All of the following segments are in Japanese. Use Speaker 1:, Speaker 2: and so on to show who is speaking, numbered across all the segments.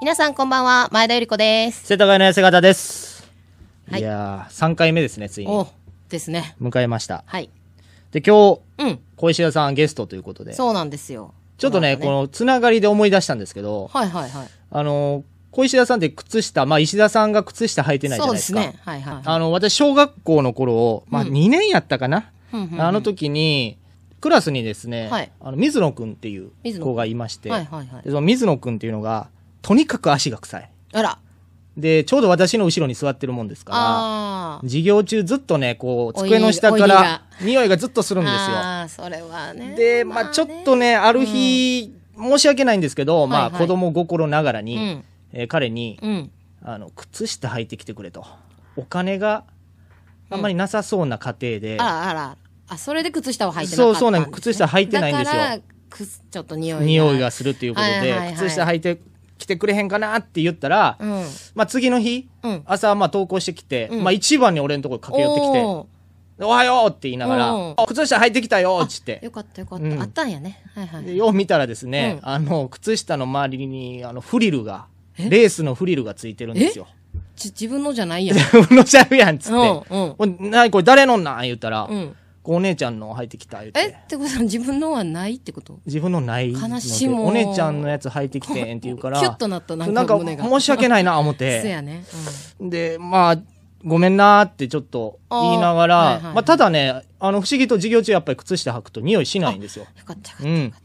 Speaker 1: 皆さんこんばんは、前田由里子です。
Speaker 2: 世田谷の痩せ方です、
Speaker 1: はい
Speaker 2: い、やー3回目ですねついに
Speaker 1: おですね。
Speaker 2: 迎えました
Speaker 1: はい。
Speaker 2: で今日
Speaker 1: うん、
Speaker 2: 小石田さんゲストということでち
Speaker 1: そうなんですよ。
Speaker 2: ょっとね
Speaker 1: なんか
Speaker 2: このつながりで思い出したんですけど
Speaker 1: はいはいはい。
Speaker 2: あのー小石田さんって靴下まあ石田さんが靴下履いてないじ
Speaker 1: そ
Speaker 2: ゃな
Speaker 1: うで
Speaker 2: いですすか
Speaker 1: ね。はいはい。
Speaker 2: あの私小学校の頃、まあ、
Speaker 1: うん
Speaker 2: 2年やったかな、
Speaker 1: うんうんうん
Speaker 2: あの時にクラスにですね、
Speaker 1: はい
Speaker 2: あの水野くんっていう
Speaker 1: 水野くん
Speaker 2: 子がいまして、
Speaker 1: はいはいはい
Speaker 2: で。その水野くんっていうのがとにかく足が臭い
Speaker 1: あら、
Speaker 2: でちょうど私の後ろに座ってるもんですから
Speaker 1: あー
Speaker 2: 授業中ずっとねこう
Speaker 1: おいり
Speaker 2: 机の下か
Speaker 1: おい
Speaker 2: ら匂いがずっとするんですよ
Speaker 1: あー、それはね。
Speaker 2: でまあちょっとねある日、申し訳ないんですけど、ま
Speaker 1: は
Speaker 2: あ
Speaker 1: いはい
Speaker 2: 子供心ながら
Speaker 1: う
Speaker 2: に、
Speaker 1: ん、
Speaker 2: えー彼に、
Speaker 1: うん。
Speaker 2: あの靴下履いてきてくれとお金があんまりなさそうな家庭で、
Speaker 1: あらあら。あ、それで靴下を履いてなかった
Speaker 2: そうそうなんです靴下履いてないんですよ
Speaker 1: だから、靴ちょっと匂いが。
Speaker 2: 匂いが。するということで、
Speaker 1: はいはいはい
Speaker 2: 靴下履いてきてくれへんかなって言ったら、
Speaker 1: うん。
Speaker 2: まあ、次の日、
Speaker 1: うん
Speaker 2: 朝まあ登校してきて、
Speaker 1: うん
Speaker 2: まあ、一番に俺のところ駆け寄ってきて
Speaker 1: お
Speaker 2: 「おはよう!」って言いながら
Speaker 1: うん
Speaker 2: あ「靴下履いてきたよ!」っつっ
Speaker 1: ーよ
Speaker 2: て。
Speaker 1: かったよかった、
Speaker 2: うん
Speaker 1: あったんやね。はいはい。
Speaker 2: でよう見たらですね、
Speaker 1: う
Speaker 2: あの靴下の周りにあのフリルがレースのフリルがついてるんですよ。
Speaker 1: ち自分のじゃない やん。
Speaker 2: うのちゃうやんっつって
Speaker 1: うんうん
Speaker 2: 「これなこれ誰のんなん?」言ったら、
Speaker 1: うん。
Speaker 2: こうお姉ちゃんの履いてきた」言っ
Speaker 1: え
Speaker 2: て
Speaker 1: ってことは自分のはないってこと
Speaker 2: 自分のないので
Speaker 1: 悲しいもん
Speaker 2: お姉ちゃんのやつ履いてきてんって言うから
Speaker 1: キュッとなったなんか
Speaker 2: なんか
Speaker 1: 胸が
Speaker 2: 申し訳ないな思っ
Speaker 1: そ
Speaker 2: て
Speaker 1: やね。
Speaker 2: でまあごめんなーってちょっと言いながら、
Speaker 1: あーはいはいはい
Speaker 2: まあ、ただねあの不思議と授業中やっぱり靴下履くと匂いしないんですよ
Speaker 1: うん。よかったよかっ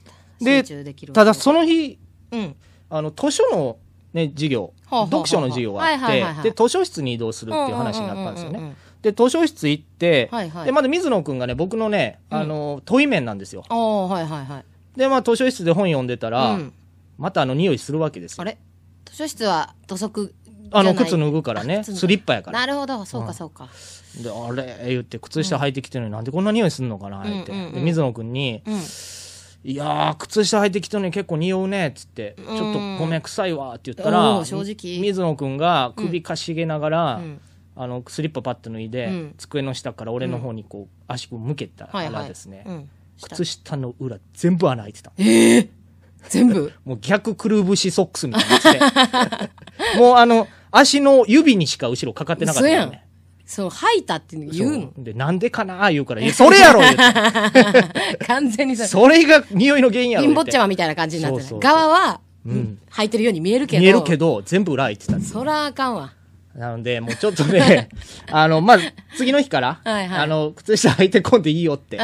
Speaker 1: た。集
Speaker 2: うんで
Speaker 1: 中できるわ
Speaker 2: ただその日
Speaker 1: うん。
Speaker 2: あの図書のね授業
Speaker 1: はあはあはあ
Speaker 2: 読書の授業があって、
Speaker 1: はいはいはいはい
Speaker 2: で図書室に移動するっていう話になったんですよ
Speaker 1: ううう
Speaker 2: ね
Speaker 1: う。
Speaker 2: で図書室行って、
Speaker 1: はいはい
Speaker 2: でまだ水野君がね僕のねあの、問い面なんですよ。
Speaker 1: うん。おーはいはいはい。
Speaker 2: でまあ図書室で本読んでたら、
Speaker 1: うん
Speaker 2: またあの匂いするわけです
Speaker 1: あ
Speaker 2: よ。
Speaker 1: れ図書室は土足じゃない。
Speaker 2: あの靴脱ぐからね
Speaker 1: あ靴脱ぐ
Speaker 2: スリッパやから。
Speaker 1: なるほど、そうかそうか。
Speaker 2: であれ言って靴下履いてきてるのになんでこんな匂いするのかなって、
Speaker 1: うんうんうん
Speaker 2: で水野君に
Speaker 1: うん。
Speaker 2: 「いやー靴下履いてきてるのに結構匂うね」っつって「ちょっとごめん臭いわ」って言った
Speaker 1: お
Speaker 2: ら
Speaker 1: ー正直
Speaker 2: 水野君が首かしげながら、
Speaker 1: うん
Speaker 2: あのスリッパパッと脱いで、
Speaker 1: うん
Speaker 2: 机の下から俺の方にこう足を向けた
Speaker 1: はいは
Speaker 2: ら
Speaker 1: い。
Speaker 2: ですね、
Speaker 1: うん。
Speaker 2: 靴下の裏全部穴開いてた
Speaker 1: 全部。
Speaker 2: もう逆くるぶしソックスみたいになって もうあの足の指にしか後ろかかってなかったよ
Speaker 1: 嘘や
Speaker 2: ね
Speaker 1: そう、吐いたって言うの
Speaker 2: そうでなんでかな言うから「いやそれやろ!」言うて
Speaker 1: 完全 にそ
Speaker 2: それが匂いの原因
Speaker 1: れ。
Speaker 2: やろ
Speaker 1: 貧乏っちゃ
Speaker 2: は
Speaker 1: まみたいな感じになって
Speaker 2: そうそ
Speaker 1: る。
Speaker 2: うそう
Speaker 1: 側は、
Speaker 2: うん
Speaker 1: うん吐いてるように見えるけど。
Speaker 2: 見えるけど全部裏開いてたんです
Speaker 1: そらあかんわ。
Speaker 2: なのでもうちょっと ねあのまず次の日から
Speaker 1: はいはい
Speaker 2: あの靴下履いてこんでいいよって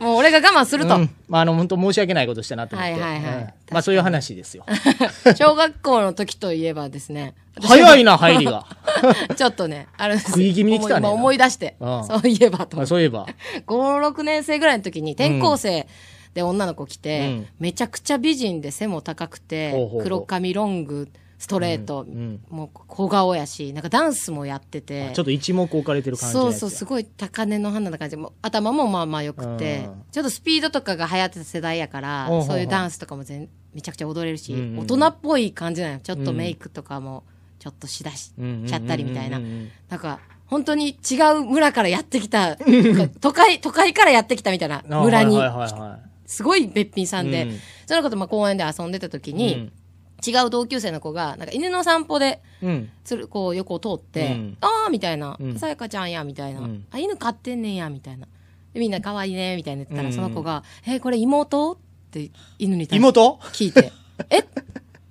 Speaker 1: もう俺が我慢すると
Speaker 2: う。んまああの本当申し訳ないことしたなと思って、
Speaker 1: はいはいはい
Speaker 2: うん
Speaker 1: 確か
Speaker 2: まあそういう話ですよ
Speaker 1: 小学校の時といえばですね。
Speaker 2: 早いな入りが
Speaker 1: ちょっとね、あれです
Speaker 2: 食い気味に来たね
Speaker 1: 思い思い出して、
Speaker 2: うん
Speaker 1: そういえばと思
Speaker 2: ま
Speaker 1: っ
Speaker 2: あ
Speaker 1: て。
Speaker 2: そういえば
Speaker 1: 5、6年生ぐらいの時に転校生で女の子来て、
Speaker 2: うん
Speaker 1: めちゃくちゃ美人で背も高くて、
Speaker 2: ほうほうほう
Speaker 1: 黒髪ロング、ストレート、
Speaker 2: ん
Speaker 1: もう小顔やし、なんかダンスもやってて。
Speaker 2: ちょっと一目置かれてる感じの
Speaker 1: そ
Speaker 2: や
Speaker 1: う
Speaker 2: つや
Speaker 1: そう、すごい高嶺の花な感じ。もう頭もまあまあ良くて
Speaker 2: うん、
Speaker 1: ちょっとスピードとかが流行ってた世代やから
Speaker 2: おうおうお、う
Speaker 1: そういうダンスとかも全めちゃくちゃ踊れるし、
Speaker 2: うんうんう
Speaker 1: 大
Speaker 2: ん
Speaker 1: 人っぽい感じなんよ。ちょっとメイクとかも、ちょっとしだし
Speaker 2: うんうんうんうんうん
Speaker 1: ちゃったりみたいな。なんか、本当に違う村からやってき た、都会、都会からやってきたみたいな
Speaker 2: あ
Speaker 1: 村に
Speaker 2: はい、はいはいは
Speaker 1: すごいべっぴんさんで、
Speaker 2: うん
Speaker 1: その子とまあ公園で遊んでた時
Speaker 2: い
Speaker 1: に、違う同級生の子が、なんか犬の散歩で、
Speaker 2: うんうん
Speaker 1: つるこう横を通って、
Speaker 2: うん
Speaker 1: あーみたいな
Speaker 2: うん
Speaker 1: さやかちゃんやみたいな、
Speaker 2: うん
Speaker 1: あ犬飼ってんねんやみたいなでみんな可愛いねみたいな言ってたら、
Speaker 2: うん
Speaker 1: その子が「えこれ妹?」って犬に対して
Speaker 2: 妹
Speaker 1: 聞い て「え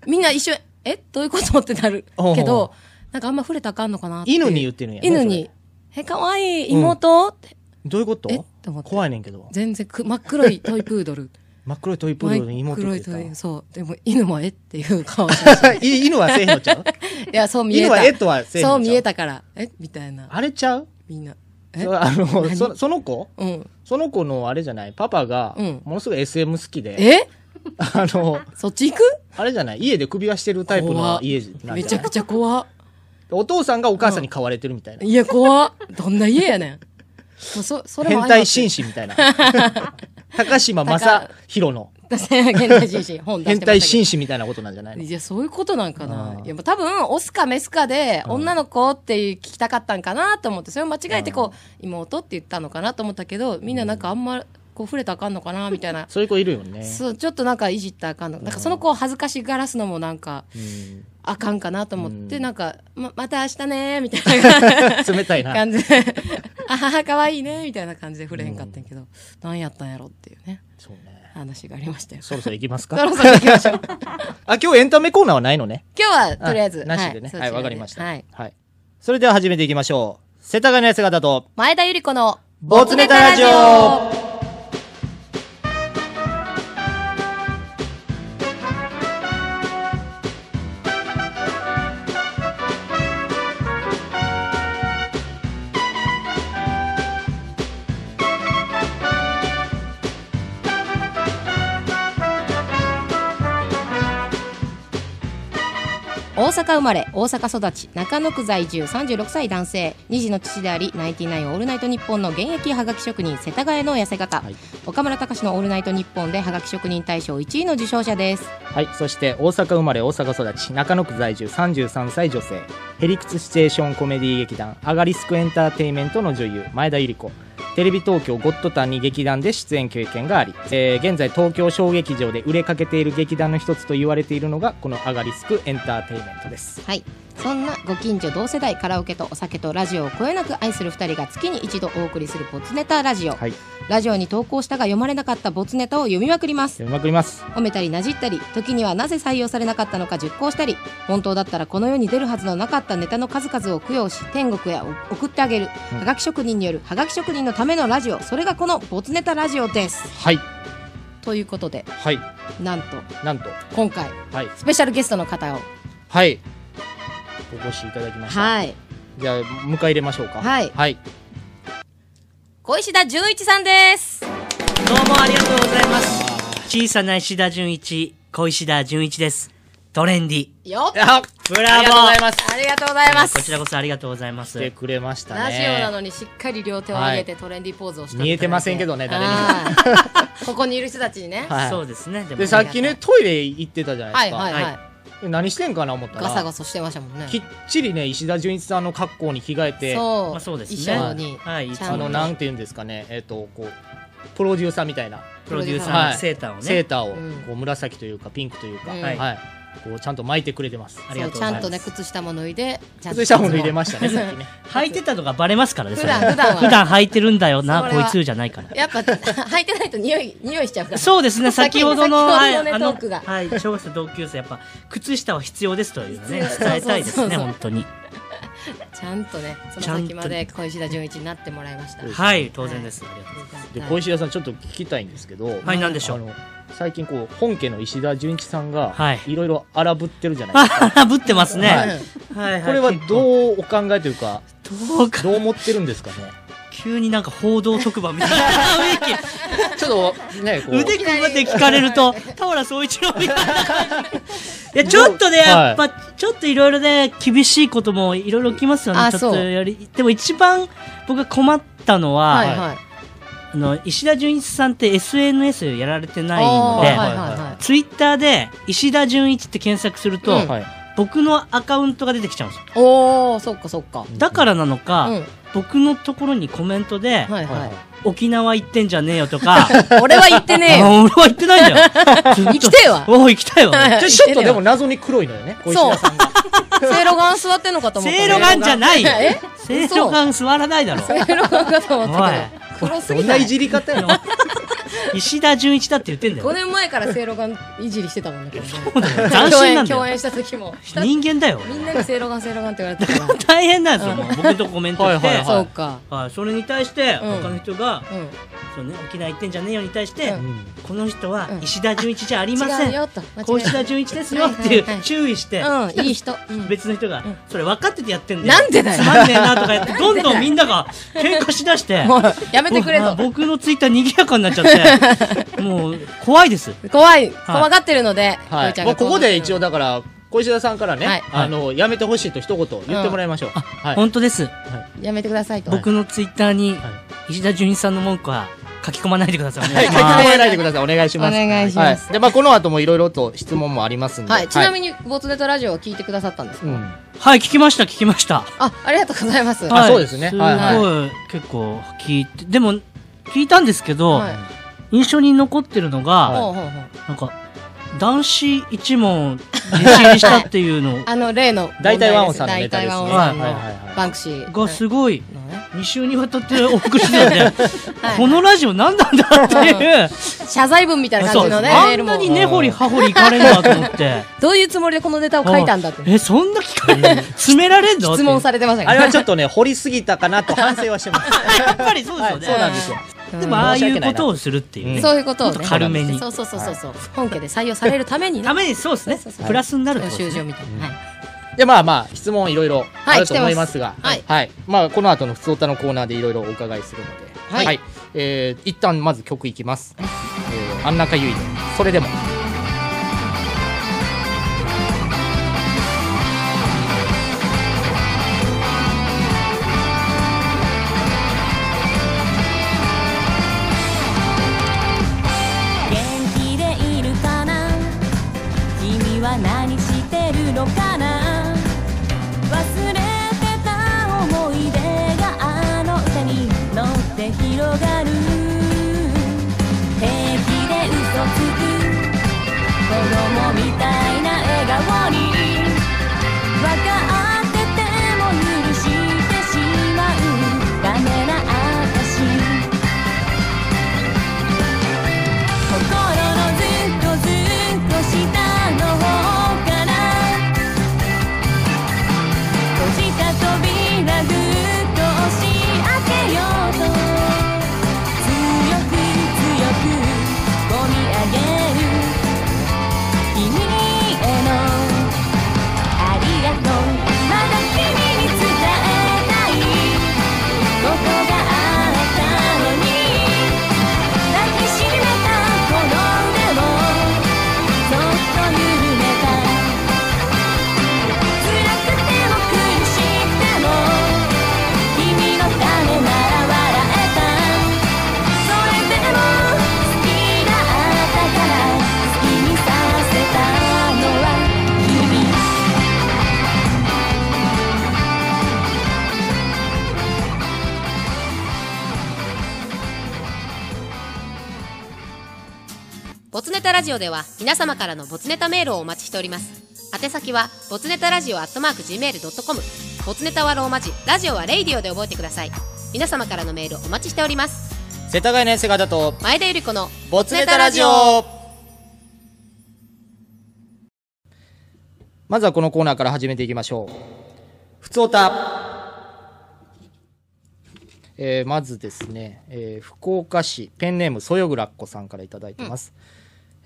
Speaker 1: みんな一緒えどういうこと?」ってなる
Speaker 2: おう
Speaker 1: けどなんかあんま触れたらあかんのかなっていう
Speaker 2: 犬に言ってるんやね
Speaker 1: 犬に「え可愛い妹って
Speaker 2: どういうこと
Speaker 1: えって思って
Speaker 2: 怖いねんけど
Speaker 1: 全然く真っ黒い トイプードル
Speaker 2: 真っ黒いトイプー
Speaker 1: 真
Speaker 2: ドルに
Speaker 1: っ
Speaker 2: 妹って
Speaker 1: 黒
Speaker 2: 言っ
Speaker 1: い
Speaker 2: た
Speaker 1: トイそうでも犬も「えっ?」ていう顔して
Speaker 2: い犬はせえへんのちゃう
Speaker 1: いやそう見えた
Speaker 2: 犬はえっとはせえへんのち
Speaker 1: そ
Speaker 2: ゃ
Speaker 1: う
Speaker 2: う
Speaker 1: 見えたから「えみたいな
Speaker 2: あれちゃう
Speaker 1: みんな「え
Speaker 2: そあの
Speaker 1: 何
Speaker 2: そその子
Speaker 1: うん
Speaker 2: その子のあれじゃないパパが
Speaker 1: うん
Speaker 2: ものすごい SM 好きで、
Speaker 1: え
Speaker 2: あの
Speaker 1: そっち行く
Speaker 2: あれじゃない家で首輪してるタイプ
Speaker 1: 怖
Speaker 2: の
Speaker 1: っ
Speaker 2: 家なんじゃな
Speaker 1: め
Speaker 2: い
Speaker 1: ちゃくちゃ怖っ
Speaker 2: お父さんがお母さんに飼われてるみたいな、
Speaker 1: いや怖っどんな家やねんもうそそれも
Speaker 2: 変態紳士みた いな高島正宏の
Speaker 1: 士 変態紳士本出し
Speaker 2: 変
Speaker 1: てま
Speaker 2: 態
Speaker 1: したけ
Speaker 2: 紳士みたいなことなんじゃない
Speaker 1: ど
Speaker 2: の
Speaker 1: いやそういうことなんかな
Speaker 2: あー
Speaker 1: いやもう多分オスかメスかで女の子っていう聞きたかったんかなと思ってそれを間違えてこう妹って言ったのかなと思ったけどみんななんかあんまこう触れたらあかんのかなみたいな
Speaker 2: そういう子いるよね。
Speaker 1: そうちょっとなんかいじったらあかんのなんかその子を恥ずかしがらすのもなんか
Speaker 2: うん
Speaker 1: あかんかなと思って、
Speaker 2: うん
Speaker 1: なんかままた明日ねみたいな
Speaker 2: 冷た いな。
Speaker 1: 感じ であはは可愛いねみたいな感じで触れへんかったんやけど、なんやったんやろっていうね
Speaker 2: そうね。
Speaker 1: 話がありましたよ。
Speaker 2: そろそろ行きます
Speaker 1: そ
Speaker 2: か。
Speaker 1: ろそろ行き ましょう。
Speaker 2: あ、今日エンタメコーナーはないのね。
Speaker 1: 今日はとりあえず
Speaker 2: なしでね。
Speaker 1: そち
Speaker 2: は
Speaker 1: ら
Speaker 2: い、わかりました。
Speaker 1: は
Speaker 2: はいい。それでは始めていきましょう。世田谷のや姿と、
Speaker 1: 前田ゆり子の
Speaker 2: ボツネタラジオ
Speaker 1: 大阪生まれ大阪育ち中野区在住36歳男性2児の父でありナインティナインオールナイトニッポンの現役はがき職人世田谷の痩せ方、
Speaker 2: はい
Speaker 1: 岡村隆史のオールナイトニッポンではがき職人大賞1位の受賞者です
Speaker 2: はい、そして大阪生まれ大阪育ち中野区在住33歳女性ヘリクツシチュエーションコメディ劇団アガリスクエンターテインメントの女優前田百合子テレビ東京ゴッドタンに劇団で出演経験があり、えー現在東京小劇場で売れかけている劇団の一つと言われているのがこのアガリスクエンターテインメントです
Speaker 1: はいそんなご近所同世代カラオケとお酒とラジオをこよなく愛する2人が月に一度お送りするボツネタラジオ、
Speaker 2: はい
Speaker 1: ラジオに投稿したが読まれなかったボツネタを読みまくります
Speaker 2: 読みまくります
Speaker 1: 褒めたりなじったり時にはなぜ採用されなかったのか実行したり本当だったらこの世に出るはずのなかったネタの数々を供養し天国へ送ってあげる
Speaker 2: うん
Speaker 1: はがき職人によるはがき職人のためのラジオそれがこの「ボツネタラジオ」です
Speaker 2: はい
Speaker 1: ということで
Speaker 2: はい
Speaker 1: なんと
Speaker 2: なんと
Speaker 1: 今回
Speaker 2: はい
Speaker 1: スペシャルゲストの方を
Speaker 2: はいお越しいただきました、
Speaker 1: はい
Speaker 2: じゃあ迎え入れましょうか
Speaker 1: はい
Speaker 2: はい、
Speaker 1: 小石田純一さんです
Speaker 3: どうもありがとうございます。小さな石田純一、小石田純一です。トレンディ。
Speaker 1: よっ
Speaker 2: あ
Speaker 3: ブラ
Speaker 2: あ
Speaker 3: ボー
Speaker 2: りがとうございます
Speaker 1: ありがとうございます
Speaker 3: こちらこそありがとうございます。
Speaker 2: 来てくれましたね
Speaker 1: ラジオなのにしっかり両手を上げてトレンディーポーズをして
Speaker 2: 見えてませんけどね誰にも
Speaker 1: もここにいる人たちにね
Speaker 2: はい
Speaker 3: そうですね。でも
Speaker 2: でさっきねトイレ行ってたじゃない
Speaker 1: はい
Speaker 2: ですか、
Speaker 1: はいはい
Speaker 2: 何してんかな思ったら
Speaker 1: ガサガサしてましたもんね
Speaker 2: きっちりね石田純一さんの格好に着替えて
Speaker 1: そう,、
Speaker 3: まあそうですね
Speaker 1: 衣装に、
Speaker 3: はい
Speaker 1: ちゃ
Speaker 2: あ
Speaker 1: んと
Speaker 2: のなんていうんですかねえっ、とこうプロデューサーみたいな
Speaker 3: プロデューサー
Speaker 2: は
Speaker 3: の
Speaker 2: い
Speaker 3: セーターをね。
Speaker 2: セーターを
Speaker 1: うん
Speaker 2: こう紫というかピンクというか、
Speaker 1: うん
Speaker 2: はい、こうちゃんと巻いてくれてます
Speaker 3: あ
Speaker 1: そ
Speaker 3: りが
Speaker 1: う
Speaker 3: と
Speaker 1: ち
Speaker 3: うござ
Speaker 1: ゃ
Speaker 3: い
Speaker 1: ん
Speaker 3: ます
Speaker 1: とね靴下も脱いでちゃんと
Speaker 2: 靴下も脱いでま したねさっきね
Speaker 3: 履いてたのがバレますからね、
Speaker 1: 普
Speaker 3: それ
Speaker 1: 段普段は
Speaker 3: 普段履いてるんだよな、
Speaker 1: それ
Speaker 3: こ
Speaker 1: はい
Speaker 3: つじゃないから。
Speaker 1: やっぱ 履いてないと匂い匂いしちゃうから
Speaker 3: そうですね、
Speaker 1: 先に
Speaker 3: 先ほどの、
Speaker 1: 先ほどのね
Speaker 3: はい
Speaker 1: ト
Speaker 3: あ
Speaker 1: ークが
Speaker 3: はい、小学生同級生、やっぱ、靴下は必要ですというのね、
Speaker 1: 必要
Speaker 3: 伝えたいで
Speaker 1: そうそうそ
Speaker 3: すね、
Speaker 1: う
Speaker 3: 本当に。
Speaker 1: ちゃんとねその先まで小石田純一になってもらいました
Speaker 3: はい、当然です。ありがとうございます。
Speaker 2: で小
Speaker 1: 石
Speaker 2: 石田さんちょっと聞きたいんですけど
Speaker 3: はい、なんでしょ
Speaker 2: あ
Speaker 3: う。
Speaker 2: の最近こう本家の石田純一さんが
Speaker 3: はい
Speaker 2: いろいろ荒ぶってるじゃないですか、
Speaker 3: あ、ぶってますね。
Speaker 2: はい
Speaker 3: はいはい
Speaker 2: これはどうお考えというか
Speaker 3: どうか
Speaker 2: どう思ってるんですかね
Speaker 3: 急になんか報道特番 みたいな 雰囲
Speaker 2: ちょっとねこ
Speaker 3: 気。
Speaker 2: う
Speaker 3: 腕組まで聞かれ ると、田原総一郎みたいな感じ。いや、ちょっとね、やっぱ、ちょっといろいろね、厳しいこともいろいろきますよ
Speaker 1: あ
Speaker 3: ね。ちょっと
Speaker 1: そう
Speaker 3: より、でも一番僕が困ったのは、
Speaker 1: はいはい
Speaker 3: あの、石田純一さんって SNS やられてない
Speaker 1: あ
Speaker 3: の
Speaker 1: ー
Speaker 3: で、
Speaker 1: はいはいは
Speaker 3: ツイッターで石田純一って検索すると、
Speaker 1: うん
Speaker 2: はい
Speaker 3: 僕のアカウントが出てきちゃうんですよ。
Speaker 1: いおーそっかそっか
Speaker 3: だからなのか、
Speaker 1: うん
Speaker 3: 僕のところにコメントで、
Speaker 1: はいはい
Speaker 3: 沖縄行ってんじゃねえよ とか、
Speaker 1: 俺は言ってねえよ
Speaker 3: あ俺は行ってないんだよ。
Speaker 1: 生きてえわ
Speaker 3: おお、行き たいわ。
Speaker 1: はい
Speaker 2: ちょちょっとでも謎に黒いのよね。小石
Speaker 1: そう
Speaker 2: 田さん
Speaker 1: せいろがん座ってんのかと思った。
Speaker 3: せいろがんじゃないよ
Speaker 1: え
Speaker 3: せいろがん座らないだろ。
Speaker 1: せいろがんかと思ったけど黒す
Speaker 2: ど
Speaker 1: ぎ
Speaker 2: ん
Speaker 1: な
Speaker 2: ないいじり 方やの。
Speaker 3: 石田純一だって言ってんだ
Speaker 1: 5
Speaker 3: よ。
Speaker 1: 年前からせいろがんいじりしてたもんねこれね共
Speaker 3: 斬新な
Speaker 1: 演
Speaker 3: んだ
Speaker 1: 共
Speaker 3: よ。
Speaker 1: 演した時もしたみ
Speaker 3: 人間だよ。
Speaker 1: んなにせいろがんせいろがんって言われてたから
Speaker 3: 大変なんですよ。もう僕のとこコメントして。
Speaker 2: はいはい
Speaker 1: そうか
Speaker 3: はいそれに対して、
Speaker 1: うん
Speaker 3: 他の人が、
Speaker 1: うん
Speaker 3: そうね、沖縄行ってんじゃねえよに対して、
Speaker 1: うん
Speaker 3: この人は
Speaker 1: うん
Speaker 3: 石田純一じゃありませ。
Speaker 1: 違うんよと間違えた
Speaker 3: こう石田純一ですよって
Speaker 1: は
Speaker 3: い
Speaker 1: いはいは
Speaker 3: う
Speaker 1: い
Speaker 3: 注意して、
Speaker 1: うん、いい人。うん
Speaker 3: 別の人が
Speaker 1: ん、
Speaker 3: それ分かっててやってんだよ。
Speaker 1: なんでだよ
Speaker 3: つまんねえなとかやって、どんどんみんなが喧嘩しだして。
Speaker 1: もう、 やめてくれ
Speaker 3: もうあ
Speaker 1: と。
Speaker 3: 僕のツイッター賑やかになっちゃって、もう怖いです。
Speaker 1: 怖い、怖がってるので、
Speaker 2: は
Speaker 1: こいちゃ
Speaker 2: い。
Speaker 1: ん
Speaker 2: ま
Speaker 1: が
Speaker 2: あここで一応だから小石田さんから
Speaker 1: は
Speaker 2: ね
Speaker 1: い、
Speaker 2: あのやめてほしいと一言言ってもらいましょう。はい。
Speaker 3: 本当です。
Speaker 1: やめてくださいと。
Speaker 3: 僕のツイッターに
Speaker 2: は
Speaker 3: 石田純一さんの文句は書き込まないでください。お願いし
Speaker 2: 書き
Speaker 3: ま
Speaker 2: 込
Speaker 3: す
Speaker 2: まないでください。お願いします。
Speaker 1: お願いします
Speaker 2: はでまあこの後もいろいろと質問もありますんで。
Speaker 1: はい、ちなみに、ボツネタラジオを聞いてくださったんですか
Speaker 2: はいうん
Speaker 3: はい、聞きました、聞きました。
Speaker 1: あ、ありがとうございます。
Speaker 2: あ
Speaker 3: はい
Speaker 2: そうですね
Speaker 3: すごい
Speaker 2: はい
Speaker 3: 結構聞いて、でも聞いたんですけど、
Speaker 1: はい
Speaker 3: 印象に残ってるのが、
Speaker 2: はい
Speaker 1: ほうほうほう
Speaker 3: なんか男子一問熱入りしたっていうの
Speaker 1: あの例の問題
Speaker 2: 大
Speaker 1: です
Speaker 2: 体ワンオさんのネタですね。
Speaker 1: 大体
Speaker 3: ワ
Speaker 1: ワ
Speaker 3: ン
Speaker 1: ン
Speaker 3: オ
Speaker 1: オさんの、
Speaker 3: さんの
Speaker 2: はいはいはい
Speaker 1: バンクシー
Speaker 3: がすごい
Speaker 1: のね
Speaker 3: 2週にわたってお送りしてたよねこのラジオ何なんだっていう
Speaker 1: 謝罪文みたいな
Speaker 3: そ
Speaker 1: 感
Speaker 3: う
Speaker 1: じのね
Speaker 3: あ
Speaker 1: メール
Speaker 3: んなに
Speaker 1: も
Speaker 3: 根掘り葉掘りいかれるなと思って
Speaker 1: どういうつもりでこのネタを書いたんだって
Speaker 3: えそんな聞かれ詰められんの
Speaker 1: 質問
Speaker 3: れ
Speaker 1: されてました
Speaker 2: あ
Speaker 1: け
Speaker 2: れ
Speaker 1: ど
Speaker 2: はちょっとね、掘りすぎたかなと反省はし てます。
Speaker 3: やっぱりそうですよね、
Speaker 2: そうなんですよ。
Speaker 1: うん
Speaker 3: でもああいうことをするっていうね、
Speaker 2: うん
Speaker 1: そういうことを
Speaker 3: ちょっ
Speaker 1: ね
Speaker 3: と軽めに
Speaker 1: そうそうそうそうそう本家で採用されるためにね
Speaker 3: ためにそうですね
Speaker 1: そうそうそう
Speaker 3: プラスになるってことで
Speaker 1: 習
Speaker 3: す
Speaker 1: 字
Speaker 3: ね
Speaker 1: をみたいなはい
Speaker 2: で、まあまあ、質問いろいろ
Speaker 1: い
Speaker 2: あると思います
Speaker 1: 来、
Speaker 2: が
Speaker 1: てますはい
Speaker 2: まあ、この後の普通歌のコーナーでいろいろお伺いするので、
Speaker 1: はい
Speaker 2: えー一旦まず曲いきます。えー、安中優衣で、それでも。
Speaker 4: 元気でいるかな君は何してるのかな忘れてた思い出があの歌に乗って広がる平気で嘘つく子供みたいな笑顔に分かってても許してしまうダメな私心のずっとずっと下の方から閉じた扉ぐっと押し開けようと強く強く込み上げる君へのありがとうまだ君に伝えたいことがあったのに抱きしめたこの腕をそっと緩めた辛くても苦しくても君のためなら笑えたそれでも好きだったから好きにさせたのは君
Speaker 1: ボツネタラジオでは皆様からのボツネタメールをお待ちしております。宛先はボツネタラジオアットマーク Gmail.com ボツネタはローマ字ラジオはレイディオで覚えてください皆様からのメールお待ちしております
Speaker 2: 世田谷のセガだと、
Speaker 1: 前田ゆり子の
Speaker 2: ボツネタラジオまずはこのコーナーから始めていきましょう。ふつおた。えーまずですね、えー福岡市ペンネームそよぐらっこさんからいただいてます。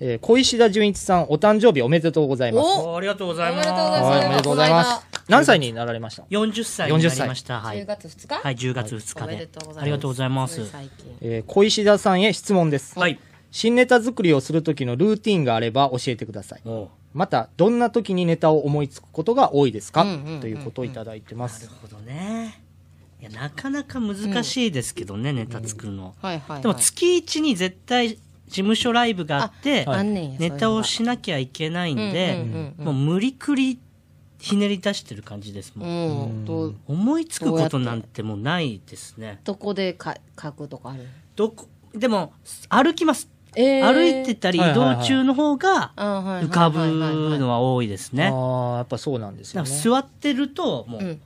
Speaker 2: えー小石田純一さん、お誕生日おめでとうございます。
Speaker 3: おありがとうございま
Speaker 1: おめでとうございま
Speaker 3: す
Speaker 1: す
Speaker 2: はい、おめでとうございま
Speaker 1: この
Speaker 2: す
Speaker 1: 間。
Speaker 2: 何歳になられました
Speaker 3: 40歳になりましたはい、
Speaker 1: 月2日
Speaker 3: はい、10月2日でありがとうございます
Speaker 1: 最近
Speaker 2: えー小石田さんへ質問です。
Speaker 3: はい
Speaker 2: 新ネタ作りをする時のルーティンがあれば教えてください。
Speaker 3: お
Speaker 2: またどんな時にネタを思いつくことが多いですか、
Speaker 1: うんうんうんうん
Speaker 2: ということをいただいてます
Speaker 3: なる。ほどねいやなかなか難しいですけどね、ネタ作るの、
Speaker 1: はいはい、はい、
Speaker 3: でも月1に絶対事務所ライブがあって
Speaker 1: ああんねんや
Speaker 3: ネタをしなきゃいけないんで
Speaker 1: そういうのがうんうんうん
Speaker 3: もう無理くりひねり出してる感じですもん、
Speaker 1: うんどう
Speaker 3: 思いつくことなんてもうないですね
Speaker 1: どこでか書くとかある
Speaker 3: どこでも歩きます、
Speaker 1: え
Speaker 3: 歩いてたり移
Speaker 2: はいはい
Speaker 3: 動
Speaker 2: はい
Speaker 3: 中の方が
Speaker 1: あはいはいはいはい
Speaker 3: 浮かぶのは多いですね、
Speaker 2: ああやっぱそうなんですよね
Speaker 3: だか。ら座ってるとも
Speaker 1: う
Speaker 3: うん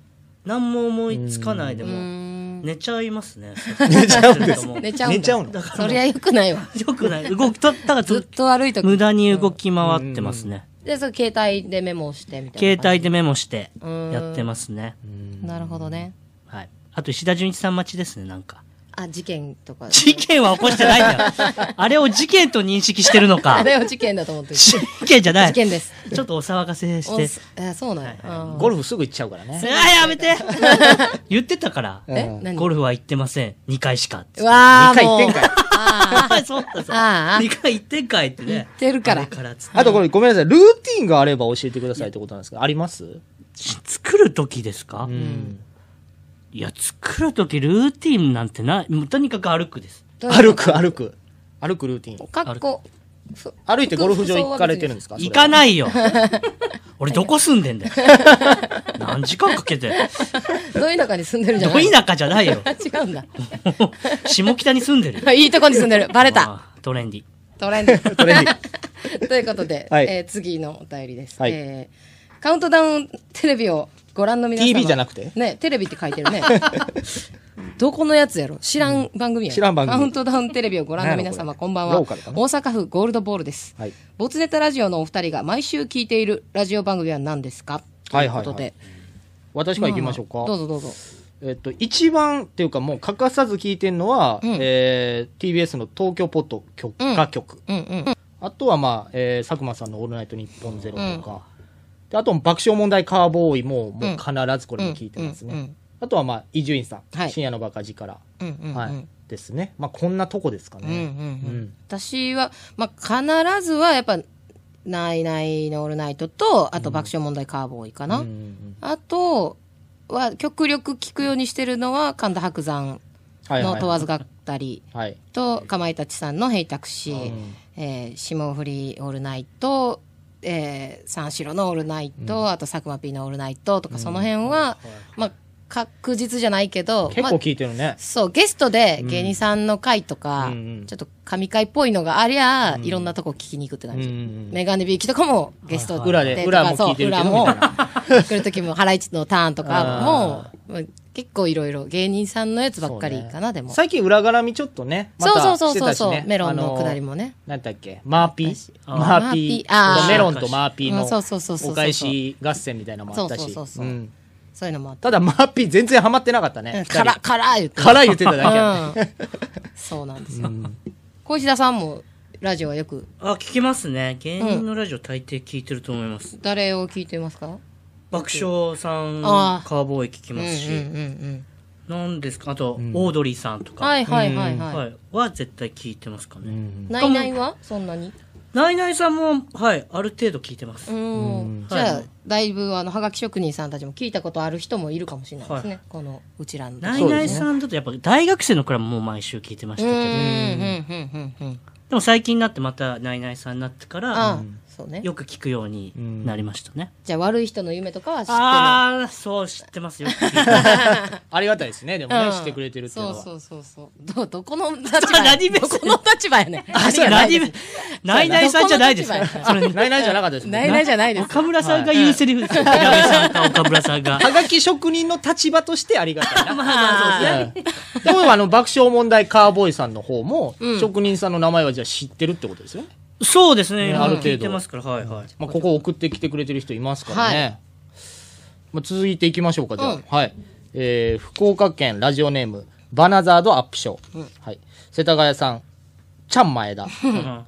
Speaker 3: 何も思いつかないで
Speaker 1: うー
Speaker 3: も
Speaker 1: ん
Speaker 3: 寝ちゃいます ね寝ちゃうんです
Speaker 1: 寝ちゃうんだ
Speaker 2: 寝ちゃうの
Speaker 1: だからそりゃよくないわ
Speaker 3: よくない動きとったら
Speaker 1: ずっ
Speaker 3: ず
Speaker 1: と歩いて
Speaker 3: 無駄に動き回ってますね、
Speaker 1: でそれ携帯でメモをしてみたいな
Speaker 3: 携帯
Speaker 1: 帯
Speaker 3: でメモして
Speaker 1: うん
Speaker 3: やってますね、
Speaker 1: なるほどね
Speaker 3: はい、あと石田純一さん待ちですねなんか
Speaker 1: あ事件とか
Speaker 3: 事件は起こしてないんだよ あれを事件と認識してるのか
Speaker 1: あれを事件だと思って る
Speaker 3: 事件じゃない
Speaker 1: 事件です
Speaker 3: ちょっとお騒がせ
Speaker 1: お
Speaker 3: して
Speaker 1: えそうなんやあ
Speaker 2: ゴルフすぐ行っちゃうからね。
Speaker 3: あや めて言ってたから
Speaker 1: ーえ何
Speaker 3: ゴルフは行ってません2回しかって
Speaker 1: うわー
Speaker 2: 二回
Speaker 1: もう
Speaker 2: 行ってんかい
Speaker 1: あ
Speaker 3: ああ そうだそう
Speaker 1: あーあー
Speaker 3: 2回行ってんかいってね
Speaker 1: 行ってるから
Speaker 3: あからっつって
Speaker 2: あとこれごめんなさいルーティンがあれば教えてくださいってことなんですけどあります？
Speaker 3: 作る時ですか、
Speaker 2: うん。
Speaker 3: いや作る時ルーティンなんてないもうとにかく歩くです
Speaker 1: ーどういう
Speaker 2: 歩く歩く歩くルーティン。
Speaker 1: かっこふ
Speaker 2: 歩いてゴルフ場行かれてるんですか？
Speaker 3: 行か
Speaker 2: い。
Speaker 3: な いよ俺どこ住んでんだよ何時間かけて
Speaker 1: どういう中に住んでるんじ
Speaker 3: ど
Speaker 1: ゃない
Speaker 3: 田舎じゃないよ
Speaker 1: 違うんだ
Speaker 3: 下北に住んでるよ
Speaker 1: いいとこに住んでるバレた
Speaker 3: あトレンディ。
Speaker 1: トレンド。
Speaker 2: トレン デ
Speaker 1: ということで、
Speaker 2: はい
Speaker 1: えー次のお便りです、
Speaker 2: はい
Speaker 1: えーカウントダウンテレビをご覧の皆様
Speaker 2: TV じゃなくて
Speaker 1: ねテレビって書いてるね どこのやつやろ知らん番組やろ
Speaker 2: 知らん番組
Speaker 1: カウントダウンテレビをご覧の皆
Speaker 2: なんやろ
Speaker 1: 様
Speaker 2: これ
Speaker 1: こんばんは
Speaker 2: ロ
Speaker 1: 大
Speaker 2: ーカルかな
Speaker 1: 阪府ゴールドボールです、
Speaker 2: はい
Speaker 1: ボツネタラジオのお二人が毎週聞いているラジオ番組は何ですかと
Speaker 2: はいいうはいは
Speaker 1: こ
Speaker 2: い
Speaker 1: とで、
Speaker 2: 私から行きましょうか、
Speaker 1: どうぞどうぞ
Speaker 2: えっと、一番っていうかもう欠かさず聞いてるのは、
Speaker 1: うん
Speaker 2: えー TBS の東京ポッド許可局、
Speaker 1: うんうん
Speaker 2: あとはまあ、えー佐久間さんのオールナイトニッポンゼロとか、であと爆笑問題カーボーイももう必ずこれも聞いてますね、
Speaker 1: うんうんうん
Speaker 2: あとはまあ伊集院さん、
Speaker 1: はい
Speaker 2: 深夜のバカ力、
Speaker 1: うんうんうん
Speaker 2: はいですねまあこんなとこですか
Speaker 1: うんうん
Speaker 2: ね、
Speaker 1: うん
Speaker 2: うん
Speaker 1: 私は、まあ、必ずはやっぱ「ないないのオールナイトと」あと「爆笑問題カーボーイ」かな、
Speaker 2: うんうんうん
Speaker 1: あとは極力聞くようにしてるのは神田伯山
Speaker 2: はい
Speaker 1: の
Speaker 2: はい
Speaker 1: 問わずがったり
Speaker 2: はい
Speaker 1: とかまいたちさんの「ヘイタクシー」えー霜降りオールナイト」えー三四郎のオールナイト、あと佐久間 P のオールナイトとかその辺は、まあ確実じゃないけど
Speaker 2: 結
Speaker 1: まあ
Speaker 2: 構聞いてるね、
Speaker 1: そう、ゲストで芸人さんの回とか、
Speaker 2: うんうん
Speaker 1: ちょっと神回っぽいのがありゃ、いろんなとこ聞きに行くって感じ。
Speaker 2: うんうんうん
Speaker 1: メガネビーキとかもゲスト
Speaker 2: はいはい裏で
Speaker 1: とか
Speaker 2: 裏も聞いてるけど
Speaker 1: そう 裏も
Speaker 2: みたい
Speaker 1: 来る時も、ハライチのターンとかも、まあ結構いろいろ芸人さんのやつばっかりかな、でも。そう
Speaker 2: 最近裏絡みちょっとねま
Speaker 1: そう
Speaker 2: た
Speaker 1: そう
Speaker 2: して
Speaker 1: そう
Speaker 2: たし
Speaker 1: そう、
Speaker 2: ね
Speaker 1: メロン
Speaker 2: あ
Speaker 1: の
Speaker 2: ー
Speaker 1: くだりもね。
Speaker 2: なんだっけマーピー
Speaker 3: あー
Speaker 2: マーピー
Speaker 1: マーピー
Speaker 2: そうメロンとマーピー
Speaker 1: うんそうそうそうそうそ
Speaker 2: の
Speaker 1: う
Speaker 2: お返し合戦みたいなのもあった
Speaker 1: そう
Speaker 2: し
Speaker 1: そうそうそう
Speaker 2: うん
Speaker 1: そういうのもあって。
Speaker 2: ただマーピー全然ハマってなかったね
Speaker 1: カラ、カラ言って。
Speaker 2: 辛い言ってただけやね
Speaker 1: うんそうなんですよ。小石田さんも、ラジオはよく、
Speaker 3: あ、聞きますね。芸人のラジオ大抵聞いてると思います。
Speaker 1: 誰を聞いてますか
Speaker 3: 爆笑さん、
Speaker 1: あー
Speaker 3: カーボーイ聞き
Speaker 1: うんう
Speaker 3: ま
Speaker 1: んう
Speaker 3: すし、
Speaker 1: ん
Speaker 3: なんですか、あと、オードリーさんと
Speaker 1: うん。
Speaker 3: か、
Speaker 1: はいはいはい
Speaker 3: はい
Speaker 1: はい。
Speaker 3: は絶対聞いてますかね。
Speaker 1: ないないはそんなに
Speaker 3: ナイナイさんも、はい、ある程度聞いてます。
Speaker 1: うんじゃ
Speaker 3: は
Speaker 1: あ
Speaker 3: い
Speaker 1: だいぶあのはがき職人さんたちも聞いたことある人もいるかもしれないですね、
Speaker 3: は
Speaker 1: このうちらの
Speaker 3: ナ
Speaker 1: う
Speaker 3: イナイさんだとやっぱ大学生の頃はもう毎週聞いてましたけど、
Speaker 1: んうんう
Speaker 3: で
Speaker 1: んうんうん
Speaker 3: も最近になってまたナイナイさんになってから
Speaker 1: あ、そうね
Speaker 3: よく聞くようになりましたね。
Speaker 1: じゃあ悪い人の夢とかは知ってる
Speaker 3: ああ、そう知って ますよ。よく聞いてます
Speaker 2: ありがたいですねでもねしてくれてるっていうの
Speaker 1: そう
Speaker 2: は
Speaker 1: そうそうそうどどこの立場
Speaker 3: ちょ
Speaker 1: や
Speaker 3: 何目
Speaker 1: どこの立場やね
Speaker 3: あ、じゃあ、ナイナイナイさんじゃないです
Speaker 1: ど
Speaker 3: よ。
Speaker 1: この立場や
Speaker 3: それ、
Speaker 2: ないないじゃなかったですもん
Speaker 1: ない
Speaker 2: ね
Speaker 1: ないじゃないです
Speaker 3: 岡村さんが言うセリフですよ。岡村さんか岡村さ んが。
Speaker 2: はがき職人の立場としてありがたいな
Speaker 3: まあまあ
Speaker 2: うんでもあの爆笑問題カーボーイさんの方も職人さんの名前はじゃあ知ってるってことですよね
Speaker 3: そうですね。
Speaker 2: ね
Speaker 3: あ
Speaker 2: あ
Speaker 3: る
Speaker 2: る
Speaker 3: 程
Speaker 2: 程度
Speaker 3: 聞いてますから、はいはい。
Speaker 2: まあ、ここ送ってきてくれてる人いますからね。
Speaker 1: は
Speaker 2: まあ、続いていきましょうか、じゃあ。
Speaker 1: うん
Speaker 2: はい。えー、福岡県ラジオネーム、バナザードアップショー。はい。世田谷さん、ちゃん前田。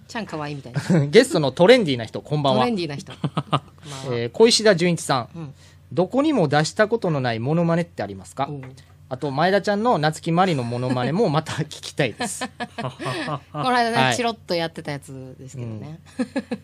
Speaker 1: ちゃんかわいいみたいな
Speaker 2: ゲストのトレンディーな人、こんばん
Speaker 1: ト
Speaker 2: は
Speaker 1: レン。ディーな人
Speaker 2: えー小石田純一さん,、どこにも出したことのないモノマネってありますか、 あと、前田ちゃんの夏木マリのモノマネもまた聞きたいです。
Speaker 1: この間ね、
Speaker 2: はい
Speaker 1: チロッとやってたやつですけどね、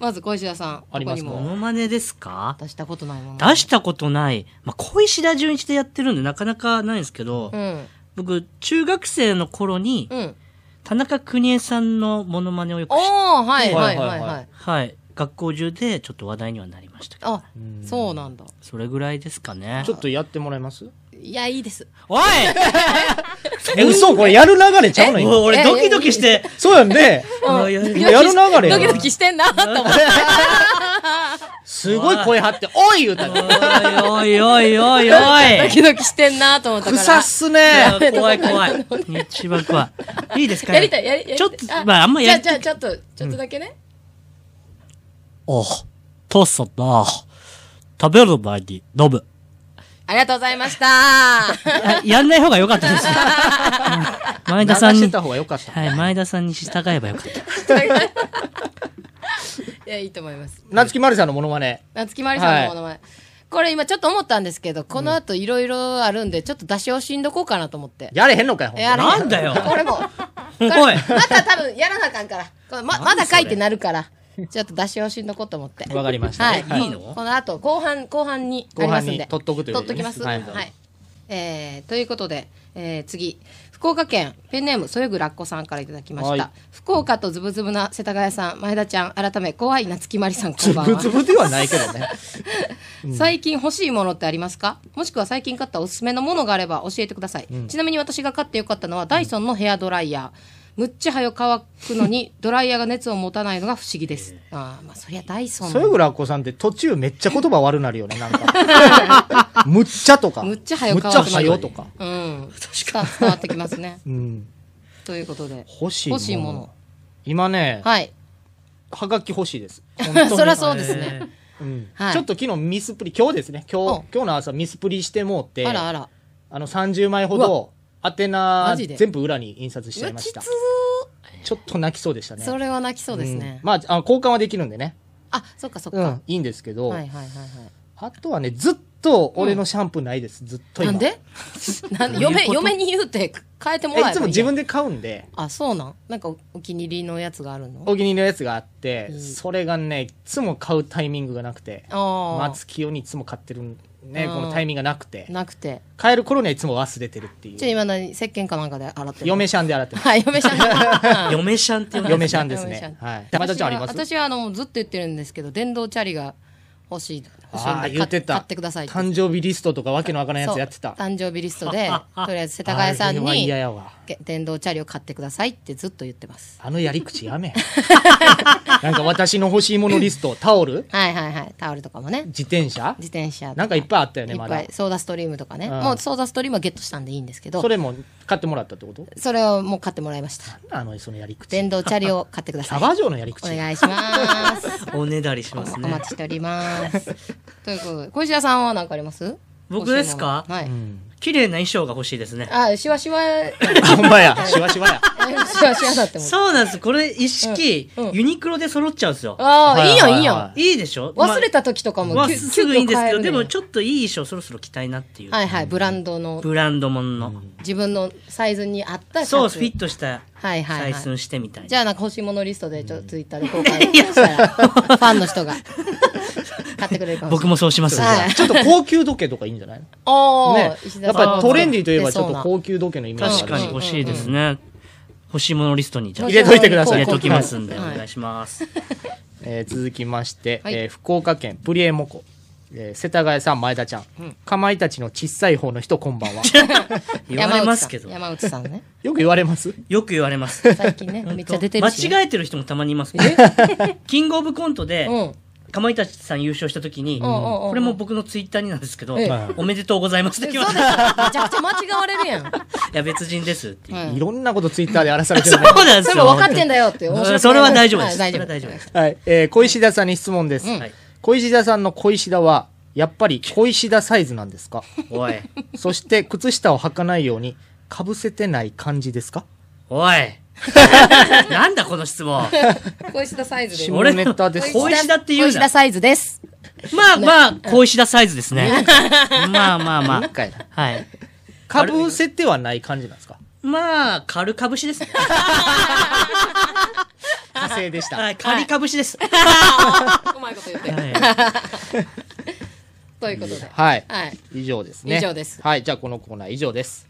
Speaker 1: まず小石田さん
Speaker 2: ありますか
Speaker 1: ここ
Speaker 3: モ
Speaker 1: にも
Speaker 3: ノマネですか
Speaker 1: 出したことないもの
Speaker 3: 出したことない。まあ、小石田純一でやってるんでなかなかないんですけど
Speaker 1: う、ん
Speaker 3: 僕、中学生の頃に、
Speaker 1: うん
Speaker 3: 田中邦衛さんのモノマネをよく
Speaker 1: お
Speaker 3: して、
Speaker 1: おはいはいはい
Speaker 2: はいはい
Speaker 1: は
Speaker 2: はいい
Speaker 3: はい。学校中でちょっと話題にはなりましたけど、
Speaker 1: あ、そうなんだ。
Speaker 3: それぐらいですかね
Speaker 2: ち。ょっとやってもらえます
Speaker 1: いや、いいです。
Speaker 3: おい
Speaker 2: え、嘘これやる流れちゃうの
Speaker 3: もう
Speaker 2: 今
Speaker 3: 俺ドキドキして、
Speaker 2: そうやんね。
Speaker 3: あいやいや
Speaker 2: やる流れや
Speaker 1: ドキドキしてんな、と思って。
Speaker 2: すごい声張って、おい言うたね。
Speaker 3: おいおいおいおいお
Speaker 1: ド
Speaker 3: い
Speaker 1: キドキしてんな、と思ったから。
Speaker 2: 臭っすね。
Speaker 3: いや怖い怖い。一番怖い。いいですかね
Speaker 1: やりたい、やりやりたい。
Speaker 3: ちょっと、まああんま
Speaker 1: じゃ
Speaker 3: や
Speaker 1: あ、
Speaker 3: り
Speaker 1: じゃあ、ちょっと、ちょっとだけね。
Speaker 3: おう、父さんな、食べる前に飲む。
Speaker 1: ありがとうございました。
Speaker 3: あやんない方が良かったです。うん前
Speaker 2: 流
Speaker 3: 田さん
Speaker 2: して
Speaker 3: に、
Speaker 2: た方が良かった。
Speaker 3: はい、前田さんに従えばよかった。
Speaker 1: いや、いいと思います。
Speaker 2: 夏木マリさんのモノマネ。
Speaker 1: 夏木まりさんのものまね。これ今ちょっと思ったんですけど、この後いろいろあるんで、ちょっと出し惜しんどこうかなと思って。
Speaker 2: やれへんのかよ、ほん
Speaker 1: や
Speaker 2: と
Speaker 1: れへ
Speaker 3: なんだよ
Speaker 1: これ も。
Speaker 3: おい
Speaker 1: これまた多分やらなあかんから。これままだ書いてなるから。ちょっと出し惜しんどこうと思って。
Speaker 2: わかりました
Speaker 1: は
Speaker 2: ね。
Speaker 1: い、
Speaker 3: いいの
Speaker 1: この後後半後半にありますんで
Speaker 2: 後半に取っとくということ
Speaker 1: 取
Speaker 2: で
Speaker 1: っとき
Speaker 2: ね
Speaker 1: ますは、
Speaker 2: はいい
Speaker 1: えーということで、えー次福岡県ペンネームそよぐらっこさんからいただきました、
Speaker 2: はい
Speaker 1: 福岡とズブズブな世田谷さん前田ちゃん改め怖い夏木まりさんこ
Speaker 2: ズ
Speaker 1: んばん
Speaker 2: ブ
Speaker 1: は
Speaker 2: ズブではないけどね。
Speaker 1: 最近欲しいものってありますかもしくは最近買ったおすすめのものがあれば教えてください、ちなみに私が買ってよかったのはダイソンのヘアドライヤー、むっちゃ早く乾くの にドライヤーが熱を持たないのが不思議です。ああ、まあそりゃダイソン
Speaker 2: それぐらいこさんって途中めっちゃ言葉悪なるよね、なんか。 むっちゃとか。
Speaker 1: むっちゃ早く乾く
Speaker 2: むっちゃ早とか。
Speaker 1: うん。確かに。伝わってきます ね。
Speaker 2: うん。
Speaker 1: ということで。
Speaker 2: 欲しいもの。
Speaker 1: 欲しいもの
Speaker 2: 今ね、は
Speaker 1: はい。
Speaker 2: がき欲しいです。
Speaker 1: そりゃそうですね。
Speaker 2: うん
Speaker 1: はい
Speaker 2: ちょっと昨日ミスプリ、今日ですね、今
Speaker 1: う
Speaker 2: 日
Speaker 1: ん、
Speaker 2: 今日の朝ミスプリしてもうて、
Speaker 1: あらあら。
Speaker 2: あの30枚ほ
Speaker 1: う
Speaker 2: ど、宛名
Speaker 1: マジで
Speaker 2: 全部裏に印刷しちゃいました。
Speaker 1: うわ
Speaker 2: ちょっと泣きそうでしたね。
Speaker 1: それは泣きそうですね。
Speaker 2: うんまあ、あの交換はできるんでね。
Speaker 1: あ、そっかそっ
Speaker 2: う
Speaker 1: か
Speaker 2: ん。、いいんですけど、
Speaker 1: はいはいはいはい。
Speaker 2: あとはね、ずっと俺のシャンプーないです、ずっと今。
Speaker 1: なんでなんで嫁、嫁に言うて変えてもら
Speaker 2: え
Speaker 1: えば
Speaker 2: いつも自分で買うんで、
Speaker 1: あ、そうなんなんかおお気に入りのやつがあるの
Speaker 2: お気に入りのやつがあって、
Speaker 1: うん
Speaker 2: それがね、いつも買うタイミングがなくて、
Speaker 1: ああ。
Speaker 2: 松清にいつも買ってるんね、
Speaker 1: うん
Speaker 2: このタイミングがなくて、
Speaker 1: なくて。
Speaker 2: 買える頃にはいつも忘れてるってい
Speaker 1: じゃあ
Speaker 2: う。
Speaker 1: 今何石鹸かなんかで洗ってる
Speaker 2: 嫁シャンで洗ってます。
Speaker 1: はい、嫁シ ャン。はい
Speaker 3: 嫁シャンっていう
Speaker 2: 嫁シャンです
Speaker 1: 嫁シャ
Speaker 2: ね
Speaker 1: ン。
Speaker 2: はい。山田ちゃんあります
Speaker 1: 私は私はあの、ずっと言ってるんですけど、電動チャリが欲しい、欲しいん
Speaker 2: ああ
Speaker 1: で
Speaker 2: ー、言ってた。
Speaker 1: 買ってくださいって。
Speaker 2: 誕生日リストとかわけのわからんやつやってた。
Speaker 1: そう誕生日リストで、とりあえず世田谷さん
Speaker 2: あれは
Speaker 1: に
Speaker 2: 嫌、やわ。
Speaker 1: け電動チャリを買ってくださいってずっと言ってます。
Speaker 2: あのやり口やめ。 なんか私の欲しいものリスト、タオル、
Speaker 1: はいはいはい。タオルとかもね。
Speaker 2: 自転車
Speaker 1: 自転車と
Speaker 2: なんかいっぱいあったよね、
Speaker 1: いっ
Speaker 2: ま
Speaker 1: ぱ
Speaker 2: だ
Speaker 1: い。ソーダストリームとかね、
Speaker 2: うん
Speaker 1: もうソーダストリームはゲットしたんでいいんですけど
Speaker 2: そ
Speaker 1: それ
Speaker 2: れも買ってもらったってこと
Speaker 1: をもう買ってもらいました
Speaker 2: あの、そのやり口。
Speaker 1: 電動チャリを買ってくだ
Speaker 2: キ
Speaker 1: さ
Speaker 2: ャ
Speaker 1: い
Speaker 2: バ嬢のやり口。
Speaker 1: お願いします
Speaker 3: おねだりします
Speaker 1: お
Speaker 3: ね
Speaker 1: 待ちしております ということで小石田さんは何かあります
Speaker 3: 僕ですか
Speaker 1: 欲しいものはい、
Speaker 2: うん。
Speaker 3: 綺麗な衣装が欲しいですね
Speaker 1: あしわしわし
Speaker 2: ほんまや、しわしわや。
Speaker 1: わしわだって思った
Speaker 3: そうなんですこれ一式、
Speaker 1: うんうん
Speaker 3: ユニクロで揃っちゃうんですよ
Speaker 1: ああ、、
Speaker 2: はいい
Speaker 1: いやんい
Speaker 2: はいい
Speaker 1: やん、
Speaker 2: は
Speaker 3: はいいでしょ
Speaker 1: 忘れた時とかも、
Speaker 3: まあ
Speaker 1: きゅ
Speaker 3: すぐいいんですけどでも
Speaker 1: ょ
Speaker 3: ちょっといい衣装そろそろ着たいなっていう、
Speaker 1: はいはいブランドの
Speaker 3: ブランドもんの、
Speaker 1: 自分のサイズに合ったシャツ
Speaker 3: そうフィットした
Speaker 1: はいはいは
Speaker 3: 採
Speaker 1: い
Speaker 3: 寸してみたい
Speaker 1: じ
Speaker 3: な、
Speaker 1: ゃあなんか欲しいものリストでちょっとツイッターで公開 したら、ファンの人が買ってくれるかもしれない。
Speaker 3: 僕もそうします、
Speaker 1: はい
Speaker 2: ちょっと高級時計とかいいんじゃない
Speaker 1: おー
Speaker 2: ね
Speaker 1: 石。田
Speaker 2: や
Speaker 1: さ
Speaker 2: っ
Speaker 1: ん
Speaker 2: ぱトレンディーといえばちょっと
Speaker 1: そう
Speaker 2: 高級時計のイメージ
Speaker 3: 確
Speaker 2: があ
Speaker 3: か
Speaker 2: る
Speaker 3: に
Speaker 2: し
Speaker 3: 欲しいですね、欲しいものリストにじゃあ
Speaker 1: な
Speaker 2: 入れといてくださ
Speaker 3: 入
Speaker 2: い
Speaker 3: れときますんで、
Speaker 1: はい
Speaker 3: お願いします。
Speaker 2: えー続きまして、
Speaker 1: はい
Speaker 2: えー福岡県プリエモコ、えー世田谷さん前田ちゃん、かまいたちの小さい方の人こん ばんは
Speaker 3: 言われますけど、
Speaker 1: 山内さん山内さんね。
Speaker 2: よく言われます
Speaker 3: よく言われます。
Speaker 1: 最近ね、めっちゃ出てるし、ね。
Speaker 3: 間違えてる人もたまにいます。 キングオブコントで、
Speaker 1: うん。
Speaker 3: かまいたちさん優勝した時に、
Speaker 1: んうんうん
Speaker 3: これも僕のツイッターになんですけど、
Speaker 1: ええ
Speaker 3: おめでとうございますって
Speaker 1: え
Speaker 3: 来
Speaker 1: そうで
Speaker 3: ま
Speaker 1: しょめ
Speaker 3: し
Speaker 1: ち
Speaker 3: た。
Speaker 1: ゃくちゃ間違われるやん。
Speaker 3: いや、別人ですっていう。
Speaker 1: はい
Speaker 2: いろんなことツイッターで荒らされて
Speaker 3: そ
Speaker 2: る
Speaker 3: う
Speaker 2: ね
Speaker 3: なんです
Speaker 1: そ
Speaker 3: よ。
Speaker 1: れも分かってんだよって面白くない
Speaker 3: それは大丈夫です。
Speaker 1: はい
Speaker 3: それは
Speaker 1: 大
Speaker 3: 大
Speaker 1: 丈
Speaker 3: 丈
Speaker 1: 夫で
Speaker 3: 夫です す。
Speaker 2: はい、えー小石田さんに質問です、
Speaker 1: うん
Speaker 3: はい。
Speaker 2: 小石田さんの小石田はやっぱり小石田サイズなんですか
Speaker 3: おい。
Speaker 2: そして靴下を履かないようにかぶせてない感じですか
Speaker 3: おい。 なんだこの質問。
Speaker 1: 小石田サイズで。
Speaker 2: 下ネタです
Speaker 3: 小石田って
Speaker 1: 小
Speaker 3: 言う
Speaker 1: 石
Speaker 3: な
Speaker 1: 田。サイズです。
Speaker 3: まあまあ、小石田サイズですね。まあまあ
Speaker 2: な
Speaker 3: ま
Speaker 2: ん
Speaker 3: あ。
Speaker 2: かやな
Speaker 3: はい。
Speaker 2: かぶせてはない感じなんですか
Speaker 3: まあ、軽かぶしですね。
Speaker 2: 火星でした、
Speaker 3: はい、軽かぶしです。
Speaker 1: うまいこと言って。
Speaker 3: はい
Speaker 1: ということで。
Speaker 2: はい
Speaker 1: はい。
Speaker 2: 以上ですね
Speaker 1: 以上です
Speaker 2: はいじゃあこのコーナー以上です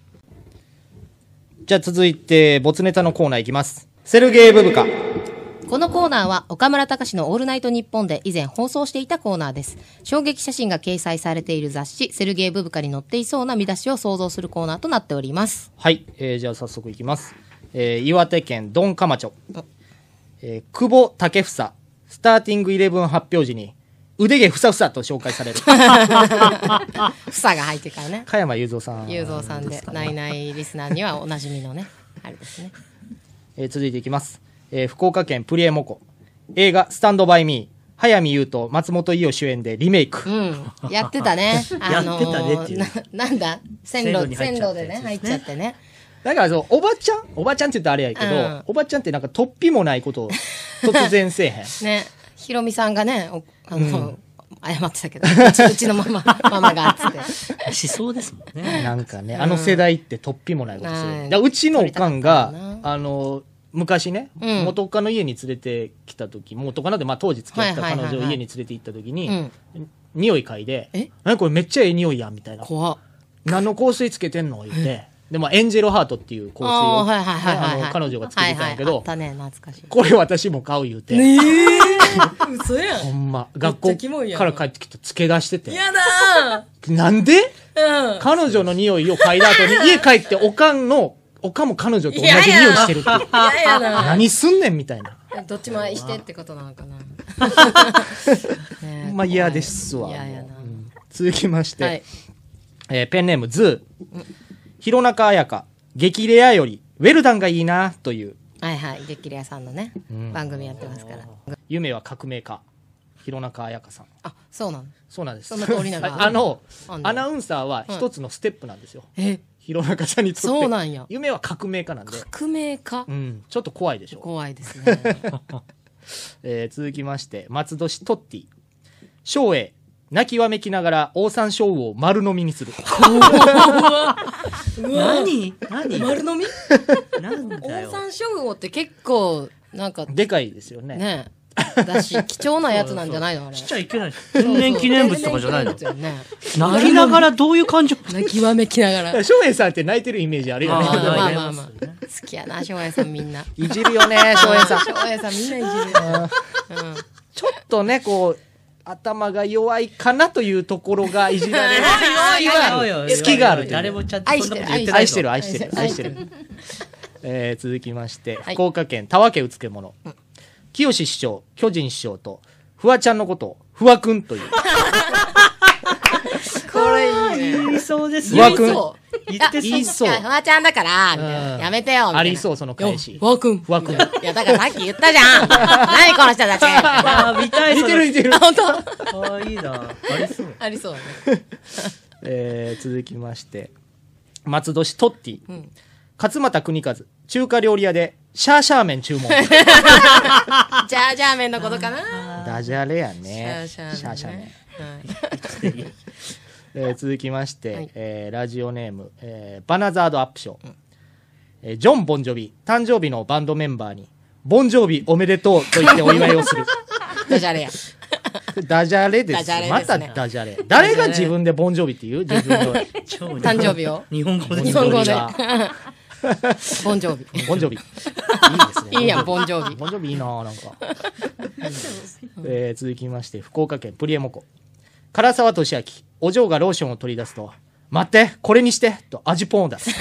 Speaker 2: じゃあ続いてボツネタのコーナーいきますセルゲイブブカ
Speaker 1: このコーナーは岡村隆史の「オールナイトニッポン」で以前放送していたコーナーです衝撃写真が掲載されている雑誌「セルゲイ・ブブカ」に載っていそうな見出しを想像するコーナーとなっております
Speaker 2: はい、えーじゃあ早速いきます、えー岩手県ドンカマチョ、えー久保建英スターティングイレブン発表時に腕毛ふさふさと紹介 される
Speaker 1: 房が入ってからね
Speaker 2: 加山雄三さん
Speaker 1: 雄三さんで「ナイナイリスナー」にはおなじみのねあれですね
Speaker 2: えー続いていきます、えー福岡県プリエモコ映画「スタンドバイミー」早見優と松本伊代主演でリメイク、
Speaker 1: うんやってたねあのー
Speaker 3: やってたねっていう
Speaker 1: ななんだ線
Speaker 3: 線路
Speaker 1: 路
Speaker 3: に
Speaker 1: 線
Speaker 3: 入っちゃ
Speaker 1: 路
Speaker 3: った
Speaker 1: で
Speaker 3: やつ
Speaker 1: ね入っ
Speaker 3: ですね
Speaker 1: ちゃってね
Speaker 2: だからそうおばちゃんおばちゃんって言ったらあれやけど、
Speaker 1: うん
Speaker 2: おばちゃんってなんか突飛もないことを突然せえへん
Speaker 1: ねひろみさんがねおあのー、謝ってたけどうちうちのママ ママがっつって
Speaker 3: 思想ですもんね。
Speaker 2: なんかね、あの世代って突飛もないことする。
Speaker 1: はい
Speaker 2: だからうちのおかんが
Speaker 1: 撮りたかった、
Speaker 2: あの、昔ね、
Speaker 1: うん
Speaker 2: 元カノ家に連れてきた時、元カノで、まあ当時付き合って
Speaker 1: は
Speaker 2: た
Speaker 1: いはい
Speaker 2: 彼
Speaker 1: はいはい
Speaker 2: 女を家に連れて行った時
Speaker 1: う
Speaker 2: に
Speaker 1: ん、
Speaker 2: 匂い嗅いで
Speaker 1: え、
Speaker 2: 何これめっちゃええ匂いやん、みたいな。
Speaker 1: 怖っ
Speaker 2: 何の香水つけてんの言って。で、まあエンジェルハートっていう香水
Speaker 1: あー
Speaker 2: をね、
Speaker 1: はいはいはいはいは
Speaker 2: あ
Speaker 1: い
Speaker 2: の、彼女がつけてたんやけ
Speaker 1: はいはいあっ
Speaker 2: ど、
Speaker 1: たね懐かしい
Speaker 2: これ私も買う言うて、
Speaker 1: 嘘や
Speaker 2: ほんま、
Speaker 1: ゃ
Speaker 2: 学校
Speaker 1: キモいやん
Speaker 2: から帰ってきてつけ出してて。
Speaker 1: やだ
Speaker 2: なんで
Speaker 1: ーうん
Speaker 2: 彼女の匂いを嗅いだ後に、家帰っておかんの岡も彼女と同じ匂いしてるっていう
Speaker 1: 嫌やな
Speaker 2: 何すんねんみたいな
Speaker 1: どっちも愛してってことなのかなねえ
Speaker 2: まあ嫌ですわ
Speaker 1: 嫌やな
Speaker 2: うん続きまして、
Speaker 1: はい
Speaker 2: えーペンネームズー弘中綾香激レアよりウェルダンがいいなという
Speaker 1: はいはい激レアさんのね
Speaker 2: ん
Speaker 1: 番組やってますから
Speaker 2: 夢は革命家弘中綾香さん
Speaker 1: あそうなの
Speaker 2: そうなんです
Speaker 1: そんな通りなの
Speaker 2: あの
Speaker 1: あんの
Speaker 2: アナウンサーは一つのステップなんですよ、
Speaker 1: え
Speaker 2: 弘中さんにとって
Speaker 1: そうなんや
Speaker 2: 夢は革命家なんで、
Speaker 1: 革命家
Speaker 2: うん、ちょっと怖いでしょ
Speaker 1: 怖いですね
Speaker 2: えー続きまして松戸市トッティ松栄泣きわめきながらオオサンショウウオを丸飲みにする
Speaker 3: 何何
Speaker 1: 丸飲み
Speaker 3: なん
Speaker 1: オ
Speaker 3: だ
Speaker 1: ン
Speaker 3: よ
Speaker 1: サンショウウオって結構なんか
Speaker 2: でかいですよね
Speaker 1: ねだし貴重なやつなんじゃないのあれ
Speaker 3: しちゃいけない天然記念物とかじゃないの
Speaker 1: そうそう天然記念物よね
Speaker 3: なりながらどういう感情
Speaker 1: 泣きわめきながら
Speaker 2: 松栄さんって泣いてるイメージあるよね
Speaker 3: あー
Speaker 1: まあまあ
Speaker 3: ね
Speaker 1: まあまあ好きやな翔平さんみんない
Speaker 2: じるよね松栄 さん
Speaker 1: 翔平さんみんないじるようん
Speaker 2: ちょっとねこう頭が弱いかなというところがいじられる隙があるという
Speaker 3: 誰もちゃんと
Speaker 1: 愛
Speaker 3: そ
Speaker 1: し
Speaker 3: ん
Speaker 1: て
Speaker 3: な
Speaker 1: る
Speaker 3: こと言ってない
Speaker 2: 愛してる愛してる愛
Speaker 1: 愛
Speaker 2: し
Speaker 1: してて
Speaker 2: る
Speaker 1: る
Speaker 2: えー続きまして、
Speaker 1: はい
Speaker 2: 福岡県田和家うつけ者、清志師匠巨人師匠とフワちゃんのことをフワくんという
Speaker 1: これいいね
Speaker 3: 言いそうです
Speaker 2: フワくん
Speaker 1: 言いそ
Speaker 3: 言って
Speaker 2: 言い
Speaker 3: そ
Speaker 2: そ
Speaker 3: う
Speaker 2: う
Speaker 1: いやフワちゃんだからみたいな
Speaker 2: うん
Speaker 1: やめてよみたいな
Speaker 2: ありそうその返し
Speaker 1: よフワ君
Speaker 2: フワ君
Speaker 1: いやだからさっき言ったじゃん何この人たち
Speaker 3: あー見たい
Speaker 2: 似てる似てる
Speaker 1: あ本当
Speaker 3: かわいいなありそう
Speaker 1: ありそうだね
Speaker 2: えー続きまして松戸市トッティ、勝俣邦和中華料理屋でシャーシャー 麺注文
Speaker 1: じゃあじゃあ麺のことかな
Speaker 2: ダジャレや
Speaker 1: シ
Speaker 2: ね
Speaker 1: ャーシャー
Speaker 2: 麺
Speaker 1: ね
Speaker 2: えー続きまして、
Speaker 1: はい
Speaker 2: えーラジオネーム、えーバナザードアップショー、えージョン・ボンジョビ誕生日のバンドメンバーに「ボンジョビおめでとう」と言ってお祝いを する
Speaker 1: ダジャレや
Speaker 2: ダジャレです
Speaker 1: ダジャレですね
Speaker 2: またダジャレ誰が自分でボンジョビって言う自分の
Speaker 1: 誕
Speaker 3: 誕
Speaker 1: 生日を
Speaker 3: 日本語で
Speaker 1: 日本語で
Speaker 2: ボンジョ
Speaker 1: ボンジョビ
Speaker 2: ビボンジョビいいですね
Speaker 1: いいやんボンジョビ
Speaker 2: ボンジョビいいな ぁなんか、えー続きまして福岡県プリエモコ唐沢俊明お嬢がローションを取り出すと「待ってこれにして!」と味ポンを出す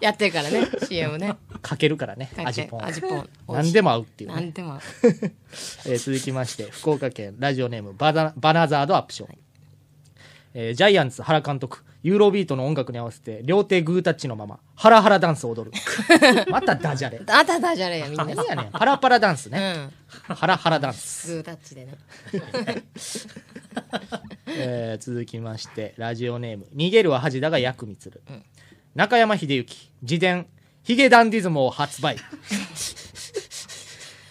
Speaker 1: やってるからね CM ね
Speaker 2: かけるからね味ポン
Speaker 1: 味ポン
Speaker 2: 何でも合うっていう、
Speaker 1: な
Speaker 2: ね
Speaker 1: んでも
Speaker 2: えー続きまして福岡県ラジオネームバナバナザードアップション、えージャイアンツ原監督ユーロビートの音楽に合わせて両手グータッチのままハラハラダンスを踊る またダジ ャレ
Speaker 1: あたダジャレ やみんな
Speaker 2: 何やねんパラパラダンス
Speaker 1: う
Speaker 2: ね、
Speaker 1: ん
Speaker 2: ハラハラダンス、
Speaker 1: グータッチでね
Speaker 2: えー続きましてラジオネーム逃げるは恥だが役につる、中山秀幸自伝ヒゲダンディズムを 発売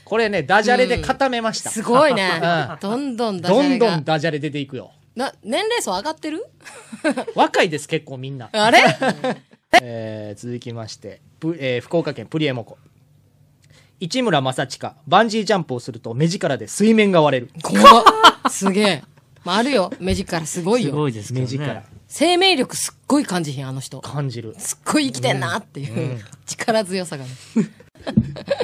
Speaker 2: これねダジャレで固めました、
Speaker 1: すごいね
Speaker 2: うん
Speaker 1: どんどんダジ
Speaker 2: ど
Speaker 1: ャレ
Speaker 2: ん
Speaker 1: が
Speaker 2: どんダジャレ出ていくよ。
Speaker 1: な年齢層上がってる
Speaker 2: 若いです、結構みんな。
Speaker 1: あれ
Speaker 2: えー続きまして、ぷえー福岡県プリエモコ。市村正親、バンジージャンプをすると目力で水面が割れる。
Speaker 1: 怖っすげえ、まあ、あるよ目力すごい
Speaker 3: すご
Speaker 1: よ
Speaker 3: いですけ
Speaker 2: 目
Speaker 3: ど
Speaker 2: 力
Speaker 3: ね
Speaker 1: 生命力すっごい感じひんあの人
Speaker 2: 感じる。
Speaker 1: すっごい生きてんなっていう、力強さがね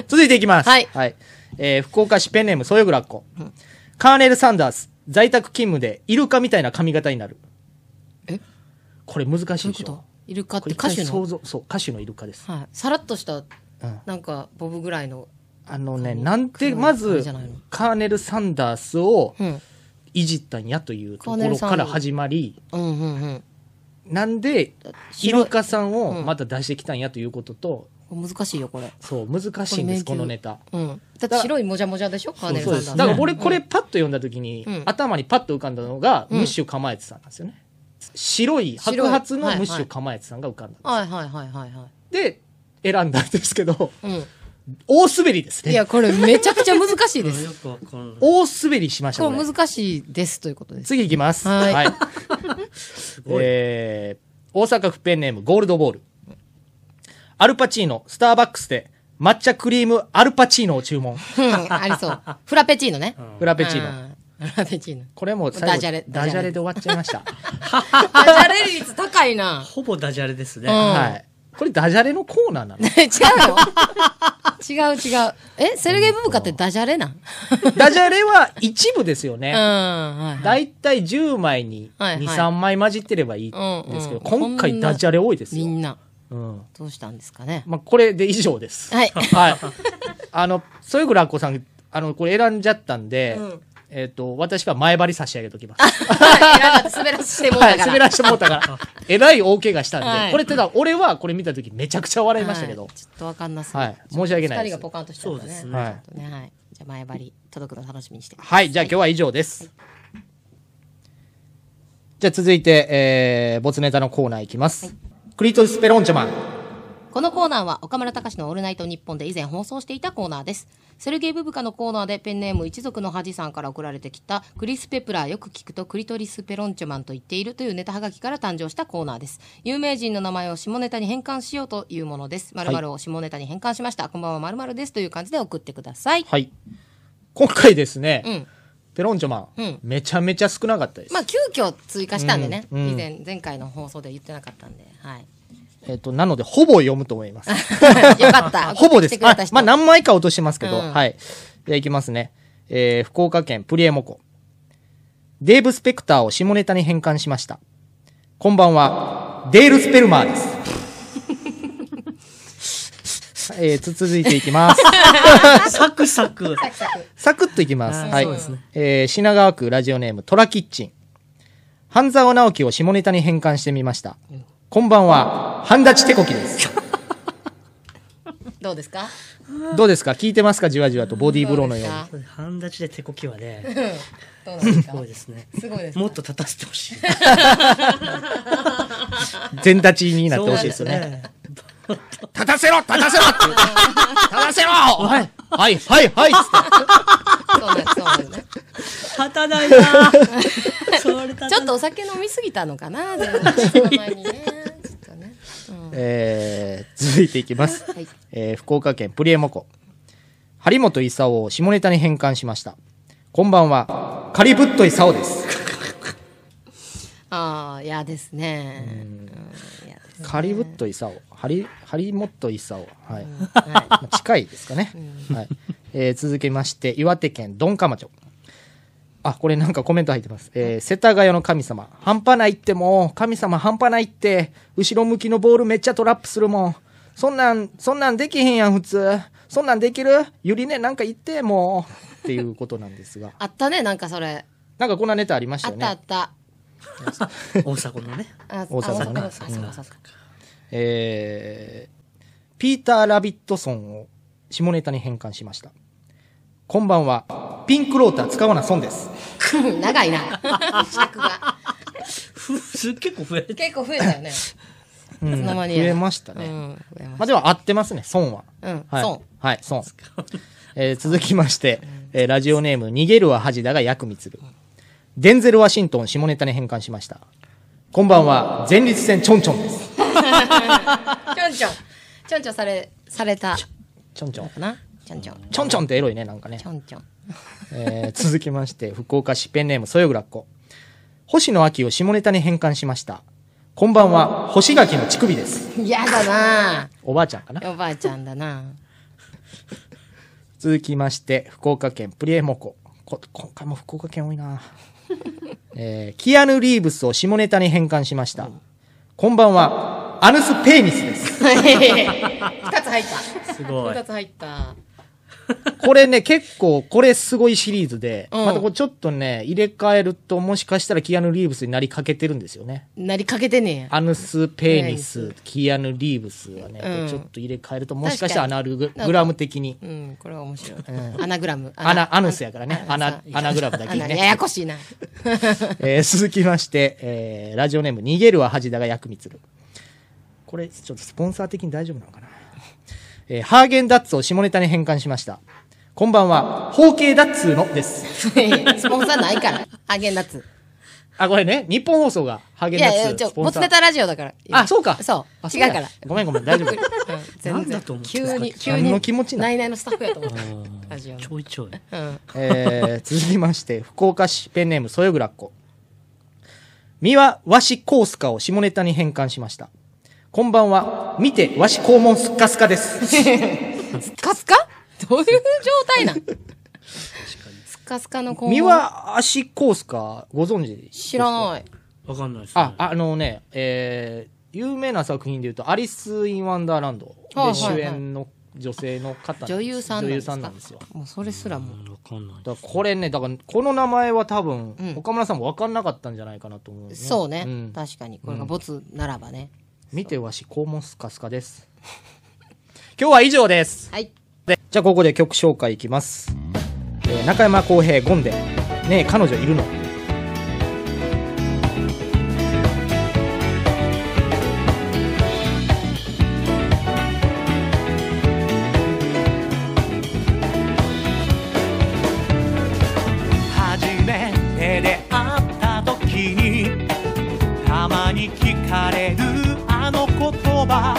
Speaker 2: 続いていきます。
Speaker 1: はい
Speaker 2: えー福岡市ペンネーム、ソヨグラッコ。カーネル・サンダース、在宅勤務でイルカみたいな髪型になる。
Speaker 1: え
Speaker 2: これ難し
Speaker 1: どういう
Speaker 2: いで
Speaker 1: こ
Speaker 2: しょ
Speaker 1: と。イルカっ
Speaker 2: こ
Speaker 1: て
Speaker 2: れ
Speaker 1: 歌手
Speaker 2: 一回想
Speaker 1: の、
Speaker 2: 像そう、歌手のイルカです。
Speaker 1: はい、さらっとした
Speaker 2: うん
Speaker 1: なんかボブぐらいの、
Speaker 2: あのね、
Speaker 1: 髪
Speaker 2: なんでま
Speaker 1: 髪
Speaker 2: ず
Speaker 1: じゃないの、
Speaker 2: カーネル・サンダースを、
Speaker 1: うん、
Speaker 2: いじったんやというところから始まり、
Speaker 1: うんうん
Speaker 2: なんで、イ
Speaker 1: 白い
Speaker 2: ルカさんをまた出してきたんやということと、
Speaker 1: うん難しいよこれ、
Speaker 2: そう、難しいんです、こ
Speaker 1: これ迷宮
Speaker 2: のネタ。
Speaker 1: うん、だって白いもじゃもじゃでしょカーネル
Speaker 2: そうです。
Speaker 1: さ
Speaker 2: だ
Speaker 1: ん
Speaker 2: か
Speaker 1: だ
Speaker 2: ら俺これパッと読んだ時に、
Speaker 1: うん
Speaker 2: 頭にパッと浮かんだのが、ムッシュ構えてさんなんですよね。白い、白
Speaker 1: 白い
Speaker 2: 髪の
Speaker 1: はい
Speaker 2: ムッシュ構えてさんが浮かんだ。
Speaker 1: はいはいはいはいは
Speaker 2: で、選んだんですけど、
Speaker 1: い、うん
Speaker 2: 大滑りです
Speaker 1: い
Speaker 2: ね。
Speaker 1: や、これめちゃくちゃ難しいです。
Speaker 3: よくわかんない
Speaker 2: 大滑りしました
Speaker 1: こ
Speaker 2: こ
Speaker 1: れ
Speaker 2: れ
Speaker 1: 難しいですということです。
Speaker 2: 次いきます。
Speaker 1: はい
Speaker 2: はい、
Speaker 3: ごい
Speaker 2: えー、大阪府ペンネームゴールドボール。アルパチーノ、スターバックスで抹茶クリームアルパチーノを注文。
Speaker 1: うんありそう。フラペチーノね。
Speaker 2: フラペチー
Speaker 1: ノ。
Speaker 2: ノ。
Speaker 1: フラペチーノ。
Speaker 2: これもう最後
Speaker 1: ダジャレ
Speaker 2: ダジャレで終わっちゃいました。
Speaker 1: ダジャレ率高いな。
Speaker 3: ほぼダジャレです ね
Speaker 1: うん
Speaker 2: はい。これダジャレのコーナーなの
Speaker 1: 違うよ。違う違う。え、セルゲイ・ブブカってダジャレなん
Speaker 2: ダジャレは一部ですよ
Speaker 1: うん、
Speaker 2: ね。
Speaker 1: はいはい。
Speaker 2: だいたい10枚に
Speaker 1: はいはい
Speaker 2: 2、3枚混じってればいいんですけど、
Speaker 1: うんうん
Speaker 2: 今回ダジャレ多いです
Speaker 1: み
Speaker 2: よ。
Speaker 1: んな。
Speaker 2: うん
Speaker 1: どうしたんですかね。
Speaker 2: まあ、これで以上です。
Speaker 1: はい
Speaker 2: あの、それぐらいこさん、あの、これ選んじゃったんで、えっ、と、私が前張り差し上げときます。
Speaker 1: 選ばず滑らせてもう
Speaker 2: は
Speaker 1: た
Speaker 2: い、
Speaker 1: から。
Speaker 2: 滑らしてもう たから。えらい大怪我したんで、
Speaker 1: はい
Speaker 2: これ、ただ、俺はこれ見たときめちゃくちゃ笑いましたけど
Speaker 1: はい、ちょっとわかんなすぎ
Speaker 2: はい申し訳ない
Speaker 1: 二
Speaker 2: で
Speaker 1: 人
Speaker 2: す
Speaker 1: がポカンとしてたからね。
Speaker 3: そうです
Speaker 2: ねはい
Speaker 1: ちょっとねはい。じゃあ前張り届くの楽しみにしてください。
Speaker 2: はい、じゃあ今日は以上です。じゃあ続いて、えー、ボツネタのコーナーいきます。クリトリス・ペロンチョマン。
Speaker 1: このコーナーは岡村隆史のオールナイトニッポンで以前放送していたコーナーです。セルゲイブブカのコーナーでペンネーム一族の恥さんから送られてきたクリス・ペプラーよく聞くとクリトリス・ペロンチョマンと言っているというネタはがきから誕生したコーナーです。有名人の名前を下ネタに変換しようというものです。〇〇を下ネタに変換しました。こんばんは〇〇ですという感じで送ってください。
Speaker 2: はい。今回ですね、
Speaker 1: うん
Speaker 2: ペロンチョマン、
Speaker 1: うん
Speaker 2: めちゃめちゃ少なかったです。
Speaker 1: まあ急遽追加したんでね、
Speaker 2: うんうん
Speaker 1: 以前前回の放送で言ってなかったんで、 はい、
Speaker 2: えっ、と、なので、ほぼ読むと思います。
Speaker 1: よかった
Speaker 2: ほぼ
Speaker 1: 送って
Speaker 2: です
Speaker 1: きて。く
Speaker 2: あ
Speaker 1: れた人
Speaker 2: まあ、何枚か落としてますけ
Speaker 1: う
Speaker 2: ど、
Speaker 1: ん
Speaker 2: はい。じゃあ、いきますね。えー、福岡県プリエモコ。デーブ・スペクターを下ネタに変換しました。こんばんは、デール・スペルマー です。えー、続いていき ます。
Speaker 3: サクサク。
Speaker 2: サクッといきます。
Speaker 3: あー
Speaker 2: はい。
Speaker 3: そうですね
Speaker 2: えー品川区ラジオネーム、トラキッチン。半沢直樹を下ネタに変換してみました。こんばんは、半立ち手こきです。
Speaker 1: どうですか
Speaker 2: どうですか聞いてますかじわじわとボディーブローのように。
Speaker 3: 半立ちで手こきはね、
Speaker 1: どうです
Speaker 3: す
Speaker 1: か
Speaker 3: ごいですね。
Speaker 1: すごいです
Speaker 3: もっと立たせてほしい。
Speaker 2: 全立ちになってほしいですよね。。立たせろ立たせろって言う立たせろはいはいはいはい
Speaker 1: そうなんですそうなん です
Speaker 3: 立たないな。それ立たない
Speaker 1: ちょっとお酒飲みすぎたのかなでも人の前にねちょっとね
Speaker 2: えー続いていきます。
Speaker 1: はい
Speaker 2: えー福岡県プリエモコ。張本勲を下ネタに変換しました。こんばんは、カリブット勲です。
Speaker 1: ああ嫌ですねうん嫌ですね
Speaker 2: カリブット勲。ハリ、ハリモット勲。はい。
Speaker 1: は
Speaker 2: まあ近いですかね。はい。えー続きまして、岩手県ドンカマチョ。あ、これなんかコメント入ってます。えー世田谷の神様。半端ないってもう、神様半端ないって、後ろ向きのボールめっちゃトラップするもん。そんなん、そんなんできへんやん、普通。そんなんできるゆりね、なんか言って、もう。っていうことなんですが。
Speaker 1: あったねなんかそれ
Speaker 2: なんかこんなネタありまし
Speaker 1: あ
Speaker 2: た
Speaker 1: っ
Speaker 2: よ
Speaker 1: たあ
Speaker 2: ね
Speaker 1: っ。た
Speaker 3: 大阪のね。
Speaker 1: あ
Speaker 2: 大阪のね
Speaker 1: あ大阪のあそうか
Speaker 2: えーピーター・ラビットソンを下ネタに変換しました。こんばんは。ピンクローター使わな損です。
Speaker 1: そうか長いな尺が
Speaker 3: ふす結構増えて。
Speaker 1: 結構増えたよね
Speaker 2: うん
Speaker 1: つの間に
Speaker 2: 増えました
Speaker 1: う
Speaker 2: ね。
Speaker 1: ん増えま
Speaker 2: まあ
Speaker 1: し
Speaker 2: では合ってますね、損は。
Speaker 1: たうん
Speaker 2: はい、
Speaker 1: そう
Speaker 2: はい、損。 えー続きまして、えーラジオネーム、逃げるは恥だが薬味つる。デンゼル・ワシントン下ネタに変換しました。こんばんは、前立腺ちょんちょんです。
Speaker 1: ちょんちょんちょんちょんされされた
Speaker 2: ちょんちょん。
Speaker 1: かなちょんちょん
Speaker 2: ちょんちょんってエロいね、なんかね
Speaker 1: ち。ょんちょん
Speaker 2: えー続きまして、福岡市ペンネーム、そよぐらっこ。星野秋を下ネタに変換しました。こんばんは、星垣の乳首です。
Speaker 1: 嫌だな
Speaker 2: おばあちゃんかな。
Speaker 1: おばあちゃんだ な
Speaker 2: 続きまして、福岡県プリエモコ。こ今回も福岡県多いな、 えーキアヌ・リーブスを下ネタに変換しました。こんばんは、アヌス・ペーニスです。
Speaker 1: 二つ入った
Speaker 3: すごい
Speaker 1: 二。つ入った
Speaker 2: これね、結構、これすごいシリーズで、
Speaker 1: うん
Speaker 2: またこうちょっとね、入れ替えると、もしかしたらキアヌ・リーブスになりかけてるんですよね。
Speaker 1: なりかけてんねや
Speaker 2: アヌス・ペーニス、キアヌ・リーブスはね、
Speaker 1: うん
Speaker 2: ちょっと入れ替えると、もしかしたらアナルグラム的に、
Speaker 1: うんこれは面白いアナグラム
Speaker 2: アナ、アヌスやからね、アナ、アナグラムだけに
Speaker 1: アナ
Speaker 2: ね。
Speaker 1: ややこしいな
Speaker 2: えー続きまして、えーラジオネーム、逃げるは恥だが薬味つる。これ、ちょっとスポンサー的に大丈夫なのかな。えーハーゲンダッツを下ネタに変換しました。こんばんは、方形ダッツーのです。
Speaker 1: スポンサーないからハーゲンダッツ
Speaker 2: あ、これね、日本放送がハーゲ
Speaker 1: い
Speaker 2: ンダ
Speaker 1: やいや
Speaker 2: ッ
Speaker 1: ち
Speaker 2: ツ
Speaker 1: ょ
Speaker 2: スポン
Speaker 1: ボ
Speaker 2: サ
Speaker 1: ツ
Speaker 2: ー
Speaker 1: ネ。タラジオだから
Speaker 2: あ、そうか。
Speaker 1: そう
Speaker 2: あ
Speaker 1: 違うか。
Speaker 2: や
Speaker 1: ら
Speaker 2: ごめんごめん、大丈夫。
Speaker 1: うん
Speaker 3: な
Speaker 1: 全
Speaker 3: んだ
Speaker 1: 然
Speaker 3: と思ってた
Speaker 1: 急に急に
Speaker 2: 何の気持ちなの
Speaker 1: ないないのスタッフやと思ったラジオ
Speaker 3: ちょいちょい。
Speaker 1: うん
Speaker 2: えー続きまして、 福岡市ペンネーム、そよぐらっこ。三輪和紙コースカを下ネタに変換しました。こんばんは、見て和紙肛門すっかすか です。
Speaker 1: スカスカどういう状態なんスカスカの子
Speaker 2: 三輪足コースカ、ご存知
Speaker 1: 知らない
Speaker 3: わかんないです。
Speaker 2: あ、あのね、えー有名な作品でいうと「アリス・イン・ワンダーランド」
Speaker 1: はい
Speaker 2: で
Speaker 1: はい
Speaker 2: 主
Speaker 1: はい
Speaker 2: 演の女性の方
Speaker 1: 女優さん
Speaker 2: 女
Speaker 1: なん
Speaker 2: 優
Speaker 1: です
Speaker 2: さ
Speaker 1: か
Speaker 2: んなんですよ
Speaker 1: もうそれすらもう
Speaker 3: わかんない。
Speaker 2: だからこれねだからこの名前は多分、
Speaker 1: うん
Speaker 2: 岡村さんも分かんなかったんじゃないかなと思う、ね、
Speaker 1: そうね、
Speaker 2: ん
Speaker 1: 確かにこれがボツならばね、
Speaker 2: 見てわし肛門スカスカです 今日は以上です
Speaker 1: はい
Speaker 2: でじゃあここで曲紹介いきます、えー中山浩平ゴンで「ねえ彼女いるの」
Speaker 5: 初めて出会った時にたまに聞かれるあの言葉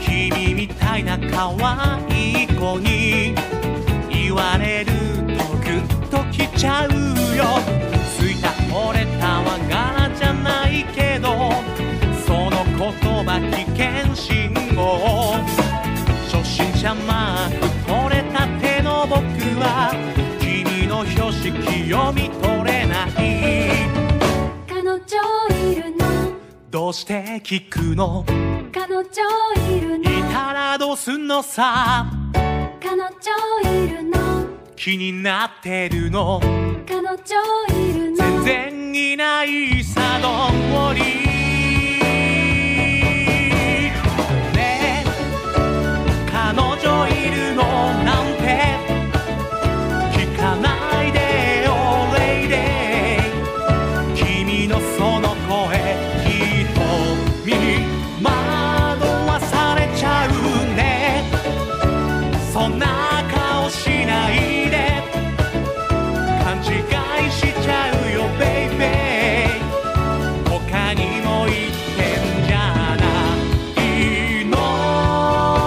Speaker 5: 君みたいな可愛い子に言われるとグッときちゃうよ好いた折れたは柄じゃないけどその言葉危険信号初心者マーク取れたての僕は君の標識読み取れない
Speaker 4: 彼女いるの
Speaker 5: どうして聞くの
Speaker 4: 彼女いる
Speaker 5: いたらどうすんのさ
Speaker 4: 彼女いるの
Speaker 5: 気になってるの
Speaker 4: 彼女いるの
Speaker 5: 全然いないさどんぼりねえ彼女いるのなんて聞かないでよレイデイ君のその声きっと耳惑わされちゃうねそんな顔しないで勘違いしちゃうよベイベー他にも言ってんじゃないの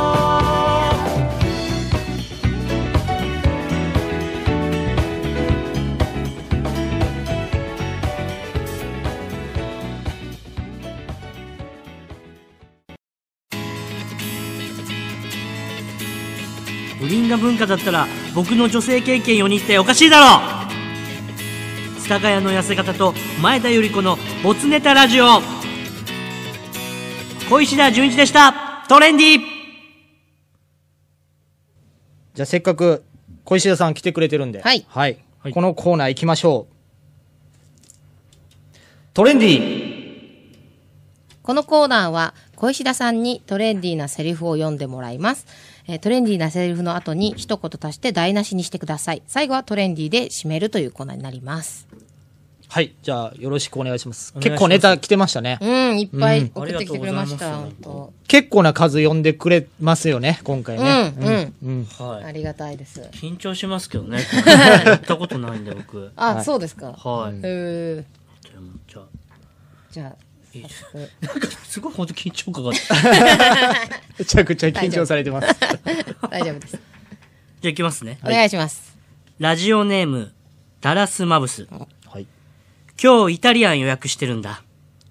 Speaker 3: 不倫が文化だったら僕の女性経験4人っておかしいだろう塚谷の痩せ方と前田由里子のボツネタラジオ小石田純一でしたトレンディ
Speaker 2: じゃあせっかく小石田さん来てくれてるんで、
Speaker 1: はい
Speaker 3: はい
Speaker 2: このコーナー行きましょう。トレンディー
Speaker 1: このコーナーは小石田さんにトレンディーなセリフを読んでもらいます、えートレンディーなセリフの後に一言足して台無しにしてください最後はトレンディーで締めるというコーナーになります
Speaker 2: はい、じゃあよろしくお願いします。
Speaker 3: 願いし
Speaker 2: 結
Speaker 3: ます
Speaker 2: 構ネタ来てましたね。
Speaker 1: うんいっぱ
Speaker 2: う
Speaker 1: い
Speaker 2: ん
Speaker 1: 送ってきてくれました、
Speaker 3: あり
Speaker 1: 本当
Speaker 2: 結構な数読んでくれますよね、今回
Speaker 1: う
Speaker 2: ね。
Speaker 1: んうん、
Speaker 2: うん。
Speaker 1: ありがたいです
Speaker 3: 緊張しますけど ねやったことないんで僕
Speaker 1: あ、そうですか
Speaker 3: はい、
Speaker 1: うー
Speaker 3: じゃあもうじゃあ
Speaker 1: じゃ
Speaker 3: いいです
Speaker 1: あうん
Speaker 3: なんかすごい本当緊張感 があってじゃ
Speaker 2: めちゃくちゃ緊張されてます。
Speaker 1: 大丈夫です
Speaker 3: あいきますね
Speaker 1: お願いします
Speaker 3: ラジオネームダラスマブス
Speaker 2: はい。
Speaker 3: 今日イタリアン予約してるんだ。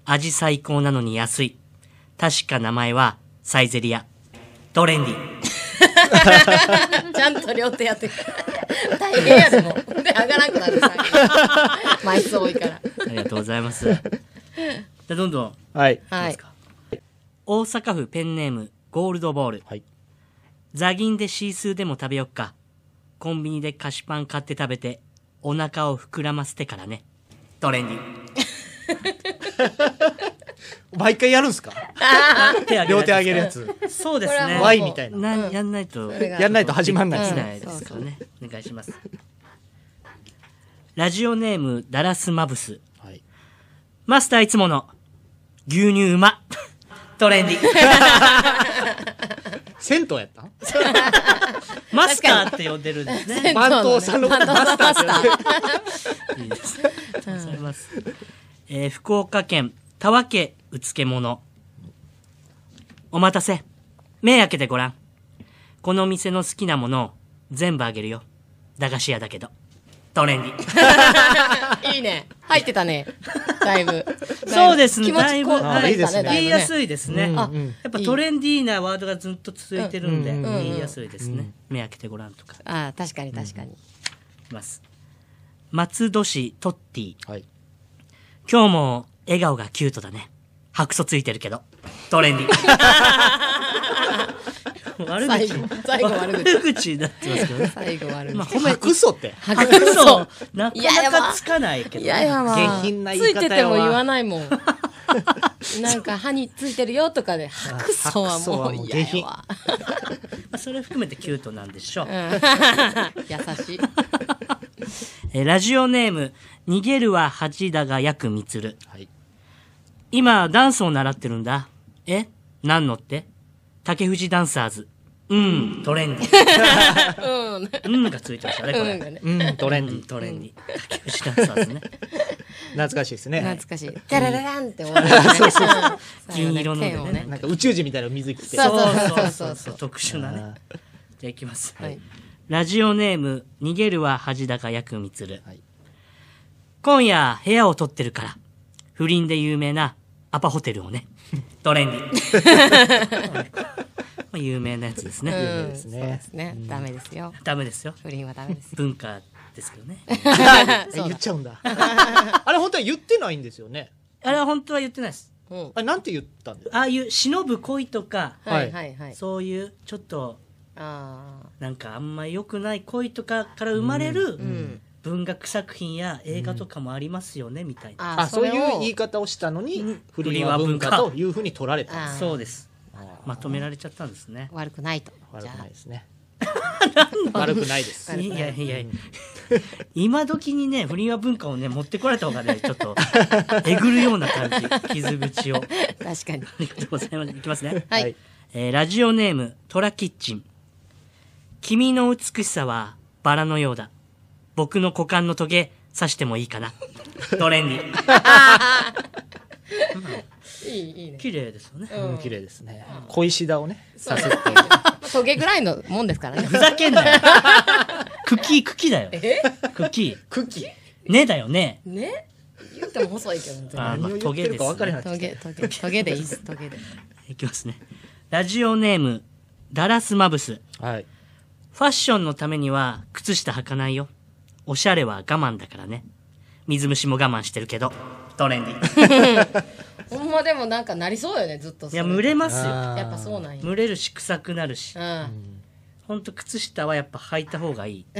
Speaker 3: 味最高なのに安い。確か名前はサイゼリア。トレンディ。
Speaker 1: ちゃんと両手やって 大変やでも 腕上がらんくなる最近 枚数多いから
Speaker 3: ありがとうござ います。じゃあどんどん。
Speaker 2: はい。
Speaker 1: はい
Speaker 3: 大阪府ペンネームゴールドボール。
Speaker 2: はい
Speaker 3: ザギンでシースーでも食べよっか。コンビニで菓子パン買って食べて、お腹を膨らませてからね。トレンディ。
Speaker 2: 毎回やるんすか
Speaker 3: 手あ
Speaker 2: 両手上げるやつ。
Speaker 3: そうですね。
Speaker 2: ワイみたいな。
Speaker 3: なやんないと。
Speaker 2: やんないと始まんないです
Speaker 3: し
Speaker 2: ね。
Speaker 3: ないですからね。お願いします。ラジオネーム、ダラスマブス。
Speaker 2: はい。
Speaker 3: マスターいつもの、牛乳うま。トレンディ。
Speaker 2: 銭湯やった
Speaker 3: マスターって呼んでるんです ね。
Speaker 2: 番頭さんのことマスターって呼んでる
Speaker 3: いいですありがとうございます。えー福岡県、田和家うつけ者。お待たせ。目開けてごらん。この店の好きなものを全部あげるよ。駄菓子屋だけど。トレンディ。
Speaker 1: いいね。入ってたね。だいぶ。
Speaker 3: そうですね
Speaker 1: 気持
Speaker 3: だい
Speaker 1: ち
Speaker 3: ぶ
Speaker 1: こう、
Speaker 3: あ
Speaker 1: 入ってたね。だ
Speaker 3: 言い
Speaker 1: い
Speaker 3: や
Speaker 1: ぶね。
Speaker 3: すいですね。
Speaker 1: あ
Speaker 3: やっぱトレンディーなワードがずっと続いてるんで、
Speaker 2: うん
Speaker 1: うん
Speaker 3: 言いやすいですね。目開けてごらんとか
Speaker 1: あ、確かに確かに。
Speaker 3: います。松戸市トッティ。
Speaker 2: はい。
Speaker 3: 今日も笑顔がキュートだね。白素ついてるけど。トレンディ。悪
Speaker 1: 最
Speaker 3: 口
Speaker 1: 後。最後悪口
Speaker 3: 悪口になってます けどね。
Speaker 1: 最後悪
Speaker 3: まあ、
Speaker 1: 口
Speaker 3: 褒め、
Speaker 2: 嘘って
Speaker 1: 白
Speaker 3: 白素
Speaker 1: 素、
Speaker 3: なかなかつかないけど、ね。
Speaker 1: いやいやまあ
Speaker 2: 下品な
Speaker 1: つ
Speaker 2: 言い
Speaker 1: い
Speaker 2: 方やわ
Speaker 1: てても言わないもん なんか歯についてるよとかで白素は
Speaker 2: 白素は
Speaker 1: も
Speaker 2: も
Speaker 1: う嫌
Speaker 2: う下
Speaker 1: や
Speaker 2: 品
Speaker 1: わ
Speaker 3: まあそれ含めてキュートなんでしょう。
Speaker 1: 優しい
Speaker 3: えーラジオネーム、逃げるは恥だがくみつる。
Speaker 2: はい
Speaker 3: 今、ダンスを習ってるんだ。え何のって竹藤ダンサーズ。うん、トレンディ。うんがついてましたね、これ。
Speaker 1: うんがね
Speaker 2: うんトレンディ
Speaker 3: うんトレンディ。竹藤ダンサーズね。
Speaker 2: 懐かしいですね
Speaker 1: 懐かしい「タラララン」って終わるよね うん
Speaker 3: 銀色のでね
Speaker 1: 剣を
Speaker 2: なんか宇宙人みたいなの水着着て
Speaker 1: そう
Speaker 3: そう
Speaker 1: そうそうそう
Speaker 3: 特殊なね。じゃあいきます。
Speaker 1: はい
Speaker 3: ラジオネーム、逃げるは恥だがくみつる。
Speaker 2: はい
Speaker 3: 今夜、部屋を取ってるから。不倫で有名なアパホテルをね。トレンディ。 まあ有名なやつですね。
Speaker 1: うん
Speaker 2: です
Speaker 1: そう
Speaker 2: ね
Speaker 1: ですねダメですよ
Speaker 3: ダメですよ。
Speaker 1: 不倫はダメです
Speaker 3: 文化ですけどね。
Speaker 2: え言っちゃうんだ あれ本当は言ってないんですよね
Speaker 3: あれは本当は言ってないです。
Speaker 1: うん
Speaker 2: あれなんて言ったんだよ
Speaker 3: ああいう忍ぶ恋とか、
Speaker 1: はいはいはい
Speaker 3: そういうちょっと
Speaker 1: あ
Speaker 3: なんかあんま良くない恋とかから生まれる
Speaker 1: ん
Speaker 3: 文学作品や映画とかもありますよね、みたいな。
Speaker 1: あ
Speaker 2: あそういう言い
Speaker 1: 方
Speaker 2: 方をしたのに
Speaker 3: うん
Speaker 2: 不倫は文化というふうに取られた
Speaker 1: あ
Speaker 3: そうです。まとめられちゃったんですね。
Speaker 1: 悪くないと
Speaker 2: 悪
Speaker 1: じゃ
Speaker 2: く
Speaker 1: あ
Speaker 2: ないですね 悪くないです
Speaker 3: いやいやいや、今時にね、不倫は文化をね、持ってこられた方がね、ちょっと、えぐるような感じ、傷 口を。あ
Speaker 1: 確かに
Speaker 3: りがとうございます。いきますね。
Speaker 1: は
Speaker 2: はい
Speaker 1: い
Speaker 3: えーラジオネーム、トラキッチン。君の美しさはバラのようだ。僕の股間のトゲ、刺してもいいかな。トレンディ。
Speaker 1: いいいいね
Speaker 3: 綺麗ですよね。
Speaker 2: うん綺麗ですね小石田をねさせて
Speaker 1: トゲぐらいのもんですからね
Speaker 3: ふざけんなよ。茎、茎だよ。茎。
Speaker 2: クッキー
Speaker 3: ねだよね。
Speaker 1: ね言っても細いけど
Speaker 3: あーま あ
Speaker 2: 何を言
Speaker 3: ト
Speaker 2: っ
Speaker 3: ゲ
Speaker 2: て
Speaker 3: で
Speaker 2: る。
Speaker 3: す、ね
Speaker 2: か分からなく
Speaker 1: ト
Speaker 2: て
Speaker 1: ゲトゲトゲでいいですトゲで
Speaker 3: いきますね。ラジオネーム、ダラスマブス。
Speaker 2: はい
Speaker 3: ファッションのためには靴下履かないよ。おしゃれは我慢だからね。水虫も我慢してるけど、トレンディ。
Speaker 1: ほんまでもなんかなりそうよねずっと
Speaker 3: い
Speaker 1: そ
Speaker 3: や、
Speaker 1: れ
Speaker 3: 蒸れますよ。
Speaker 2: あー
Speaker 1: やっぱそうなんや
Speaker 3: 蒸れるし、臭くなるし。
Speaker 1: うん
Speaker 3: ほんと靴下はやっぱ履いた方がいい。っ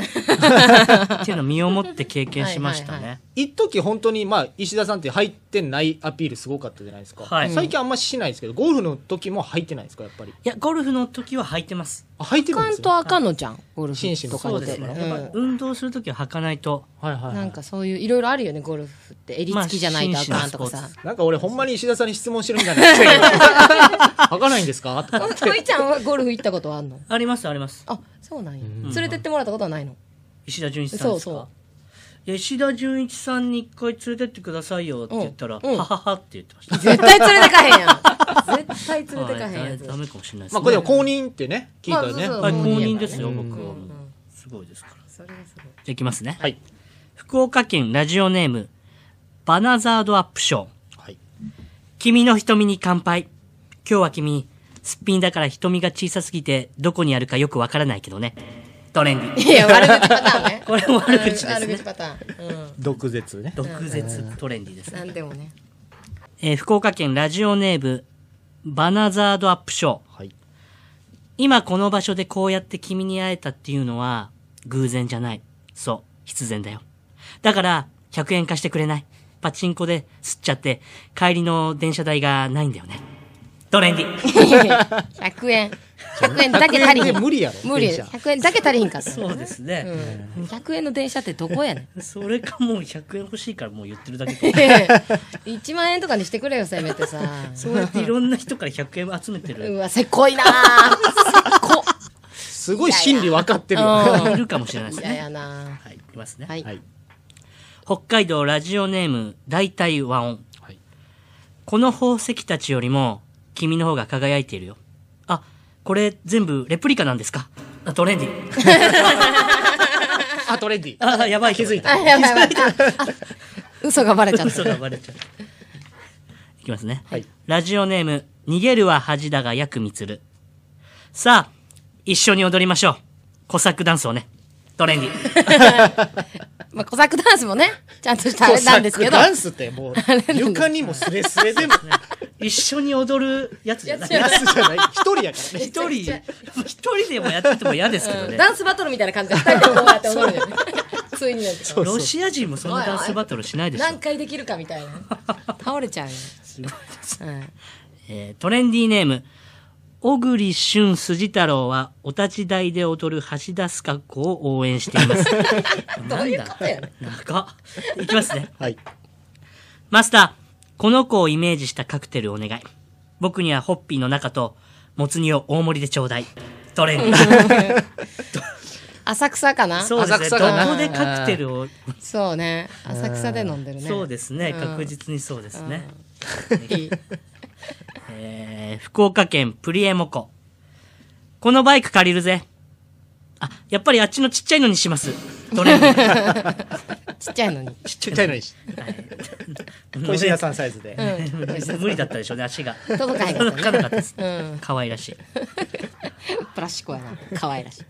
Speaker 3: ていうのを身をもって経験しましたね。
Speaker 2: 一時本当にまあ石田さんって入ってないアピールすごかったじゃないですか、
Speaker 3: はい
Speaker 2: 最近あんましないですけどゴルフの時も入ってないですかやっぱり
Speaker 3: いや、ゴルフの時は履いてます。
Speaker 2: あ入ってるん
Speaker 1: カ
Speaker 2: で
Speaker 1: ン
Speaker 2: す
Speaker 1: と
Speaker 2: よ
Speaker 1: あかんのじゃんゴル
Speaker 2: 紳士
Speaker 1: フ
Speaker 2: の
Speaker 1: とか
Speaker 2: 方
Speaker 1: っ
Speaker 2: そうです
Speaker 1: て
Speaker 2: ね
Speaker 3: やっぱ運動する時は履かないと。
Speaker 2: はいはい、はい、
Speaker 1: なんかそういういろいろあるよねゴルフって襟付きじゃないとあかんとか
Speaker 3: まあ
Speaker 1: さ
Speaker 3: 紳
Speaker 2: なんか俺ほんまに石田さんに質問してるみたいになっちゃうけど履かないんですかとか
Speaker 1: トイちゃんはゴルフ行ったことあんの
Speaker 3: ありますあります。
Speaker 1: あそうなんや連れてってもらったことはないの
Speaker 3: 石田純一さんです
Speaker 1: そ
Speaker 3: か
Speaker 1: うそう
Speaker 3: いや石田純一さんに一回連れてってくださいよって言ったら、
Speaker 1: うんうん
Speaker 3: はははって言ってました。
Speaker 1: 絶対連れてかへんやん絶対連れてかへん
Speaker 3: は
Speaker 1: や
Speaker 3: い
Speaker 1: つ
Speaker 3: だダメかもしれないです、
Speaker 2: まあこ
Speaker 3: ね。
Speaker 2: れでも公認ってね聞いたら
Speaker 1: まあ
Speaker 2: ね、
Speaker 1: そう
Speaker 3: はい、
Speaker 1: 公
Speaker 3: 公
Speaker 1: 認
Speaker 3: 認ですよ、
Speaker 1: うん
Speaker 3: 僕はもう。すごいですから。
Speaker 1: それがすごい
Speaker 3: じゃあいきますね。
Speaker 2: はい
Speaker 3: 福岡県ラジオネーム、バナザードアップショー。
Speaker 2: はい
Speaker 3: 君の瞳に乾杯。今日は君、すっぴんだから瞳が小さすぎて、どこにあるかよくわからないけどね。トレンディ。
Speaker 1: いや悪口パターン ね
Speaker 3: これも悪口ですね
Speaker 1: 悪口パターンうん
Speaker 2: 毒舌ね
Speaker 3: 毒舌トレンディですね。
Speaker 1: 何でも ね
Speaker 3: えー福岡県ラジオネーム、バナザードアップショー。
Speaker 2: はい
Speaker 3: 今この場所でこうやって君に会えたっていうのは、偶然じゃない。そう、必然だよ。だから、100円貸してくれない。パチンコで吸っちゃって、帰りの電車代がないんだよね。トレンディ。
Speaker 1: 100円100円だけ足りひ
Speaker 2: 100円で
Speaker 1: ん
Speaker 2: 無理やろ
Speaker 1: 無理
Speaker 2: 電車
Speaker 1: 100円だけ足りひんかった
Speaker 3: そうですね。
Speaker 1: うん100円の電車ってどこや ねん
Speaker 3: それかもう100円欲しいからもう言ってるだ けか
Speaker 1: 1万円とかにしてくれよせめてさ
Speaker 3: そうやっていろんな人から100円集めて
Speaker 1: う
Speaker 3: る
Speaker 1: わせっこいなあせっこ
Speaker 2: すごい心理分かってるよ
Speaker 1: うん
Speaker 3: いるかもしれないです
Speaker 1: 嫌
Speaker 3: ね
Speaker 1: やな
Speaker 3: はいいきますね、
Speaker 1: はい
Speaker 2: はい
Speaker 3: 北海道ラジオネーム大体和音
Speaker 2: はい
Speaker 3: この宝石たちよりも君の方が輝いているよあこれ全部レプリカなんですかあトレンディ
Speaker 2: あトレンディ
Speaker 3: あやばい気づい
Speaker 1: あやばいやばいあ嘘がバレちゃった
Speaker 3: 嘘がバレちゃういきますね、
Speaker 2: はい
Speaker 3: ラジオネーム逃げるは恥だがやくみつるさあ一緒に踊りましょうコサックダンスをねトレンディ
Speaker 1: まあ、コサックダンスもねちゃんとしたあれなんですけど。
Speaker 6: ダンスってもう床にもスレスレでも
Speaker 3: 一緒に踊るやつじゃない。
Speaker 6: やつじゃない一人やからね
Speaker 3: 一人、一人でもやってても嫌ですけどね。
Speaker 1: ダンスバトルみたいな感じで2人でこうやって踊るよね。ついになんて
Speaker 6: そうそう
Speaker 3: ロシア人もそんなダンスバトルしないでしょ。
Speaker 1: 何回できるかみたいな。倒れちゃうよ。すごい
Speaker 3: えートレンディーネーム、小栗旬筋太郎は、お立ち台で踊る橋田須賀子を応援して います。なんだ
Speaker 1: ことやね
Speaker 3: 長っいきますね。
Speaker 6: はい
Speaker 3: マスター、この子をイメージしたカクテルお願い。僕にはホッピーの中と、もつ煮を大盛りでちょうだい。ト レンディー。
Speaker 1: 浅草かな
Speaker 3: そうですね。
Speaker 6: 浅草
Speaker 3: ど
Speaker 6: かな
Speaker 3: こでカクテルを、
Speaker 1: そうね。浅草で飲んでるね。
Speaker 3: そうですね。
Speaker 1: うん
Speaker 3: 確実にそうですね。
Speaker 1: いい
Speaker 3: えー福岡県プリエモコ。このバイク借りるぜ。あ、やっぱりあっちのちっちゃいのにします。どれ
Speaker 1: ちっちゃいのに。
Speaker 6: ちっちゃいのに 小石屋さんサイズで
Speaker 3: 無理だったでしょうね、足が。
Speaker 1: 届かへんかったね
Speaker 3: 届かなかったです。
Speaker 1: ん
Speaker 3: 可愛らしい。
Speaker 1: プラスチックやな。可愛らしい。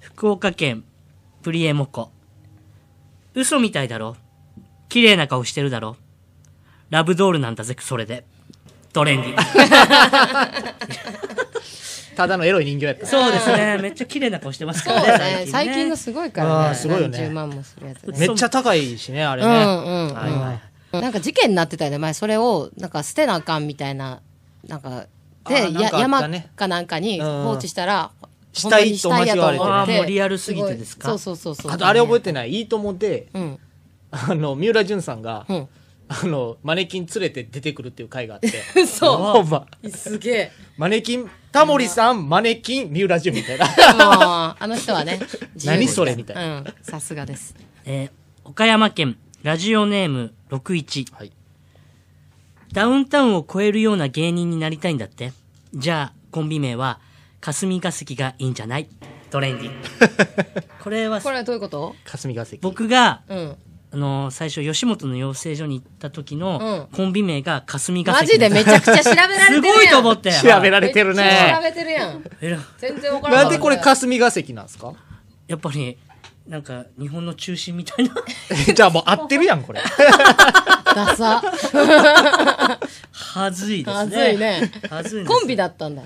Speaker 3: 福岡県プリエモコ。嘘みたいだろ。綺麗な顔してるだろ。ラブドールなんだぜ、それで。トレンディ。
Speaker 6: ただのエロい人形やった
Speaker 3: そうですね。 めっちゃ綺麗な顔してますか
Speaker 1: そう
Speaker 3: らね。
Speaker 1: ね。
Speaker 3: 最
Speaker 1: 最
Speaker 3: 近
Speaker 1: 近
Speaker 3: ね
Speaker 1: のすごいから
Speaker 6: あー
Speaker 1: ね。
Speaker 6: すごいよね
Speaker 1: 10万もするやつ
Speaker 6: め
Speaker 1: ね。
Speaker 6: っちゃ高いしねあれ
Speaker 1: う
Speaker 6: ね
Speaker 1: んうん
Speaker 6: はいはい
Speaker 1: うん。なんか事件になってたよね。前それを、なんか捨てなあかんみたいな、なんか、
Speaker 6: あ
Speaker 1: で、
Speaker 6: ーなん
Speaker 1: や
Speaker 6: かあったね
Speaker 1: 山かなんかに
Speaker 6: うん
Speaker 1: 放置したら、
Speaker 6: 死体と間違われてね
Speaker 1: ほんまに死体やと思って
Speaker 3: あーもうリアルすぎてですか
Speaker 1: ごいそうそうそうそう。
Speaker 6: あとあれ覚えてないいいともで
Speaker 1: うん。
Speaker 6: あの三浦淳さんが
Speaker 1: うん。
Speaker 6: あのマネキン連れて出てくるっていう回があ って
Speaker 1: そ
Speaker 6: ほんます
Speaker 1: げえ。
Speaker 6: マネキンタモリさんマネキン三浦淳み たいな
Speaker 1: もう、あの 人はね、自由
Speaker 6: 何それみたいな
Speaker 1: うん。さすがです。
Speaker 3: えー岡山県ラジオネーム61、
Speaker 6: はい
Speaker 3: ダウンタウンを超えるような芸人になりたいんだってじゃあコンビ名は霞が関がいいんじゃないトレンデ ィこれは
Speaker 1: これはどういうこと
Speaker 6: 霞が関
Speaker 3: 僕が、
Speaker 1: うん。
Speaker 3: あのー最初吉本の養成所に行った時の
Speaker 1: う
Speaker 3: コンビ名が霞が関
Speaker 1: マジでめちゃくちゃ調べられてるやん。
Speaker 3: すごいと思って
Speaker 6: 調べられてる
Speaker 1: めっちゃ調
Speaker 6: ね
Speaker 1: べてるやん。
Speaker 3: えら
Speaker 1: 全然わからな。
Speaker 6: ないんでこれ霞が関なんですか
Speaker 3: やっぱりなんか日本の中心みたいな
Speaker 6: じゃあもう合ってるやんこれ
Speaker 1: ダサ。
Speaker 3: はずいですね
Speaker 1: はずいね
Speaker 3: はずいんです
Speaker 1: コンビだったんだ。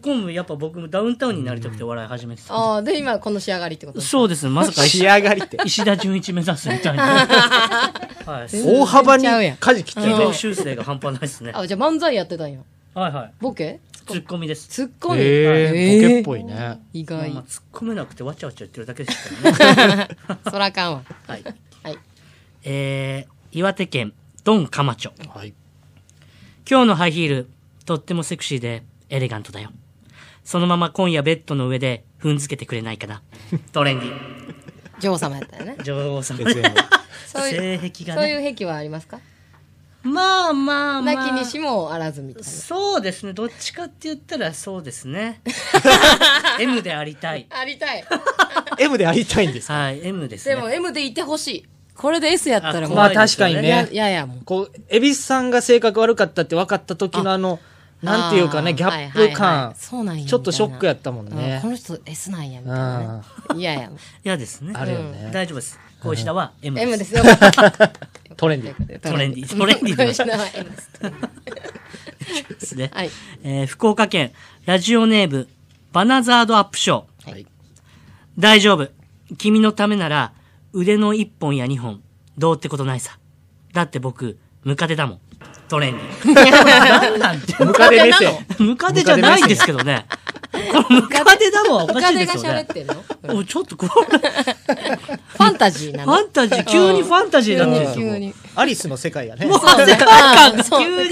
Speaker 3: コンビやっぱ僕もダウンタウンになりたくて笑い始めてたんで
Speaker 1: ああ、で、今この仕上がりってこと
Speaker 3: そうですね。まさか
Speaker 6: 仕
Speaker 3: 石
Speaker 6: 上がりって
Speaker 3: 石田純一目指すみたいな。はい。す
Speaker 6: 大幅に
Speaker 1: ちゃうやん
Speaker 6: 舵切って
Speaker 3: 軌
Speaker 6: るね
Speaker 3: 道修正が半端ないですね。
Speaker 1: あ、じゃあ漫才やってたんや。
Speaker 3: はいはい。
Speaker 1: ボケ
Speaker 3: ツッコミです。
Speaker 1: ツッコミ。
Speaker 6: へ
Speaker 1: えー
Speaker 6: えボケっぽいね
Speaker 1: 意
Speaker 3: まあ
Speaker 1: 外
Speaker 3: まあ、。突っ込めなくてわちゃわちゃ言ってるだけですからね。
Speaker 1: そらあかんわ。
Speaker 3: はい。
Speaker 1: はい。
Speaker 3: えー、岩手県、ドン・カマチョ。
Speaker 6: はい
Speaker 3: 今日のハイヒール、とってもセクシーで、エレガントだよ。そのまま今夜ベッドの上で、踏んづけてくれないかな。トレンディ。
Speaker 1: 女王様やったよね。
Speaker 3: 女王様
Speaker 6: 別に
Speaker 3: ね。
Speaker 1: そういう、
Speaker 3: 性癖が
Speaker 1: そう
Speaker 3: ね。
Speaker 1: いう癖はありますか
Speaker 3: まあまあまあ。
Speaker 1: 泣きにしもあらずみたいな。
Speaker 3: そうですね。どっちかって言ったらそうです ね。M でありたい。
Speaker 1: ありたい。
Speaker 6: M でありたいんです
Speaker 3: はい、M です ね。
Speaker 1: でも M でいてほしい。これで S やったらもう。
Speaker 6: まあ確かに
Speaker 1: いや
Speaker 6: ね
Speaker 1: ややもう。
Speaker 6: こう蛭子さんが性格悪かったって分かった時のあのなんていうか
Speaker 1: あ
Speaker 6: ね
Speaker 1: ー
Speaker 6: ギャップ
Speaker 1: はいはいは
Speaker 6: 感
Speaker 1: いそうなんや
Speaker 6: ちょっとショックやったもん
Speaker 1: みたいなうん
Speaker 6: ね
Speaker 1: この人 S なんやみ
Speaker 6: う
Speaker 1: た
Speaker 6: ん
Speaker 1: いな
Speaker 6: あ
Speaker 1: ね。いやいや。
Speaker 3: 嫌ですね。
Speaker 6: るよね
Speaker 3: 大丈夫です。小石田は M です。
Speaker 1: M で すよ。 ト
Speaker 6: トレンディー
Speaker 3: トレンディー。トレンディーで
Speaker 1: の 名前 M です。
Speaker 3: すね。
Speaker 1: はい。
Speaker 3: えー福岡県、ラジオネーム、バナザードアップショー。
Speaker 6: はい
Speaker 3: 大丈夫。君のためなら、腕の一本や二本、どうってことないさ。だって僕、ムカデだもん。トレンディー。なんて。
Speaker 6: ムカデ目線
Speaker 3: ムカデじゃないんですけどね。このムカデだもん、お
Speaker 1: ム
Speaker 3: か
Speaker 1: カ
Speaker 3: し
Speaker 1: デ
Speaker 3: いで
Speaker 1: が
Speaker 3: すよ
Speaker 1: 喋っ
Speaker 3: ね。
Speaker 1: てんのフ
Speaker 3: おちょっとこれ、
Speaker 1: ァンタジーな
Speaker 3: フ
Speaker 1: の。
Speaker 3: ァンタジー、急にファンタジーになってるんですよ。
Speaker 1: 急に。
Speaker 6: アリスの世界やね
Speaker 1: そうね。世界観が
Speaker 3: 急に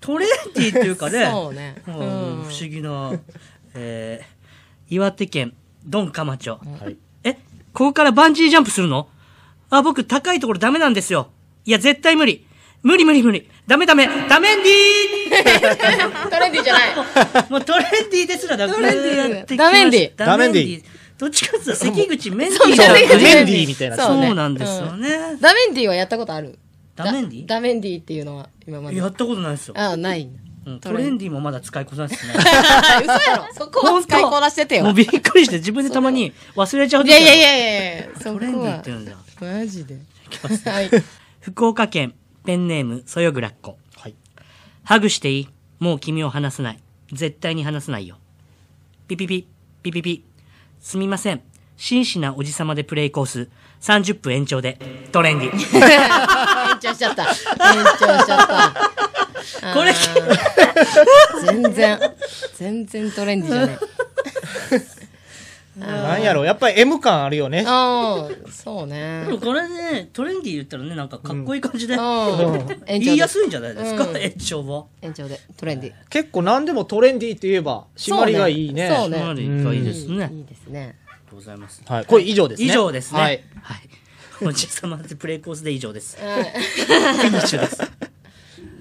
Speaker 3: トレンディーっていうかね。
Speaker 1: そうね。
Speaker 3: うん不思議な、えー、岩手県、ドンカマチョ。
Speaker 6: はい
Speaker 3: え、ここからバンジージャンプするのあ、僕、高いところダメなんですよ。いや、絶対無理。無理無理無理。ダメダメ。ダメンディ
Speaker 1: トレンディーじゃない。
Speaker 3: ーもうトレンディーですらなくなってきました
Speaker 1: ダメンディー
Speaker 6: ダメンディー
Speaker 3: ダどっちかっていうと関口メンディー
Speaker 6: そう
Speaker 3: だよね
Speaker 6: メンディーみたいな
Speaker 1: そうね
Speaker 3: そうなんですよね。
Speaker 1: ダメンディーはやったことある
Speaker 3: ダメンディ
Speaker 1: ダダメンディーっていうのは今まで
Speaker 3: や。ったことないですよ。
Speaker 1: ああ、ない。
Speaker 3: うんトレンディーもまだ使いこなせてない。
Speaker 1: 嘘やろ。そこは使いこなしててよ
Speaker 3: もう。びっくりして自分でたまに忘れちゃう
Speaker 1: い
Speaker 3: 時あ
Speaker 1: や
Speaker 3: る
Speaker 1: いやいやいやいや、そ
Speaker 3: ト
Speaker 1: こ
Speaker 3: レンディーっ
Speaker 1: は
Speaker 3: て。言うんだ。
Speaker 1: マジで。はい。
Speaker 3: 福岡県ペンネームそよぐらっこ、
Speaker 7: はい
Speaker 3: ハグしていいもう君を離さない絶対に離さないよピピピピピピすみません真摯なおじさまでプレイコース30分延長でトレンディ
Speaker 1: 延長しちゃった。延長しちゃった。
Speaker 3: これ
Speaker 1: あー全然、全然トレンディじゃない。
Speaker 7: なんやろやっぱり M 感あるよね
Speaker 1: ああ、そうね。うん。
Speaker 3: これねトレンディ言ったらねなんかかっこいい感じで、
Speaker 1: 延
Speaker 3: 言
Speaker 1: 長
Speaker 3: い
Speaker 1: で
Speaker 3: やすいんじゃないですか、
Speaker 1: うん
Speaker 3: 延長は
Speaker 1: 延長で、トレンディ。
Speaker 7: 結構何でもトレンディーって言えば締まりがいいね
Speaker 1: そう
Speaker 3: なの
Speaker 1: ね。
Speaker 3: で一回ですね、あ
Speaker 1: い
Speaker 3: り
Speaker 1: いですね。
Speaker 3: がとうございます
Speaker 7: はい、これ以上ですね
Speaker 3: 以上ですね
Speaker 7: はい、
Speaker 3: はいおじさまでプレイコースで以上です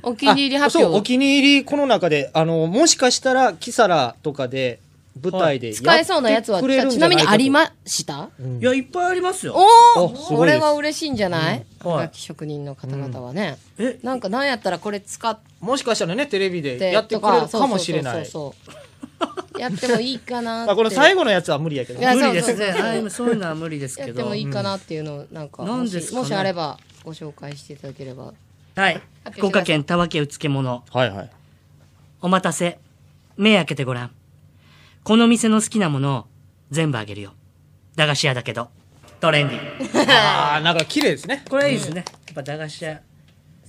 Speaker 1: お気に入り発
Speaker 7: そうお
Speaker 1: 表。
Speaker 7: 気に入りこの中であのもしかしたらキサラとかで舞台で
Speaker 1: 使えそうなやつは、
Speaker 7: やってくれるん
Speaker 1: ち
Speaker 7: じゃ
Speaker 1: なみ
Speaker 7: いか
Speaker 1: に
Speaker 7: と
Speaker 1: ありました
Speaker 3: いやいっぱいありますよ
Speaker 1: おお
Speaker 7: あす
Speaker 1: こ
Speaker 7: ごいで
Speaker 1: れ
Speaker 7: す
Speaker 1: は嬉しいんじゃない
Speaker 3: うんはい
Speaker 1: 楽器職人の方々はね。
Speaker 3: え
Speaker 1: なんかなんやったらこれ使っ
Speaker 7: もしかしたらねテレビで
Speaker 1: て
Speaker 7: やって
Speaker 1: と
Speaker 7: くれ
Speaker 1: か
Speaker 7: るかもしれない
Speaker 1: そうそうそうそうやってもいいかなって
Speaker 7: まあこの最後のやつは無理やけど
Speaker 1: いや
Speaker 3: 無理で
Speaker 1: そ
Speaker 3: す
Speaker 1: う
Speaker 3: ね
Speaker 1: そうそう
Speaker 3: あ今そういうのは無理です
Speaker 1: やっ
Speaker 3: け
Speaker 1: て
Speaker 3: ど
Speaker 1: もいいかなっていうのをなんか
Speaker 3: なん
Speaker 1: もし
Speaker 3: ですかね
Speaker 1: もしあればご紹介していただけ れば
Speaker 3: はい
Speaker 1: 発表してください
Speaker 3: 福岡県たわけうつけ者
Speaker 7: はいはい
Speaker 3: お待たせ目開けてごらんこの店の好きなものを全部あげるよ駄菓子屋だけどトレンデ ィ
Speaker 7: ああなんか綺麗ですね
Speaker 3: これいいですね、やっぱ駄菓子屋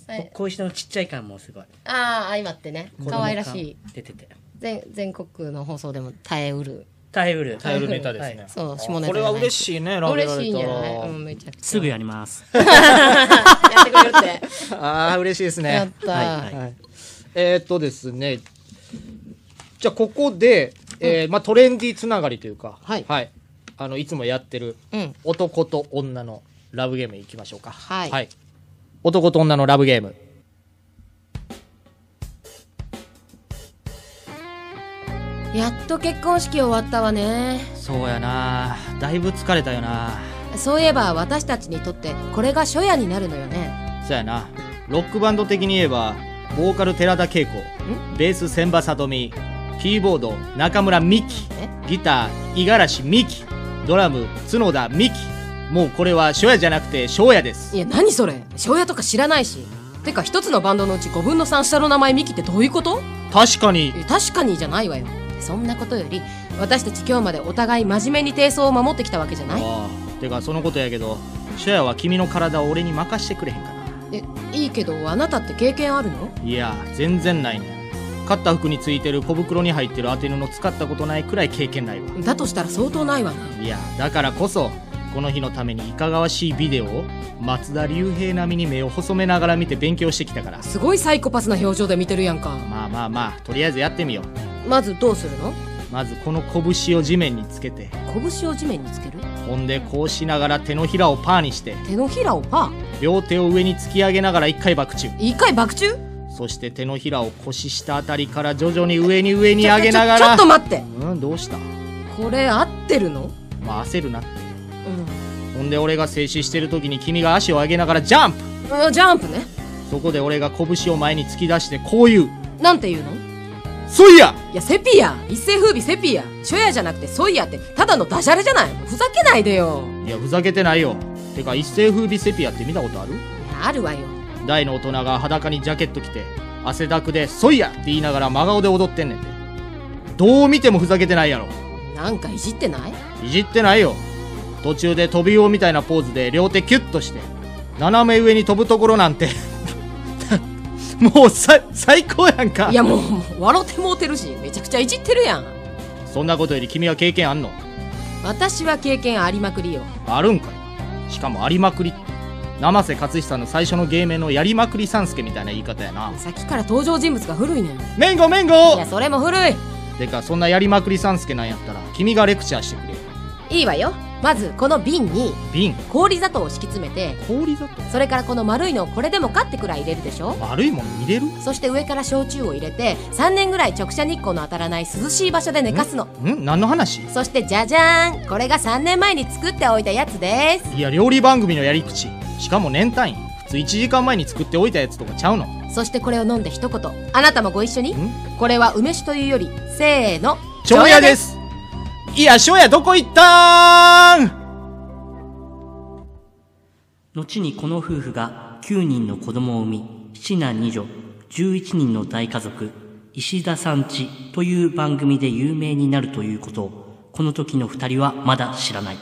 Speaker 1: はい
Speaker 3: 小石のちっちゃい感もすごい
Speaker 1: ああ相まってね可愛らしい
Speaker 3: 出てて
Speaker 1: 全全国の放送でも耐えうる
Speaker 3: 耐えうる
Speaker 7: タイルネタですね、
Speaker 1: そう下ネタ
Speaker 7: これは嬉
Speaker 1: い
Speaker 7: しいねラブ
Speaker 1: 嬉
Speaker 7: ラ
Speaker 1: し
Speaker 7: れ
Speaker 1: いん
Speaker 7: た
Speaker 1: じゃ
Speaker 7: ら
Speaker 1: ないうんめちゃくち
Speaker 3: すぐやります
Speaker 1: ゃ やってくれるって
Speaker 7: ああ嬉しいです
Speaker 1: やっ
Speaker 7: ね
Speaker 1: た、
Speaker 3: はい
Speaker 7: はい、えーっとですねじゃあここで、えーまあ、トレンディーつながりというか、
Speaker 1: はい
Speaker 7: あのいつもやってる
Speaker 1: うん
Speaker 7: 男と女のラブゲームいきましょうか
Speaker 1: はい
Speaker 7: 男と女のラブゲーム
Speaker 1: やっと結婚式終わったわね
Speaker 2: そうやなだいぶ疲れたよな
Speaker 1: そういえば私たちにとってこれが初夜になるのよね
Speaker 2: そうやなロックバンド的に言えばボーカル寺田恵子ベース千葉さとみキーボード中村美希ギター五十嵐美希ドラム角田美希もうこれは初夜じゃなくて翔夜です
Speaker 1: いや何それ庄屋とか知らないしてか一つのバンドのうち5分の3下の名前ミキってどういうこと
Speaker 7: 確かに
Speaker 1: 確かにじゃないわよそんなことより私たち今日までお互い真面目に低層を守ってきたわけじゃない
Speaker 2: ああてかそのことやけど初夜は君の体を俺に任してくれへんかな
Speaker 1: えいいけどあなたって経験あるの
Speaker 2: いや全然ないね買った服についてる小袋に入ってる当て布使ったことないくらい経験ないわ
Speaker 1: だとしたら相当ないわない
Speaker 2: やだからこそこの日のためにいかがわしいビデオを松田龍平並みに目を細めながら見て勉強してきたから
Speaker 1: すごいサイコパスな表情で見てるやんか
Speaker 2: まあまあまあとりあえずやってみよう
Speaker 1: まずどうするの
Speaker 2: まずこの拳を地面につけて
Speaker 1: 拳を地面につける
Speaker 2: ほんでこうしながら手のひらをパーにして
Speaker 1: 手のひらをパー
Speaker 2: 両手を上に突き上げながら一回爆中
Speaker 1: 一回爆中
Speaker 2: そして手のひらを腰下あたりから徐々に上に上に上げなが
Speaker 1: ちょちょちょ
Speaker 2: ら
Speaker 1: っと待って
Speaker 2: うんどうした
Speaker 1: これ合ってるの
Speaker 2: まあ焦るなって
Speaker 1: う
Speaker 2: ほんで俺が静止してる時に君が足を上げながらジャンプ
Speaker 1: んうんジャンプね
Speaker 2: そこで俺が拳を前に突き出してこう言う
Speaker 1: なんて言うの
Speaker 2: そういや
Speaker 1: いやセピア一世風靡セピア初夜じゃなくてソイヤってただのダジャレじゃないふざけないでよ
Speaker 2: いやふざけてないよてか一世風靡セピアって見たことあ
Speaker 1: い
Speaker 2: る
Speaker 1: やあるわよ
Speaker 2: 大の大人が裸にジャケット着て汗だくで「そいや!」って言いながら真顔で踊ってんねんてどう見てもふざけてないやろ
Speaker 1: なんかいじってない
Speaker 2: いじってないよ途中で飛びようみたいなポーズで両手キュッとして斜め上に飛ぶところなんて もうさ最高やんか
Speaker 1: いやもうもう笑ってもうてるしめちゃくちゃいじってるやん
Speaker 2: そんなことより君は経験あんの
Speaker 1: 私は経験ありまくりよ
Speaker 2: あるんかいしかもありまくりって生瀬勝久の最初の芸名のやりまくりさんすけみたいな言い方やな
Speaker 1: さっきから登場人物が古いねんい
Speaker 2: めんごめんご
Speaker 1: やそれも古い
Speaker 2: てかそんなやりまくりさんすけなんやったら君がレクチャーしてくれよ
Speaker 1: いいわよまずこの瓶に
Speaker 2: 瓶
Speaker 1: 氷砂糖を敷き詰めて
Speaker 2: 氷だと
Speaker 1: それからこの丸いのをこれでもかってくらい入れるでしょ
Speaker 2: 悪いもの入れる
Speaker 1: そして上から焼酎を入れて3年ぐらい直射日光の当たらない涼しい場所で寝かすの
Speaker 2: ん何の話
Speaker 1: そしてじゃじゃーんこれが3年前に作っておいたやつです
Speaker 2: いや料理番組のやり口しかも年単位普通1時間前に作っておいたやつとかちゃうの
Speaker 1: そしてこれを飲んで一言あなたもご一緒にこれは梅酒というよりせーの
Speaker 2: 長屋ですいや翔やどこ行ったーん
Speaker 3: 後にこの夫婦が9人の子供を産み、7男2女、11人の大家族、石田さんちという番組で有名になるということを、この時の二人はまだ知らない。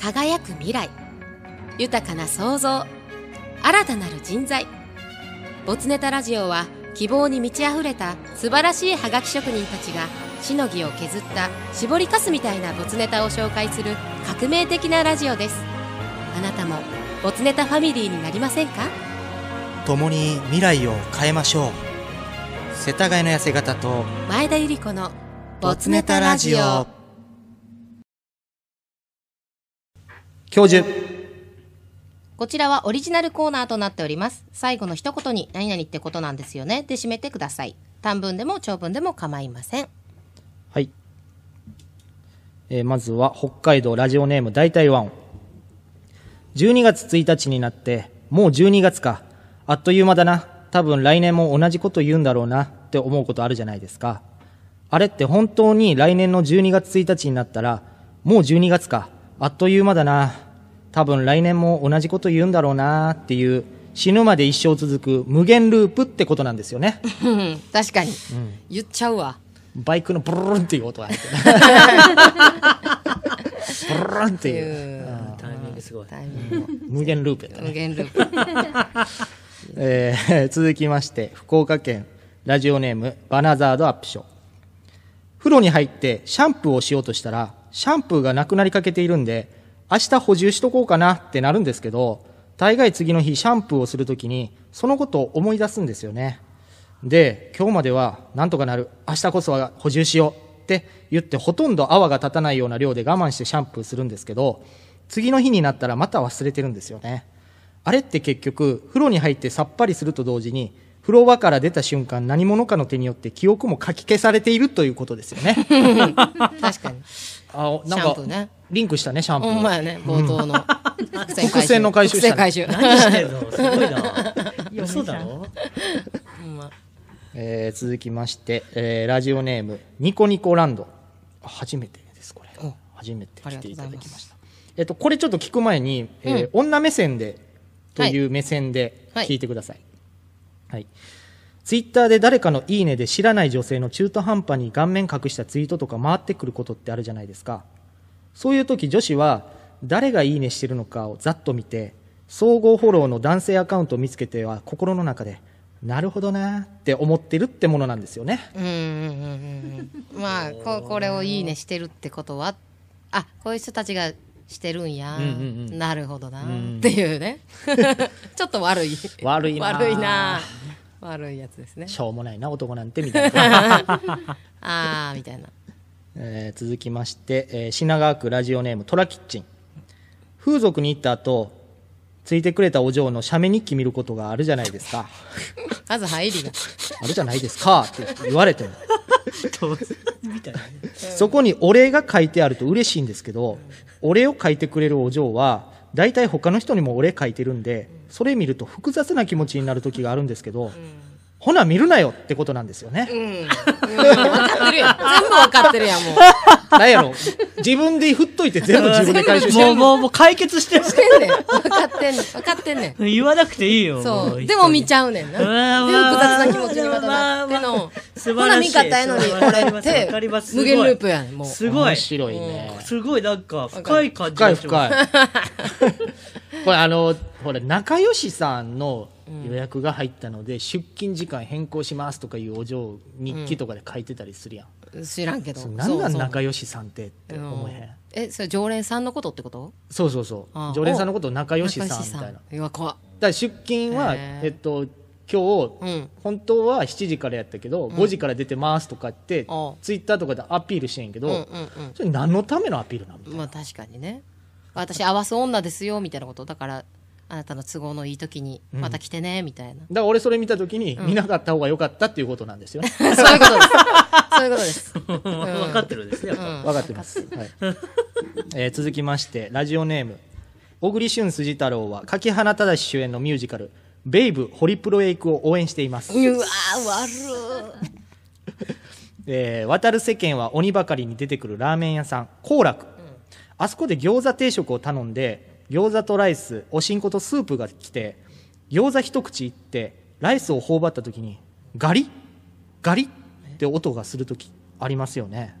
Speaker 8: 輝く未来豊かな創造新たなる人材ボツネタラジオは希望に満ち溢れた素晴らしいハガキ職人たちがしのぎを削った絞りかすみたいなボツネタを紹介する革命的なラジオですあなたもボツネタファミリーになりませんか
Speaker 9: 共に未来を変えましょう世田谷の痩せ方と
Speaker 8: 前田ゆり子の
Speaker 9: ボツネタラジオ
Speaker 6: 教授
Speaker 1: こちらはオリジナルコーナーとなっております。最後の一言に何々ってことなんですよね。で締めてください。短文でも長文でも構いません。
Speaker 2: はい、えーまずは北海道ラジオネーム大体ワン12月1日になってもう12月かあっという間だな多分来年も同じこと言うんだろうなって思うことあるじゃないですかあれって本当に来年の12月1日になったらもう12月かあっという間だな多分来年も同じこと言うんだろうなっていう死ぬまで一生続く無限ループってことなんですよね
Speaker 1: うん確かに、言っちゃうわ。
Speaker 2: バイクのブルルンっていう音が入ってるブルルンっていう
Speaker 3: タイミングすごい。
Speaker 1: タイミング
Speaker 2: 無限ループやったね
Speaker 1: 無限ループ。
Speaker 2: えー 続きまして福岡県ラジオネームバナザードアップショー風呂に入ってシャンプーをしようとしたらシャンプーがなくなりかけているんで明日補充しとこうかなってなるんですけど大概次の日シャンプーをするときにそのことを思い出すんですよねで今日まではなんとかなる明日こそは補充しようって言ってほとんど泡が立たないような量で我慢してシャンプーするんですけど次の日になったらまた忘れてるんですよねあれって結局、風呂に入ってさっぱりすると同時に、風呂場から出た瞬間、何者かの手によって記憶もかき消されているということですよね。
Speaker 1: 確かに。
Speaker 2: あなん
Speaker 1: シャン
Speaker 2: か
Speaker 1: プーね、
Speaker 2: リンクしたね、シャンプ
Speaker 1: ほん
Speaker 2: ー。
Speaker 1: まやね、冒頭の。
Speaker 2: 伏線の回収したね
Speaker 1: 伏線回収。
Speaker 3: 何してんのすごいな。嘘だろ
Speaker 2: えー続きまして、えーラジオネーム、ニコニコランド。あ初めてです、これ。初めて来ていただきました。えっと、これちょっと聞く前に、えー女目線でという目線で
Speaker 1: はい
Speaker 2: 聞いてください。はい。ツイッターで誰かのいいねで知らない女性の中途半端に顔面隠したツイートとか回ってくることってあるじゃないですか。そういう時女子は誰がいいねしてるのかをざっと見て総合フォローの男性アカウントを見つけては心の中でなるほどなーって思ってるってものなんですよね。
Speaker 1: うんうんうんうん。まあ、ここれをいいねしてるってことは、あ、こういう人たちがしてるんや。なるほどな。っていうね。 ちょっと悪い。
Speaker 2: 悪いなー
Speaker 1: 悪いな。悪いやつですね。
Speaker 2: しょうもないな男なんてみたいな。
Speaker 1: あーみたいな。
Speaker 2: えー続きまして、えー品川区ラジオネームトラキッチン風俗に行った後ついてくれたお嬢の写メ日記見ることがあるじゃないです か
Speaker 1: まず入りが。
Speaker 2: あるじゃないですかって言われても
Speaker 3: どうみたいな。
Speaker 2: そこにお礼が書いてあると嬉しいんですけど、お礼を書いてくれるお嬢は、大体他の人にもお礼書いてるんで、それ見ると複雑な気持ちになる時があるんですけど、ほな見るなよってことなんですよね。
Speaker 1: 分かってるよ。全部分かってるやん、もう。
Speaker 2: なんやろ自分で振っといて全部自分で回収して。
Speaker 3: もう、もう、もう解決してる。
Speaker 1: してんねん。分かってんねん。分かってんねん。
Speaker 3: 言わなくていいよ。
Speaker 1: そう。でも見ち
Speaker 3: ゃ
Speaker 1: ゃうねんな。で、
Speaker 3: うわー
Speaker 1: 複雑な気持ちにまたなって
Speaker 3: まあまあ
Speaker 1: の。
Speaker 3: 素
Speaker 1: ほ
Speaker 3: 晴
Speaker 1: な
Speaker 3: ら
Speaker 1: 見
Speaker 3: しい
Speaker 1: 方やのに、
Speaker 3: わかり
Speaker 1: 俺
Speaker 3: ま
Speaker 1: っ
Speaker 3: すわか
Speaker 1: て
Speaker 3: ります、すご
Speaker 1: 無
Speaker 3: い
Speaker 1: 限ループやねん、もう。
Speaker 3: すごい。
Speaker 2: 面白いね。
Speaker 3: すごいなんか深い感じ
Speaker 2: 深い
Speaker 3: がし
Speaker 2: 深
Speaker 3: ま
Speaker 2: い
Speaker 3: す。
Speaker 2: これあの、ほら、仲良しさんの予約が入ったので、出勤時間変更しますとかいうお嬢、日記とかで書いてたりするやん。
Speaker 1: 知らん けど。
Speaker 2: なんなん
Speaker 1: そう
Speaker 2: 仲良しさんってって
Speaker 1: そう
Speaker 2: 思え
Speaker 1: う
Speaker 2: へ
Speaker 1: ん
Speaker 2: ん。
Speaker 1: え、それ常連さんのことってこと
Speaker 2: そうそうそう。常連さんのことを仲良しさんみたいな。だか
Speaker 1: いや、怖っ
Speaker 2: ら出勤は、
Speaker 1: へえ
Speaker 2: えっと、今日、
Speaker 1: うん
Speaker 2: 本当は7時からやったけど、5時から出てますとかって、
Speaker 1: お
Speaker 2: ツイッターとかでアピールしてんやけど、
Speaker 1: うんうん
Speaker 2: それ何のためのアピールなの
Speaker 1: うん。まあ確かにね。私、合わす女ですよ、みたいなこと。だから、あなたの都合のいい時に、また来てね、みたいな。
Speaker 2: だから俺それ見たときに、見なかった方が良かったっていうことなんですよね。
Speaker 1: そういうことです。そういうこと です。
Speaker 3: 分かってるんですね。やっぱ
Speaker 2: 分かってます。はい。 えー続きまして、ラジオネーム。小栗旬辻太郎は、柿花忠主演のミュージカル、ベイブホリプロへ行くを応援しています。
Speaker 1: うわー、悪
Speaker 2: えー渡る世間は鬼ばかりに出てくるラーメン屋さん幸楽、あそこで餃子定食を頼んで餃子とライスおしんことスープが来て餃子一口いってライスを頬張った時にガリッガリッって音がする時ありますよね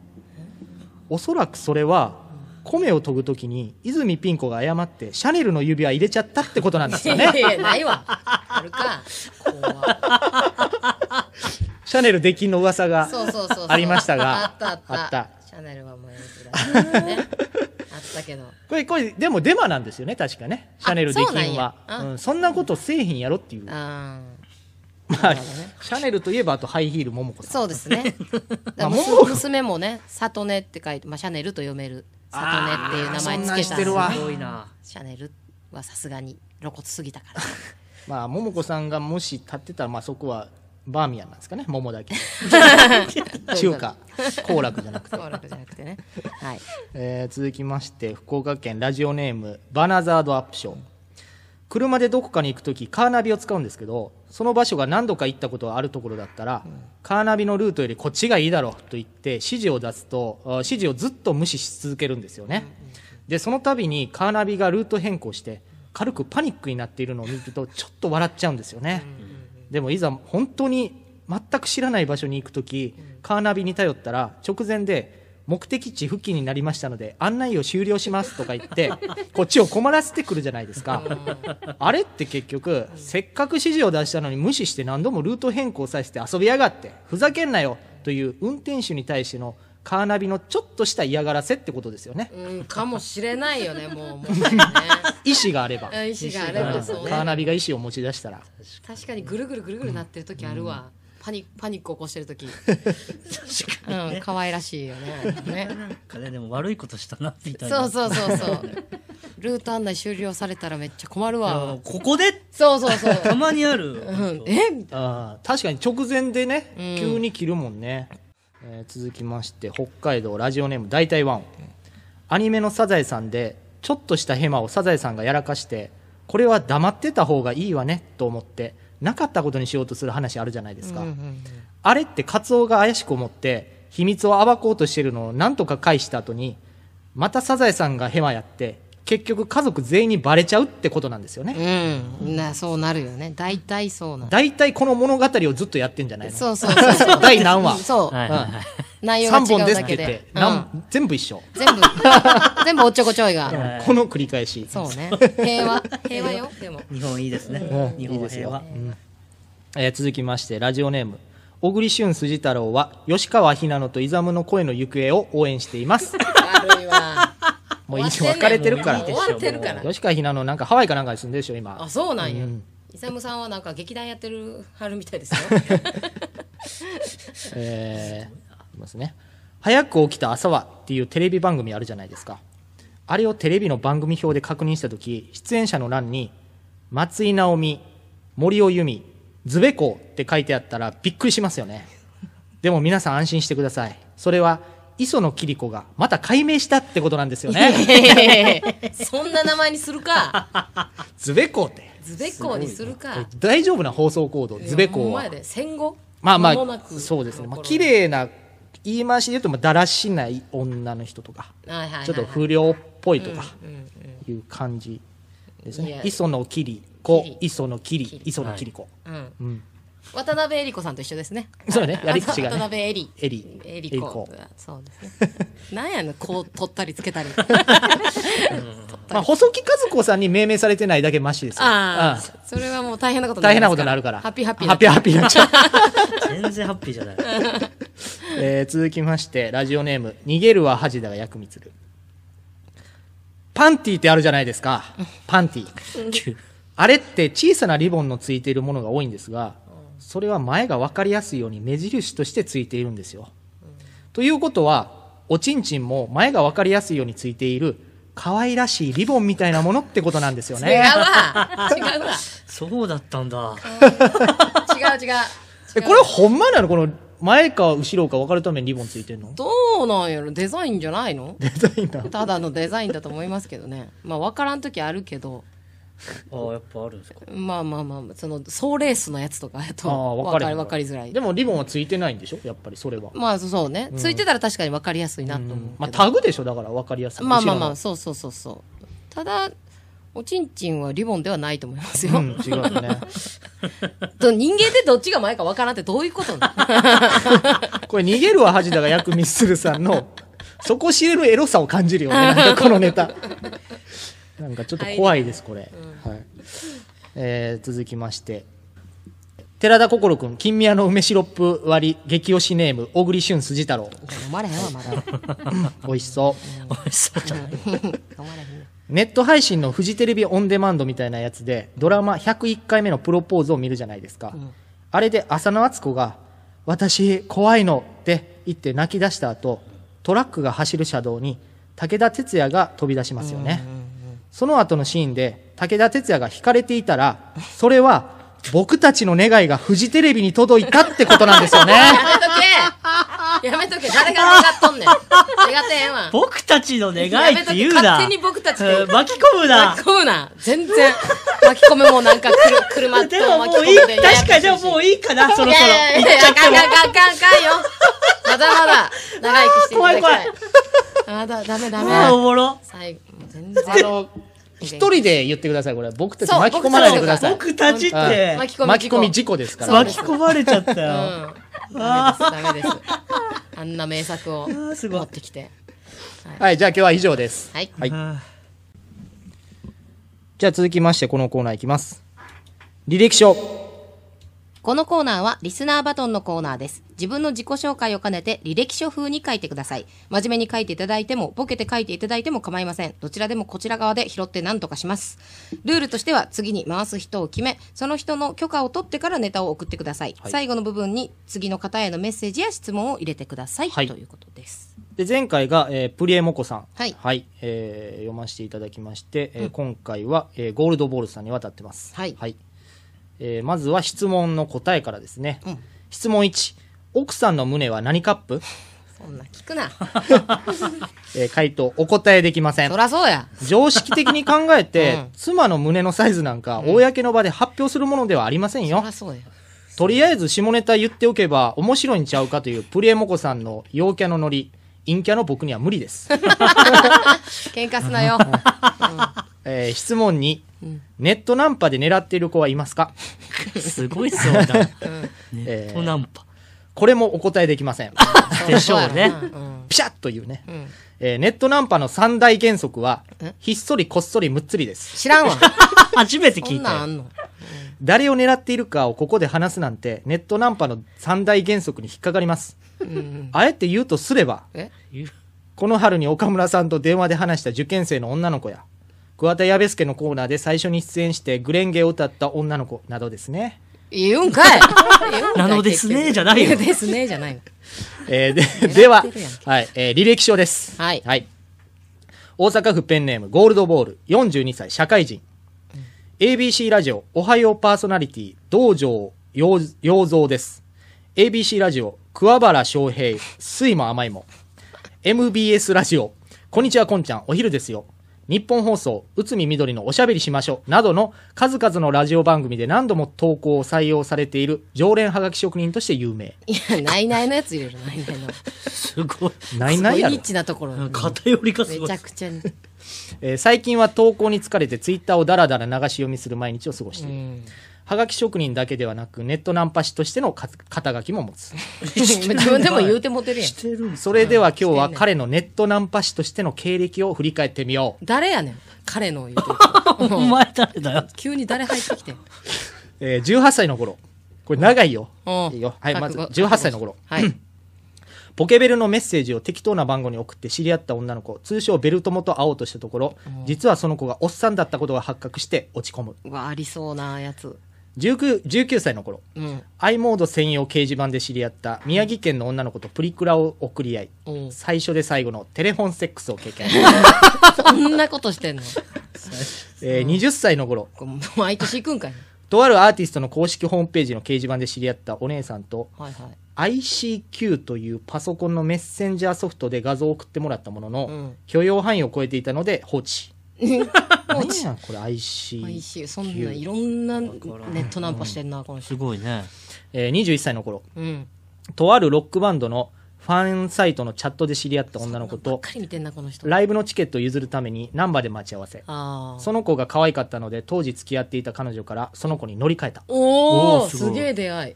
Speaker 2: おそらくそれは米を研ぐ時に泉ピン子が誤ってシャネルの指輪入れちゃったってことなんですよ
Speaker 1: い や
Speaker 2: ね
Speaker 1: いやないわあるか怖
Speaker 2: シャネル出禁の噂が
Speaker 1: そうそうそうそう
Speaker 2: ありました
Speaker 1: あ
Speaker 2: が
Speaker 1: ったあった
Speaker 2: あった
Speaker 1: シャネルはもうやめてくださいねあったけど
Speaker 2: これこれでもデマなんですよね確かねシャネル出
Speaker 1: そうなん
Speaker 2: 禁は
Speaker 1: や
Speaker 2: そ
Speaker 1: うん
Speaker 2: ん,、そんなことせえへんやろっていう
Speaker 1: あ
Speaker 2: まあ、
Speaker 1: なるほどね
Speaker 2: シャネルといえばあとハイヒールももこ
Speaker 1: ー
Speaker 2: さん
Speaker 1: そうです ねだから
Speaker 2: まあ
Speaker 1: もう娘もね「サトネ」って書いて、まあ、シャネルと読める「サトネ」っていう名前つけたんですよ
Speaker 3: すごいな。
Speaker 1: シャネルはさすがに露骨すぎたから
Speaker 2: まあももこさんがもし立ってたらまあそこはバーミヤンなんですかね 桃だけ中華行楽じゃなくて、
Speaker 1: そう楽じゃなくてねはい
Speaker 2: えー続きまして福岡県ラジオネームバナザードアップション車でどこかに行く時カーナビを使うんですけどその場所が何度か行ったことがあるところだったら、カーナビのルートよりこっちがいいだろうと言って指示を出すとあ指示をずっと無視し続けるんですよね、でその度にカーナビがルート変更して軽くパニックになっているのを見るとちょっと笑っちゃうんですよね、でもいざ本当に全く知らない場所に行く時カーナビに頼ったら直前で目的地付近になりましたので案内を終了しますとか言って こっちを困らせてくるじゃないですかあれって結局せっかく指示を出したのに無視して何度もルート変更させて遊びやがってふざけんなよという運転手に対してのカーナビのちょっとした嫌がらせってことですよね
Speaker 1: うんかもしれないよねもうもうね
Speaker 2: 意思があれば
Speaker 1: 意思があれ
Speaker 2: うん
Speaker 1: ばそう
Speaker 2: カーナ
Speaker 1: ね
Speaker 2: ビが意思を持ち出したら
Speaker 1: 確かにぐるぐるぐるぐるなってる時あるわ、パニパニック起こしてる 時うん可愛らしいよねね
Speaker 3: なんかね、でも悪いことしたな、みたいな。
Speaker 1: そうそうそうそう ルート案内終了されたらめっちゃ困る
Speaker 3: あ
Speaker 1: わ
Speaker 3: のここで
Speaker 1: そうそうそう、
Speaker 3: たまにある。
Speaker 1: うん、えみたい
Speaker 2: あー確かに直前でね、
Speaker 1: うん
Speaker 2: 急に切るもんね、えー続きまして北海道ラジオネーム大体ワンアニメの「サザエさん」でちょっとしたヘマをサザエさんがやらかしてこれは黙ってた方がいいわねと思ってなかったことにしようとする話あるじゃないですか、あれってカツオが怪しく思って秘密を暴こうとしてるのをなんとか返した後にまたサザエさんがヘマやって結局家族全員にバレちゃうってことなんですよね、
Speaker 1: なうんなそうなるよね大体そうな
Speaker 2: 大体この物語をずっとやってんじゃないの
Speaker 1: そうそうそう そう
Speaker 2: 第何話
Speaker 1: そう、
Speaker 3: はいはいはい。
Speaker 1: 内容が
Speaker 2: 3本
Speaker 1: 違
Speaker 2: で
Speaker 1: う
Speaker 2: すっ
Speaker 1: だけ
Speaker 2: て言
Speaker 1: で
Speaker 2: って、
Speaker 1: うん
Speaker 2: なん全部一緒、
Speaker 1: 全部 全部おっちょこちょいが
Speaker 2: この繰り返し
Speaker 1: そう ね平和平和よでも
Speaker 3: 日本いいですね。
Speaker 2: うん
Speaker 3: 日本は平和。
Speaker 2: えー続きましてラジオネーム小栗旬辻太郎は吉川ひなのとイザムの声の行方を応援しています
Speaker 1: 悪いわ
Speaker 2: もういい別れてるか
Speaker 1: 終
Speaker 2: ら
Speaker 1: わってるから
Speaker 2: 吉川ひなのなんかハワイかなんかに住んでるでしょ今
Speaker 1: あそうなんや、イサムさんはなんか劇団やってるはるみたいです よ
Speaker 2: えーいますね。早く起きた朝はっていうテレビ番組あるじゃないですか。あれをテレビの番組表で確認したとき、出演者の欄に、松井直美、森尾由美、ズベコって書いてあったらびっくりしますよね。でも皆さん安心してください。それは、磯野桐子がまた改名したってことなんですよね。
Speaker 1: そんな名前にするか
Speaker 2: ズベコって。
Speaker 1: ズベコにするか
Speaker 2: 大丈夫な放送行動、ズベ
Speaker 1: いやほ
Speaker 2: コ
Speaker 1: んま
Speaker 2: は
Speaker 1: や。で戦後
Speaker 2: まあま
Speaker 1: 間もなく
Speaker 2: あ、そうですね。まあ、綺麗な言い回しで言うと、まあだらしない女の人とか。
Speaker 1: はいはいはいはい
Speaker 2: ちょっと不良っぽいとかいう感じです
Speaker 1: い
Speaker 2: ね
Speaker 1: や。
Speaker 2: 磯野桐子
Speaker 1: 桐、
Speaker 2: 磯野桐、磯野桐子。
Speaker 1: うん
Speaker 2: うん
Speaker 1: 渡辺恵理子さんと一緒ですね
Speaker 2: そうね、やり口
Speaker 1: 渡
Speaker 2: がね。
Speaker 1: 辺恵理
Speaker 2: エリ、
Speaker 1: 恵
Speaker 2: エ
Speaker 1: 理
Speaker 2: リ
Speaker 1: 子
Speaker 2: 子。
Speaker 1: そうですねなんやねんこう取ったりつけ たり
Speaker 2: まあ、細木和子さんに命名されてないだけマシですよ。
Speaker 1: ああ
Speaker 2: うん
Speaker 1: それはもう大変なこと
Speaker 2: 大変なことになるから。
Speaker 1: ハッピーハッピー
Speaker 2: ハッピーハッピーになっち ゃう。
Speaker 3: 全然ハッピーじゃない。
Speaker 2: えー続きまして、ラジオネーム、逃げるは恥だが薬つる。パンティーってあるじゃないですか。パンティー。あれって小さなリボンのついているものが多いんですが、それは前が分かりやすいように目印としてついているんですよ。ということは、おちんちんも前が分かりやすいようについている、可愛らしいリボンみたいなものってことなんですよ
Speaker 1: 違う
Speaker 2: ね。
Speaker 1: わ違うわ
Speaker 3: そうだったんだ。
Speaker 1: 違う違う
Speaker 2: えこれほんまなのこの前か後ろか分かるためにリボンついて るの
Speaker 1: どうなんやろデザインじゃないの
Speaker 2: デザインだ。
Speaker 1: ただのデザインだと思いますけどねまあ分からん時あるけど
Speaker 3: ああ、やっぱあるんですか。
Speaker 1: まあまあまあその総レースのやつとかや
Speaker 2: ああ
Speaker 1: と
Speaker 2: 分
Speaker 1: 分
Speaker 2: か
Speaker 1: か
Speaker 2: れへ
Speaker 1: り
Speaker 2: ん
Speaker 1: 分かりづらい
Speaker 2: でもリボンはついてないんでしょやっぱりそれは。
Speaker 1: まあそうね、ついてたら確かに分かりやすいなと思うけど、
Speaker 2: まあタグでしょだから分かりやすい。
Speaker 1: まあまあまあ
Speaker 2: 後
Speaker 1: そうそうそうそうただおちんちんはリボンではないと思いますよ、
Speaker 2: ろの。うん、違うよ ね。
Speaker 1: と人間でどっちが前か分からんってどういうことなの
Speaker 2: これ逃げるは恥だが薬味するさんの、そこ知れるエロさを感じ るよね。なんかこのネタ。なんかちょっと怖いです、これ。はい。えー続きまして。寺田心くん、金宮の梅シロップ割り、激推しネーム、小栗旬筋太郎。
Speaker 1: 飲まれへんわまだ
Speaker 2: 美味しそう。
Speaker 3: 美味しそうじゃない。
Speaker 1: 飲まれへんよ
Speaker 2: ネット配信のフジテレビオンデマンドみたいなやつでドラマ101回目のプロポーズを見るじゃないですか、あれで浅野敦子が「私怖いの」って言って泣き出した後トラックが走る車道に武田鉄矢が飛び出しますよね、その後のシーンで武田鉄矢が惹かれていたらそれは僕たちの願いがフジテレビに届いたってことなんですよね
Speaker 1: やめとけやめとけ誰が願っとんねん願ってへんわ
Speaker 3: 僕たちの願
Speaker 1: や
Speaker 3: い
Speaker 1: め
Speaker 3: っ
Speaker 1: と
Speaker 3: て
Speaker 1: け
Speaker 3: 言うな。
Speaker 1: 勝手に僕たちで
Speaker 3: うん巻き込むな
Speaker 1: 巻。き込むな全然巻き込むもうなんかくる車
Speaker 3: で
Speaker 1: と
Speaker 3: も
Speaker 1: 巻
Speaker 3: も
Speaker 1: き込
Speaker 3: ういい。
Speaker 1: むで
Speaker 3: 確かにでももういいかな、そ
Speaker 1: い
Speaker 3: ろそろ。
Speaker 1: やいやい
Speaker 3: 言
Speaker 1: や
Speaker 3: っ
Speaker 1: い
Speaker 3: ち
Speaker 1: や
Speaker 3: ゃ
Speaker 1: あ
Speaker 3: っ
Speaker 1: かん
Speaker 3: ても。
Speaker 1: あかんあかんあかんよまだまだ長生きしていただきたいあだダメダ
Speaker 3: ああ、お
Speaker 1: メ
Speaker 3: もろ。
Speaker 1: 最後もう全然
Speaker 2: あの一人で言ってくださいこれ僕たち巻き込まないでください
Speaker 3: 僕たちっ
Speaker 2: うん
Speaker 3: て。
Speaker 1: 巻き込み
Speaker 2: 巻き込み事故ですから
Speaker 3: 巻き込まれちゃった
Speaker 1: う
Speaker 3: よ。
Speaker 1: んダメですダメですあんな名作を
Speaker 3: ーすごい
Speaker 1: 持ってきて
Speaker 2: はい、じゃあ今日は以上です。
Speaker 1: はい
Speaker 2: はい。
Speaker 3: あ
Speaker 2: じゃあ続きましてこのコーナーいきます。履歴書。
Speaker 1: このコーナーはリスナーバトンのコーナーです。自分の自己紹介を兼ねて履歴書風に書いてください。真面目に書いていただいても、ボケて書いていただいても構いません。どちらでもこちら側で拾って何とかします。ルールとしては次に回す人を決め、その人の許可を取ってからネタを送ってください。最後の部分に次の方へのメッセージや質問を入れてください。
Speaker 2: はい
Speaker 1: ということです。
Speaker 2: で、前回が、えープリエモコさん。
Speaker 1: はい
Speaker 2: えー読ませていただきまして、えー今回は、えーゴールドボールさんに渡ってます。
Speaker 1: はい
Speaker 2: えーまずは質問の答えからですね。質問1。奥さんの胸は何カップ、
Speaker 1: そんな聞くな。
Speaker 2: えー回答、お答えできません
Speaker 1: そ。らそう や。
Speaker 2: 常識的に考え て、妻の胸のサイズなんか、公の場で発表するものではありませんよ。
Speaker 1: そらそうや。
Speaker 2: とりあえず下ネタ言っておけば面白いんちゃうかというプリエモコさんの陽キャのノリ、陰キャの僕には無理です。
Speaker 1: 喧嘩すなよ。
Speaker 2: えー質問に、ネットナンパで狙っている子はいますか
Speaker 3: すごいそうだ。ネットナンパ。
Speaker 2: これもお答えできません。
Speaker 3: でしょ
Speaker 1: そら
Speaker 3: うね
Speaker 1: そうやろなうん
Speaker 2: ピシャッというね。えーネットナンパの三大原則は、ひっそりこっそりむっつりです。
Speaker 1: 知 らんわ。
Speaker 3: 初めて
Speaker 1: こ
Speaker 3: 聞
Speaker 1: ん
Speaker 3: い
Speaker 1: なん
Speaker 3: た
Speaker 1: あ
Speaker 3: よ。
Speaker 1: んの。
Speaker 2: 誰を狙っているかをここで話すなんて、ネットナンパの三大原則に引っかかります。あえて言うとすれば、
Speaker 1: え
Speaker 2: この春に岡村さんと電話で話した受験生の女の子や桑田矢部助のコーナーで最初に出演してグレンゲを歌った女の子などですね、
Speaker 1: 言うんかい
Speaker 3: なのですねじゃないよ
Speaker 1: なのですねじゃないの。
Speaker 2: えーででは
Speaker 1: 狙ってるやん、
Speaker 2: はいえー履歴書です、
Speaker 1: はい
Speaker 2: 大阪府ペンネームゴールドボール42歳社会人、ABC ラジオおはようパーソナリティ道場陽陽三です ABC ラジオ桑原翔平酸いも甘いも MBS ラジオ、こんにちはこんちゃん、お昼ですよ。日本放送、内海みどりのおしゃべりしましょう。などの数々のラジオ番組で何度も投稿を採用されている常連はがき職人として有名。
Speaker 1: いや、ないないのやつ入れる、ないないの。
Speaker 3: すごい。
Speaker 2: ない
Speaker 1: す
Speaker 2: な
Speaker 1: ご
Speaker 2: い
Speaker 1: い
Speaker 2: や
Speaker 1: ニ
Speaker 2: ろ
Speaker 1: ッ。チなところ。め
Speaker 3: 偏りがすごい
Speaker 1: ちゃ。くちゃに。
Speaker 2: えー最近は投稿に疲れてツイッターをダラダラ流し読みする毎日を過ごしている。はがき職人だけではなく、ネットナンパ師としてのか肩書きも持つ。
Speaker 1: 自分でも言うてもてるやん。
Speaker 2: それでは今日は彼のネットナンパ師としての経歴を振り返ってみよう。
Speaker 1: 誰やねん。彼の言うてる。
Speaker 3: お前誰だよ。
Speaker 1: 急に誰入ってきてん。
Speaker 2: えー18歳の頃。これ長いよ。
Speaker 1: うん
Speaker 2: いいよ。はい、ま
Speaker 1: 覚
Speaker 2: ず
Speaker 1: 悟
Speaker 2: 18歳の頃。
Speaker 1: はい。
Speaker 2: ポケベルのメッセージを適当な番号に送って知り合った女の子、通称ベル友と会おうとしたところ、実はその子がおっさんだったことが発覚して落ち込む。
Speaker 1: うわ、ありそうなやつ。
Speaker 2: 19, 19歳の頃、
Speaker 1: うん。
Speaker 2: i モード専用掲示板で知り合った宮城県の女の子とプリクラを送り合い、
Speaker 1: うん
Speaker 2: 最初で最後のテレフォンセックスを経験。
Speaker 1: そんなことしてんの。
Speaker 2: えー20歳の頃、
Speaker 1: こう毎年行くんかい。
Speaker 2: とあるアーティストの公式ホームページの掲示板で知り合ったお姉さんと、
Speaker 1: はいはい。
Speaker 2: ICQ というパソコンのメッセンジャーソフトで画像を送ってもらったものの、
Speaker 1: うん
Speaker 2: 許容範囲を超えていたので放置何やこれ IC
Speaker 1: 毎週そんないろんなネットナンパしてんな今
Speaker 3: す
Speaker 1: 週
Speaker 3: ごいね。
Speaker 2: えー21歳の頃
Speaker 1: うん
Speaker 2: とあるロックバンドのファンサイトのチャットで知り合った女の
Speaker 1: ば
Speaker 2: 子
Speaker 1: っ
Speaker 2: と
Speaker 1: かり見てんなこの人
Speaker 2: ライブのチケットを譲るために難波で待ち合わせ
Speaker 1: ああ
Speaker 2: その子が可愛かったので当時付き合っていた彼女からその子に乗り換えた、
Speaker 1: お
Speaker 3: おー
Speaker 1: お
Speaker 3: すご
Speaker 1: す
Speaker 3: い
Speaker 1: げえ出会い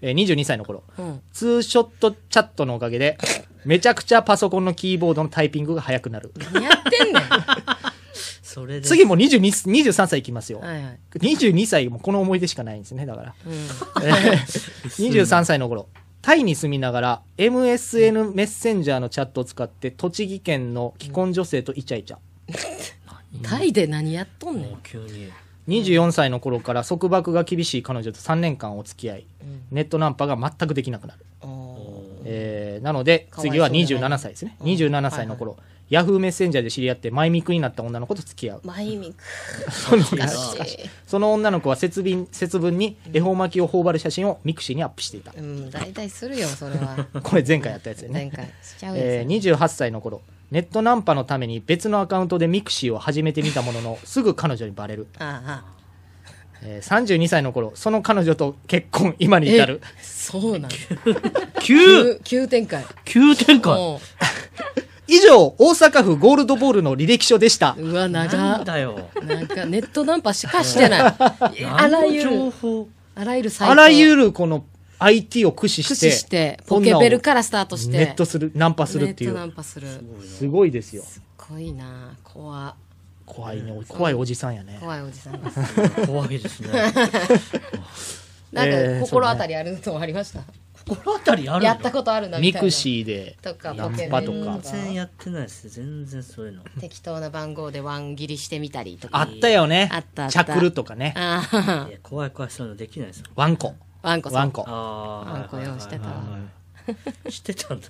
Speaker 2: えー22歳の頃
Speaker 1: うん
Speaker 2: ツーショットチャットのおか げでめちゃくちゃパソコンのキーボードのタイピングが速くなる
Speaker 1: 何やってんねんは
Speaker 3: それで。
Speaker 2: 次も22 23歳いきますよ、
Speaker 1: いはい
Speaker 2: 22歳もこの思い出しかないんですね だから
Speaker 1: うん
Speaker 2: えー23歳の頃タイに住みながら MSN メッセンジャーのチャットを使って栃木県の既婚女性とイチャイチャ
Speaker 1: タイで何やっとんねん
Speaker 3: もう急に。
Speaker 2: 24歳の頃から束縛が厳しい彼女と3年間お付き合いネットナンパが全くできなくなる、
Speaker 1: お
Speaker 2: えーなので
Speaker 1: かわいそう
Speaker 2: 次
Speaker 1: じゃ
Speaker 2: は
Speaker 1: ない
Speaker 2: 27歳ですね27歳の頃、ヤフーメッセンジャーで知り合って前ミクになった女の子と付き合う、
Speaker 1: マイミク
Speaker 2: その
Speaker 1: 懐かしい
Speaker 2: その女の子は節分節分に恵方巻きを頬張る写真をミクシーにアップしていた
Speaker 1: うん大体するよそれは
Speaker 2: これ前回やったやつよね
Speaker 1: 前回しちゃうやつ
Speaker 2: えー、28歳の頃ネットナンパのために別のアカウントでミクシーを始めてみたもののすぐ彼女にバレる、
Speaker 1: ああ
Speaker 2: えー、32歳の頃その彼女と結婚今に至る
Speaker 1: えそうなん
Speaker 3: 急
Speaker 1: 急急展開
Speaker 3: 急展開
Speaker 1: も
Speaker 2: 以上大阪府ゴールドボールの履歴書でした
Speaker 1: ううわ
Speaker 3: なん
Speaker 1: 長
Speaker 3: だよ。
Speaker 1: なんかネットナンパしかしてないいやあらゆ
Speaker 3: 何の情
Speaker 1: る
Speaker 3: 報。
Speaker 1: あらゆるサイト
Speaker 2: あらゆ
Speaker 1: る
Speaker 2: るこの IT を駆使
Speaker 1: 駆
Speaker 2: して
Speaker 1: 使してポケベルからスタートして
Speaker 2: ネットするナンパするってい
Speaker 1: ネットナン
Speaker 2: う
Speaker 1: パする
Speaker 2: すごいですよ
Speaker 1: すっごいな怖
Speaker 2: 怖いね怖いおじさんやね
Speaker 1: 怖いおじさんです
Speaker 3: 怖いですね。
Speaker 1: なん
Speaker 2: えー
Speaker 1: か心当たりあるのありました、
Speaker 3: 心当たりある
Speaker 1: やったことあるなみ
Speaker 2: ミ
Speaker 1: たいな
Speaker 2: クシーで
Speaker 1: とか
Speaker 2: ナ
Speaker 1: ポケ
Speaker 2: ン
Speaker 1: ベ
Speaker 2: パ
Speaker 1: ル
Speaker 2: とか
Speaker 3: 全然やってないです。全然そういうの。
Speaker 1: 適当な番号でワン切りしてみたりとか
Speaker 2: あったよね
Speaker 1: あったあっ
Speaker 2: チ
Speaker 1: た
Speaker 2: ャクルとかね
Speaker 1: ああ
Speaker 3: いや怖い怖いそういうのできないです。
Speaker 2: ワンコ
Speaker 1: ワンコさ
Speaker 2: ワン
Speaker 1: ん
Speaker 2: コ
Speaker 3: ああ。
Speaker 1: ワンコ用意してたわ
Speaker 3: はいはいはい。してたんだ。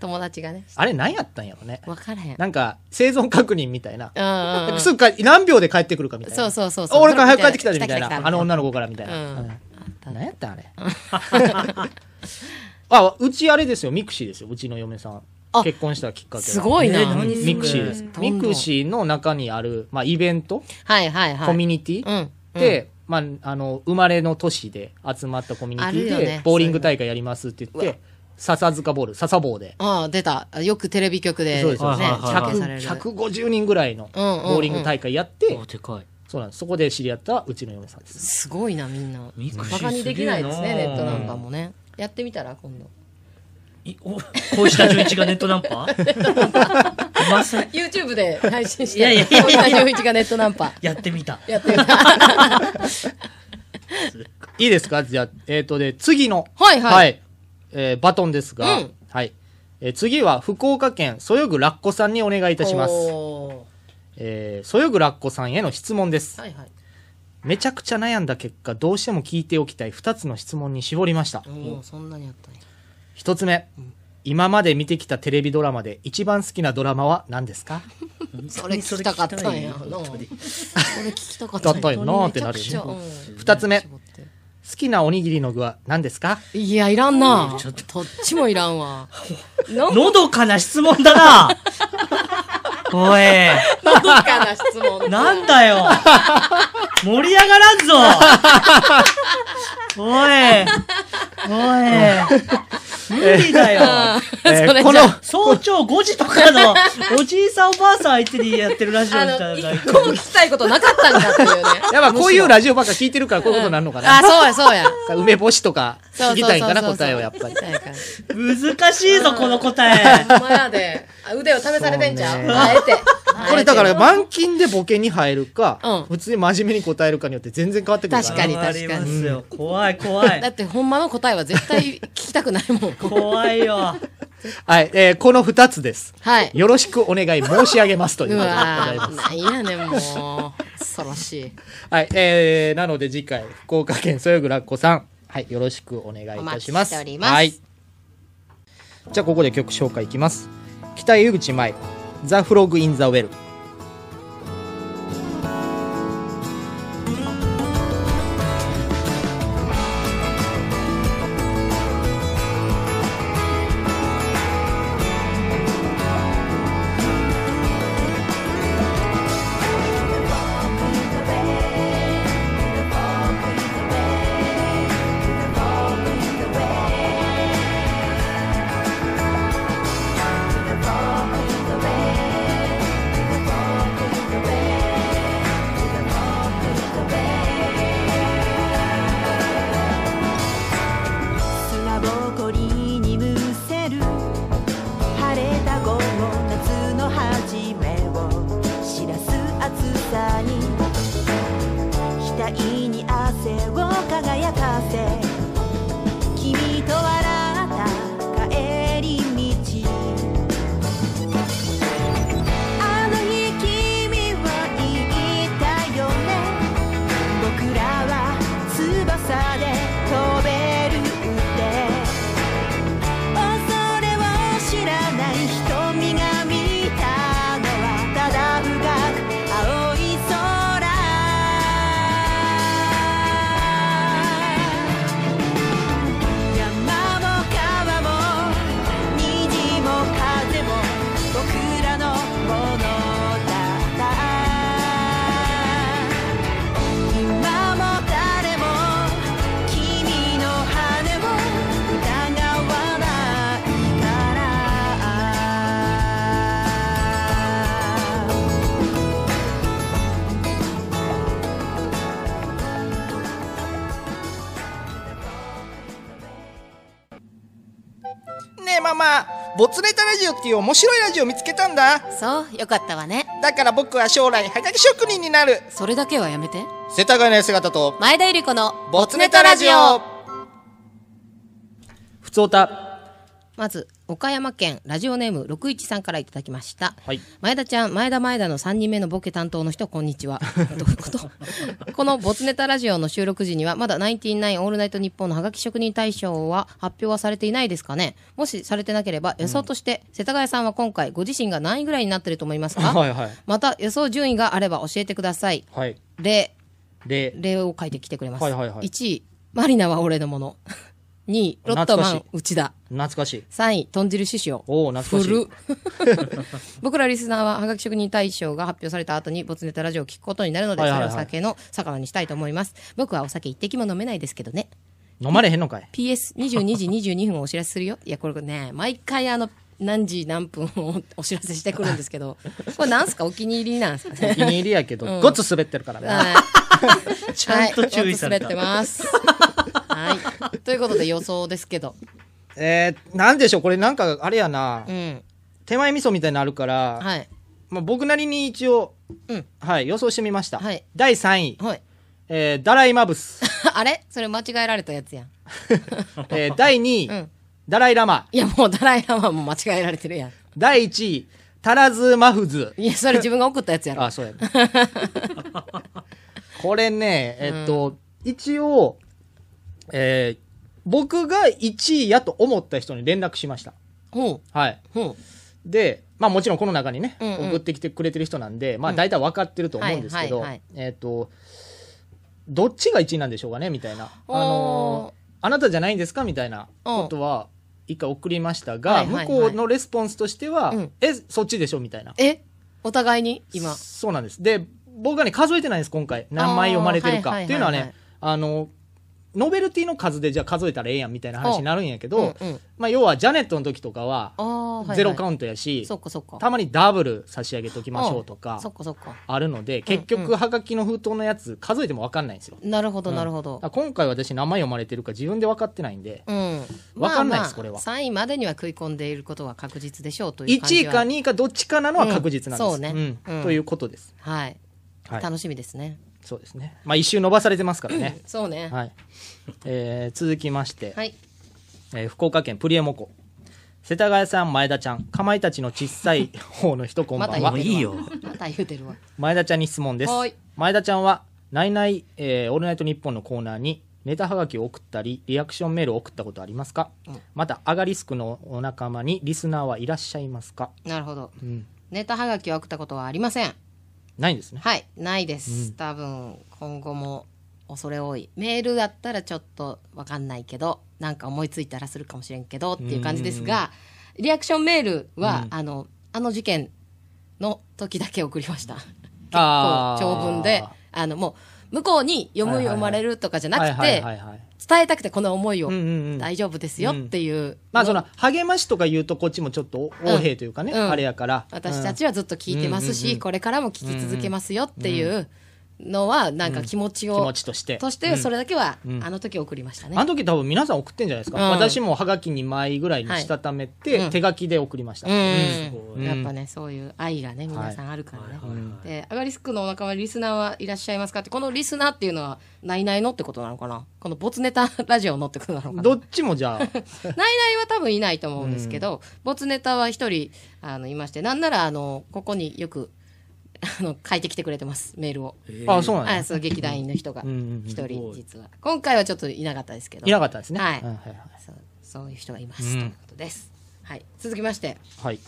Speaker 1: 友達がね
Speaker 2: あれ何やったんやろね
Speaker 1: 分からへん
Speaker 2: なんか生存確認みたいな
Speaker 1: うんうんうん
Speaker 2: すぐか何秒で帰ってくるかみたいな。
Speaker 1: そうそうそう
Speaker 2: あ
Speaker 1: そう
Speaker 2: 俺から早く帰ってきたでみたい
Speaker 1: 来た来た来
Speaker 2: な。
Speaker 1: た
Speaker 2: あの女の子からみたいな。
Speaker 1: う
Speaker 2: うんん何や ったんあれ。あ、うちあれですよ、ミクシーですよ、うちの嫁さん。
Speaker 1: あ
Speaker 2: 結婚したきっかけは。
Speaker 1: すごいな、
Speaker 3: えー何
Speaker 2: ミクシーです。
Speaker 1: どんどん
Speaker 2: ミクシーの中にある、まあ、イベント、
Speaker 1: はいはいはい
Speaker 2: コミュニティ
Speaker 1: うんうん
Speaker 2: で、まあ、あの、生まれの都市で集まったコミュニ
Speaker 1: あ
Speaker 2: ティ
Speaker 1: る
Speaker 2: で、
Speaker 1: よね
Speaker 2: ボーリング大会やりますって言
Speaker 1: う
Speaker 2: っ
Speaker 1: わ
Speaker 2: て、笹塚ボール、笹棒で。
Speaker 1: ああ出たよくテレビ局で
Speaker 2: そうです
Speaker 1: ね
Speaker 2: よ
Speaker 3: はいはいはい
Speaker 1: 中継される
Speaker 2: 150人ぐらいの
Speaker 1: うんうんうん
Speaker 2: ボーリング大会やって、
Speaker 3: おでかい。
Speaker 2: そうなんです。そこで知り合ったうちの嫁さんです。
Speaker 1: すごいなみんな
Speaker 3: ミクシー
Speaker 1: バカにできないですね
Speaker 3: すげ
Speaker 1: ネ
Speaker 3: えな
Speaker 1: ットなんかもねやってみたら今度
Speaker 3: いお、こうした純一がネットナンパ まさ
Speaker 1: YouTube で配信して
Speaker 3: いやいやいや
Speaker 1: こんな陽一がネットナンパ
Speaker 3: やってみた。
Speaker 1: や ってみた
Speaker 2: いいですかじゃあ、えっ、とで、次の、
Speaker 1: はいはい
Speaker 2: えーバトンですが、
Speaker 1: うん
Speaker 2: はい。えー次は福岡県そよぐラッコさんにお願いいたします。
Speaker 1: お
Speaker 2: えーそよぐラッコさんへの質問です
Speaker 1: ー。はいはい
Speaker 2: めちゃくちゃ悩んだ結果、どうしても聞いておきたい2つの質問に絞りました。
Speaker 1: もうそんなにあったんや
Speaker 2: 1つ目、今まで見てきたテレビドラマで一番好きなドラマは何ですか
Speaker 1: それ聞きたかったんやなそれ聞きたかった
Speaker 2: だったよなーってなる
Speaker 1: めちゃ
Speaker 2: よ
Speaker 1: くちゃ
Speaker 2: ね。
Speaker 1: うん
Speaker 2: 2つ目、好きなおにぎりの具は何ですか
Speaker 1: いやいらんな
Speaker 3: ちょっと
Speaker 1: どっちもいらんわなん
Speaker 3: のどかな質問だなおい、
Speaker 1: なんかな質問
Speaker 3: なんだよ盛り上がらんぞおい、おい、無理だよ
Speaker 2: えー
Speaker 1: それじゃ
Speaker 2: この、
Speaker 3: 早朝5時とかのおじいさんおばあさん相手にやってるラジオ
Speaker 1: あ
Speaker 3: み
Speaker 1: の
Speaker 3: たいな
Speaker 1: 一個も聞きたいことなかったんだっていうね
Speaker 2: やっぱこういうラジオばっか聞いてるからこういうことになるのかな
Speaker 1: あ。そうやそうや
Speaker 2: 梅干しとか
Speaker 1: そうそうそうそう
Speaker 2: 聞きたいんかな答えをやっぱり
Speaker 1: 聞きたいから
Speaker 3: 難しいぞ、この答え。
Speaker 1: ほんまやで。あ腕を試されてんちゃ
Speaker 2: そううね
Speaker 1: あえて。
Speaker 2: これだか
Speaker 1: あ
Speaker 2: ら満金でボケに入るか、
Speaker 1: うん
Speaker 2: 普通に真面目に答えるかによって全然変わってくるから
Speaker 1: 確かに
Speaker 3: ありますよ。怖い、怖
Speaker 1: えてだ
Speaker 3: い。
Speaker 1: ってほんまの答えは絶対聞きたくないもん。
Speaker 3: 怖いよ。
Speaker 2: はい、えーこの2つです
Speaker 1: はい。
Speaker 2: よろしくお願い申し上げますという
Speaker 1: う
Speaker 2: ことでご
Speaker 1: わ
Speaker 2: ざいます
Speaker 1: ぁ、なんやねん、もう。恐ろしい。
Speaker 2: はいえー、なので次回福岡県そよぐらっこさんはいよろしくお願いいたしま
Speaker 1: お待ち
Speaker 2: す
Speaker 1: しております
Speaker 2: はいじゃあここで曲紹介いきます北江口舞「ザ・フログ・イン・ザ・ウェル」
Speaker 10: 「輝かせ君と笑った帰り道あの日君は言ったよね僕らは翼で飛べるって恐れを知らない瞳が見たのはただ深く青い空山も川も虹も風も僕らのものだった今も誰も君の羽を疑わないから
Speaker 9: ねえママボツネタラジオっていう面白いラジオ見つけたんだ
Speaker 8: そうよかったわね
Speaker 9: だから僕は将来はがき職人になる
Speaker 8: それだけはやめて
Speaker 9: 世田谷の姿と
Speaker 8: 前田ゆり子の
Speaker 9: ボツネタラジオ
Speaker 2: ふつおた
Speaker 1: まず岡山県ラジオネーム613からいただきました、
Speaker 2: はい
Speaker 1: 前田ちゃん前田前田の3人目のボケ担当の人こんにちは どういうことこのボツネタラジオの収録時にはまだナインティナインオールナイトニッポンのハガキ職人大賞は発表はされていないですかねもしされてなければ予想として、世田谷さんは今回ご自身が何位ぐらいになってると思いますか
Speaker 2: はいはい
Speaker 1: また予想順位があれば教えてください
Speaker 2: はい
Speaker 1: 例
Speaker 2: で
Speaker 1: 例を書いてきてくれます、
Speaker 2: はいはいはい
Speaker 1: 1位マリナは俺のもの2位ロットマン
Speaker 2: 懐
Speaker 1: 内田
Speaker 2: 懐かしい
Speaker 1: 3位、豚汁師匠。
Speaker 2: おー懐
Speaker 1: 古っ僕らリスナーは、はがき職人大賞が発表された後に、ボツネタラジオを聞くことになるので、
Speaker 2: はい
Speaker 1: そ
Speaker 2: はい
Speaker 1: れ
Speaker 2: はい
Speaker 1: を酒の魚にしたいと思います。僕はお酒一滴も飲めないですけどね。
Speaker 2: 飲まれへんのかい
Speaker 1: PS22 時22分をお知らせするよ。いや、これね、毎回あの、何時何分をお知らせしてくるんですけど、これなんすかお気に入りなんすか
Speaker 2: お
Speaker 1: ね。
Speaker 2: 気に入りやけど、ごっつ滑ってるからね
Speaker 1: はい。ち
Speaker 3: ゃんと注意された
Speaker 1: 滑ってます。はい。ということで予想ですけど。
Speaker 2: えー、なんでしょうこれなんかあれやな、
Speaker 1: うん。
Speaker 2: 手前味噌みたいになるから、
Speaker 1: はい。
Speaker 2: まあ、僕なりに一応、
Speaker 1: うん
Speaker 2: はい、予想してみました、
Speaker 1: はい
Speaker 2: 第3位、
Speaker 1: はい。
Speaker 2: えーダライ・マブス、
Speaker 1: あれそれ間違えられたやつやん。
Speaker 2: えー第2位、
Speaker 1: うん
Speaker 2: ダライ・ラマ
Speaker 1: いやもうダライラマも間違えられてるやん。
Speaker 2: 第1位タラズ・マフズ
Speaker 1: いやそれ自分が送ったやつやろ。
Speaker 2: あそう やねこれねえっと、一応、えー僕が1位やと思った人に連絡しました
Speaker 1: ほ
Speaker 2: はい、
Speaker 1: うほ
Speaker 2: で、まあ、もちろんこの中にね、
Speaker 1: うんうん
Speaker 2: 送ってきてくれてる人なんで、まあ、大体分かってると思うんですけど、
Speaker 1: はいはい
Speaker 2: えっ、とどっちが1位なんでしょうかねみたいな、
Speaker 1: おー
Speaker 2: あのーあなたじゃないんですかみたいな
Speaker 1: うん
Speaker 2: ことは一回送りました
Speaker 1: は
Speaker 2: が、
Speaker 1: いはいはい
Speaker 2: 向こうのレスポンスとしては、
Speaker 1: うん
Speaker 2: えそっちでしょみたいな
Speaker 1: う。えお互いに今。
Speaker 2: そうなんですで僕がね数えてないんです今回何枚読まれてる
Speaker 1: あーは
Speaker 2: か
Speaker 1: いはいはいはい
Speaker 2: っていうのはねあのノベルティの数でじゃあ数えたらええやんみたいな話になるんやけど、
Speaker 1: うんうん
Speaker 2: まあ、要はジャネットの時とかは
Speaker 1: ああはいはい。
Speaker 2: ゼロカウントやし、
Speaker 1: そっかそっか。
Speaker 2: たまにダブル差し上げときましょうと
Speaker 1: うん
Speaker 2: か
Speaker 1: そっかそっか。
Speaker 2: あるので結局はがきの封筒のやつ数えても分かんないんですよ、
Speaker 1: なるほどなるほど。
Speaker 2: だから今回私名前読まれてるか自分で分かってないんで、
Speaker 1: うん。
Speaker 2: わかんない
Speaker 1: まあま
Speaker 2: です
Speaker 1: あ
Speaker 2: これは
Speaker 1: 3位までには食い込んでいることは確実でしょうという感
Speaker 2: 1
Speaker 1: じ
Speaker 2: 位
Speaker 1: は。
Speaker 2: か2位かどっちかなのは確実なんです、
Speaker 1: うんそうね
Speaker 2: うん
Speaker 1: うん
Speaker 2: ということです
Speaker 1: はい。
Speaker 2: はい
Speaker 1: 楽しみですね。
Speaker 2: そうですねまあ一周伸ばされてますからね
Speaker 1: そうね。
Speaker 2: はい、えー続きまして、
Speaker 1: はい。
Speaker 2: えー福岡県プリエモコ世田谷さん前田ちゃんかまいたちの小さい方の人こんばん
Speaker 1: また
Speaker 2: は、
Speaker 1: 言
Speaker 3: も
Speaker 1: う
Speaker 3: う
Speaker 1: てるわ。
Speaker 3: いい
Speaker 1: ま
Speaker 3: よ。
Speaker 1: た言うてるわ。
Speaker 2: 前田ちゃんに質問です
Speaker 1: はい
Speaker 2: 前田ちゃんは「ナイナイ、えーオールナイトニッポン」のコーナーにネタはがきを送ったりリアクションメールを送ったことありますか、またアガリスクのお仲間にリスナーはいらっしゃいますか、
Speaker 1: なるほど。
Speaker 2: うん、
Speaker 1: ネタはがきを送ったことはありません。
Speaker 2: ないんですね
Speaker 1: はい、ないです。多分今後も恐れ多い。メールだったらちょっとわかんないけど、なんか思いついたらするかもしれんけどっていう感じですが、リアクションメールは、あのあの事件の時だけ送りました。
Speaker 2: あー
Speaker 1: 長文で、あのもう向こうに読む、
Speaker 2: はいはいはい
Speaker 1: 読まれるとかじゃなく
Speaker 2: はいはい
Speaker 1: て、
Speaker 2: はいはい
Speaker 1: 伝えたくてこの思いを、
Speaker 2: うんうんうん
Speaker 1: 大丈夫ですよっていう、
Speaker 2: まあその励ましとか言うとこっちもちょっと
Speaker 1: うん
Speaker 2: 横兵というかね、
Speaker 1: うん
Speaker 2: あれやから
Speaker 1: 私たちはずっと聞いてますし、これからも聞き続けますよっていうのはなんか気持ち
Speaker 2: 気持
Speaker 1: を、
Speaker 2: ちとして
Speaker 1: としてそれだけは、あの時送りましたね
Speaker 2: あの時多分皆さん送ってんじゃないですか、
Speaker 1: うん
Speaker 2: 私もはがき2枚ぐらいにしたためて、
Speaker 1: はい
Speaker 2: 手書きで送りました、
Speaker 1: うん、
Speaker 2: うん
Speaker 1: やっぱねそういう愛がね皆さんあるからね、でアガリスクのお仲間リスナーはいらっしゃいますかってこのリスナーっていうのは「ないないの」ってことなのかなこのボツネタラジオのってことなのかな
Speaker 2: どっちも じゃあ
Speaker 1: ないないは多分いないと思うんですけど、ボツネタは一人あのいましてなんならあのここによくあの書いてきてくれてますメールを、
Speaker 2: あそうなん
Speaker 1: あ
Speaker 2: です
Speaker 1: そう劇団員の人が
Speaker 2: んうんうん
Speaker 1: 一人実は今回はちょっといなかったですけど
Speaker 2: いなかったですね
Speaker 1: はい
Speaker 2: うんはいはい
Speaker 1: そうそういう人がいます、ということです、はい、続きまして
Speaker 2: はい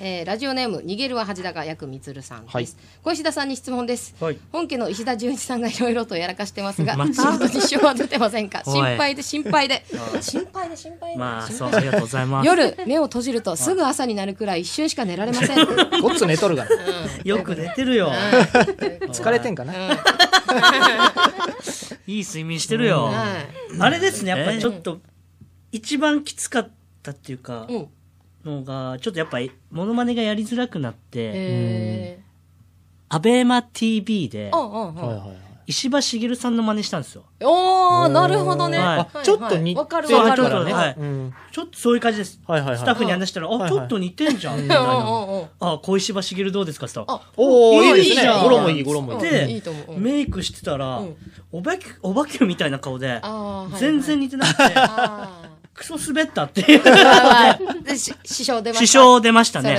Speaker 1: えーラジオネーム「逃げるは恥だが薬みつるさんです、小石田さんに質問です、
Speaker 2: はい
Speaker 1: 本家の石田純一さんがいろいろとやらかしてます が仕事に支障は出てませんか
Speaker 11: おい
Speaker 1: 心配で心配で 心配で心配で、
Speaker 11: まあ、そう、ありがとうございます。
Speaker 1: 夜目を閉じるとすぐ朝になるくらい一瞬しか寝られません
Speaker 2: ごっつ寝とるがな
Speaker 11: よく寝てるよ。
Speaker 2: 疲れてんかな、
Speaker 11: いい睡眠してるよ。
Speaker 1: はい
Speaker 3: あれですね、やっ
Speaker 11: え
Speaker 3: ぱ
Speaker 11: ー
Speaker 3: ちょっと、一番きつかったっていうか、
Speaker 1: うん
Speaker 3: のが、ちょっとやっぱ、モノマネがやりづらくなって、
Speaker 1: え
Speaker 3: アベマ TV で
Speaker 1: ー、、おうんうんうん
Speaker 3: 石破茂さんの真似したんですよ。
Speaker 1: おーなるほどね、
Speaker 3: はい
Speaker 1: はい
Speaker 2: ちょっと似てる
Speaker 1: わかる
Speaker 2: そう
Speaker 1: わかる
Speaker 3: ちょっと
Speaker 1: わかる
Speaker 3: はい
Speaker 2: うん
Speaker 3: ちょっとそういう感じです。
Speaker 2: はいはいはい
Speaker 3: スタッフに話したら、あ、ちょっと似てんじゃん、みたい
Speaker 1: うん
Speaker 3: な。
Speaker 1: うんうん
Speaker 3: あ、小石破茂どうですかって言ったら、
Speaker 2: おおいいです
Speaker 3: いいじ
Speaker 2: ね
Speaker 3: ゃん
Speaker 2: ゴロもいいゴロもいい
Speaker 1: うんいい
Speaker 3: で
Speaker 1: と思うう、ん
Speaker 3: メイクしてたら、お化け、お化けみたいな顔で
Speaker 1: あ、ーはいはい
Speaker 3: 全然似てなくて、
Speaker 1: あ
Speaker 3: クソ滑ったっていう。
Speaker 1: ー やばいでし支障出ました
Speaker 3: 支障出ましたね。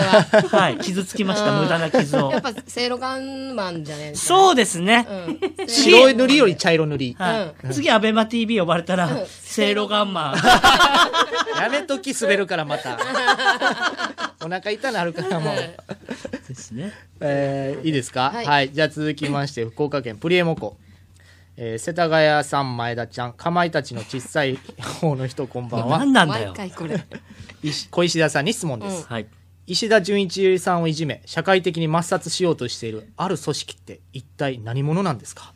Speaker 1: そ
Speaker 3: はい。傷つきました、
Speaker 1: うん
Speaker 3: 無駄な傷を
Speaker 1: やっ。ぱセイロガンマンじゃねえ
Speaker 3: そうですね。
Speaker 1: うん
Speaker 2: 白い塗りより茶色塗り
Speaker 3: はい。次、アベマ TV 呼ばれたら、セイロガンマン。
Speaker 2: やめとき滑るから またお腹痛なるからもう、
Speaker 3: ですね。
Speaker 2: えーいいですかは、
Speaker 1: はいい
Speaker 2: じゃあ続きまして福岡県プリエモコ、えー世田谷さん前田ちゃんかまいたちの小さい方の人こんばんは
Speaker 3: 何なんだ
Speaker 1: 毎
Speaker 3: よ。
Speaker 1: 回これ。
Speaker 2: 石小石田さんに質問です、
Speaker 3: はい。
Speaker 2: 石田純一さんをいじめ社会的に抹殺しようとしているある組織って一体何者なんですか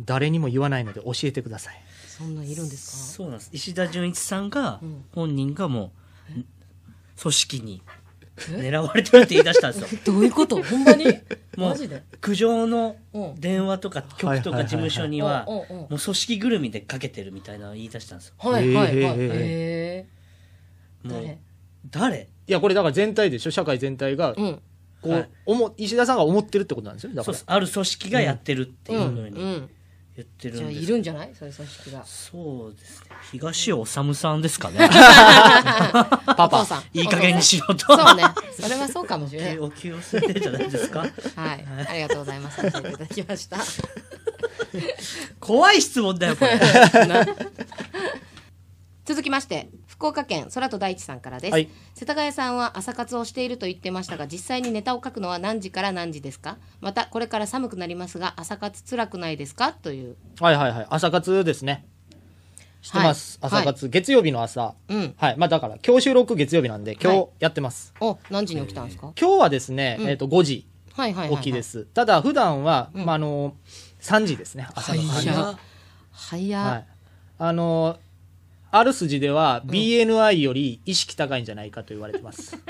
Speaker 2: 誰にも言わないので教えてください
Speaker 1: そんなんいるんですか。
Speaker 3: そうなんです。石田純一さんが、本人がもう、組織に狙われてるって言い出したん ですよ。
Speaker 1: どういうこと？ほんまに？
Speaker 3: も
Speaker 1: マ
Speaker 3: う
Speaker 1: ジで？、
Speaker 3: 苦情の
Speaker 1: うん
Speaker 3: 電話とか
Speaker 2: はい
Speaker 3: 局
Speaker 2: はい
Speaker 3: と
Speaker 2: はいはい
Speaker 3: か事務所には、
Speaker 1: うん
Speaker 3: も
Speaker 1: うんうん
Speaker 3: う組織ぐるみでかけてるみたいなのを言い出したんですよ。
Speaker 1: はいはい
Speaker 2: へ
Speaker 1: はい。
Speaker 2: ー
Speaker 1: へー
Speaker 3: もう
Speaker 1: 誰、
Speaker 3: 誰
Speaker 2: いやこれだから全体でしょ社会全体が
Speaker 1: うん
Speaker 2: こう、
Speaker 3: はい
Speaker 2: 思石田さんが思ってるってことなんですよだか
Speaker 3: そう
Speaker 2: ら
Speaker 3: です。ある組織がやってるっていう
Speaker 1: う
Speaker 3: のに
Speaker 1: ん。
Speaker 3: 言ってるん
Speaker 1: じゃあ
Speaker 3: です
Speaker 1: い
Speaker 3: けど
Speaker 1: るんじゃない？そういう組織が。
Speaker 3: そうですね。東尾治さんですかね。
Speaker 1: パパさん。
Speaker 3: いい加減にしろと。
Speaker 1: お父さん。そうね。それはそうかもしれない。
Speaker 3: お給を据 えてじゃないですか。
Speaker 1: はい。ありがとうございます。教えていただきました。
Speaker 3: 怖い質問だよ、これ。
Speaker 1: 続きまして福岡県空と大地さんからです、
Speaker 2: はい
Speaker 1: 世田谷さんは朝活をしていると言ってましたが実際にネタを書くのは何時から何時ですかまたこれから寒くなりますが朝活辛くないですかという
Speaker 2: はいはいはい朝活ですねしてます、
Speaker 1: はい
Speaker 2: 朝活、月曜日の朝、
Speaker 1: うん
Speaker 2: はいまあだから今日収録月曜日なんで今
Speaker 1: は
Speaker 2: 日
Speaker 1: い
Speaker 2: やってます、
Speaker 1: お何時に起きたんですか、
Speaker 2: 今日はですね、えっ、と5時
Speaker 1: はいはいはい、は
Speaker 2: 起
Speaker 1: い、
Speaker 2: きです、ただ普段は、まああの3時ですね朝の3時、
Speaker 1: 早っ早っ、
Speaker 2: はい、あのある筋では BNI より意識高いんじゃないかと言われて ます、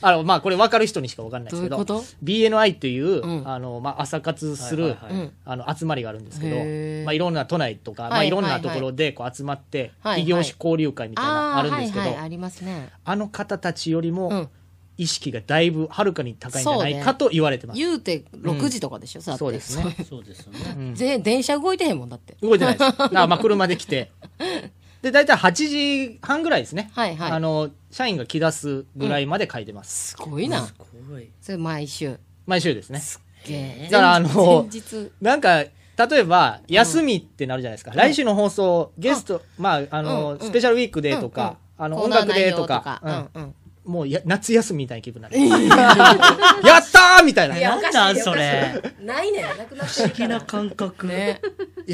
Speaker 2: あのまあこれ分かる人にしか分かんないですけど
Speaker 1: どういうこと
Speaker 2: BNI という、
Speaker 1: うん
Speaker 2: あのまあ、朝活する、
Speaker 1: うん
Speaker 2: あの集まりがあるんですけど
Speaker 1: へ、ー
Speaker 2: まあ、いろんな都内とか、ま
Speaker 1: は
Speaker 2: あ、
Speaker 1: い
Speaker 2: いろんなところでこう集まって、
Speaker 1: はいはい
Speaker 2: 異業種交流会みたいなの
Speaker 1: あ
Speaker 2: あ
Speaker 1: ー
Speaker 2: るんですけど、
Speaker 1: は
Speaker 2: あ
Speaker 1: いはいありますね
Speaker 2: の方たちより
Speaker 1: う
Speaker 2: も
Speaker 1: ん
Speaker 2: 意識がだいぶはるかに高いんじゃない
Speaker 1: そう
Speaker 2: か
Speaker 1: ね
Speaker 2: と言われてます。
Speaker 1: 言うて6時とかでしょ、う
Speaker 2: そうですね。
Speaker 3: そうですよね。
Speaker 1: ぜ電車動いてへんもんだって
Speaker 2: 動いてないです。だからまあ車で来て。で、大体8時半ぐらいですね。
Speaker 1: はいはい
Speaker 2: あの、社員が来出すぐらいまで書いてます。
Speaker 1: すごいな
Speaker 3: 怖い。
Speaker 1: それ毎週
Speaker 2: 毎週ですね。
Speaker 1: だ
Speaker 2: だからあの
Speaker 1: 前日
Speaker 2: なんか、例えば、休みってなるじゃないですか。来週の放送、ゲスト、まあ、あの、
Speaker 1: うんうん
Speaker 2: スペシャルウィークでとか、あの、
Speaker 1: コー
Speaker 2: 音
Speaker 1: ナー
Speaker 2: 楽で
Speaker 1: 内容
Speaker 2: とか、う
Speaker 1: うん
Speaker 2: ん
Speaker 1: うん
Speaker 2: もうや夏休みみたいな気分になる。 やったーみたいな。
Speaker 3: なんなん、それ。
Speaker 1: ないねなくなっ
Speaker 3: 不思議な感覚。
Speaker 1: ね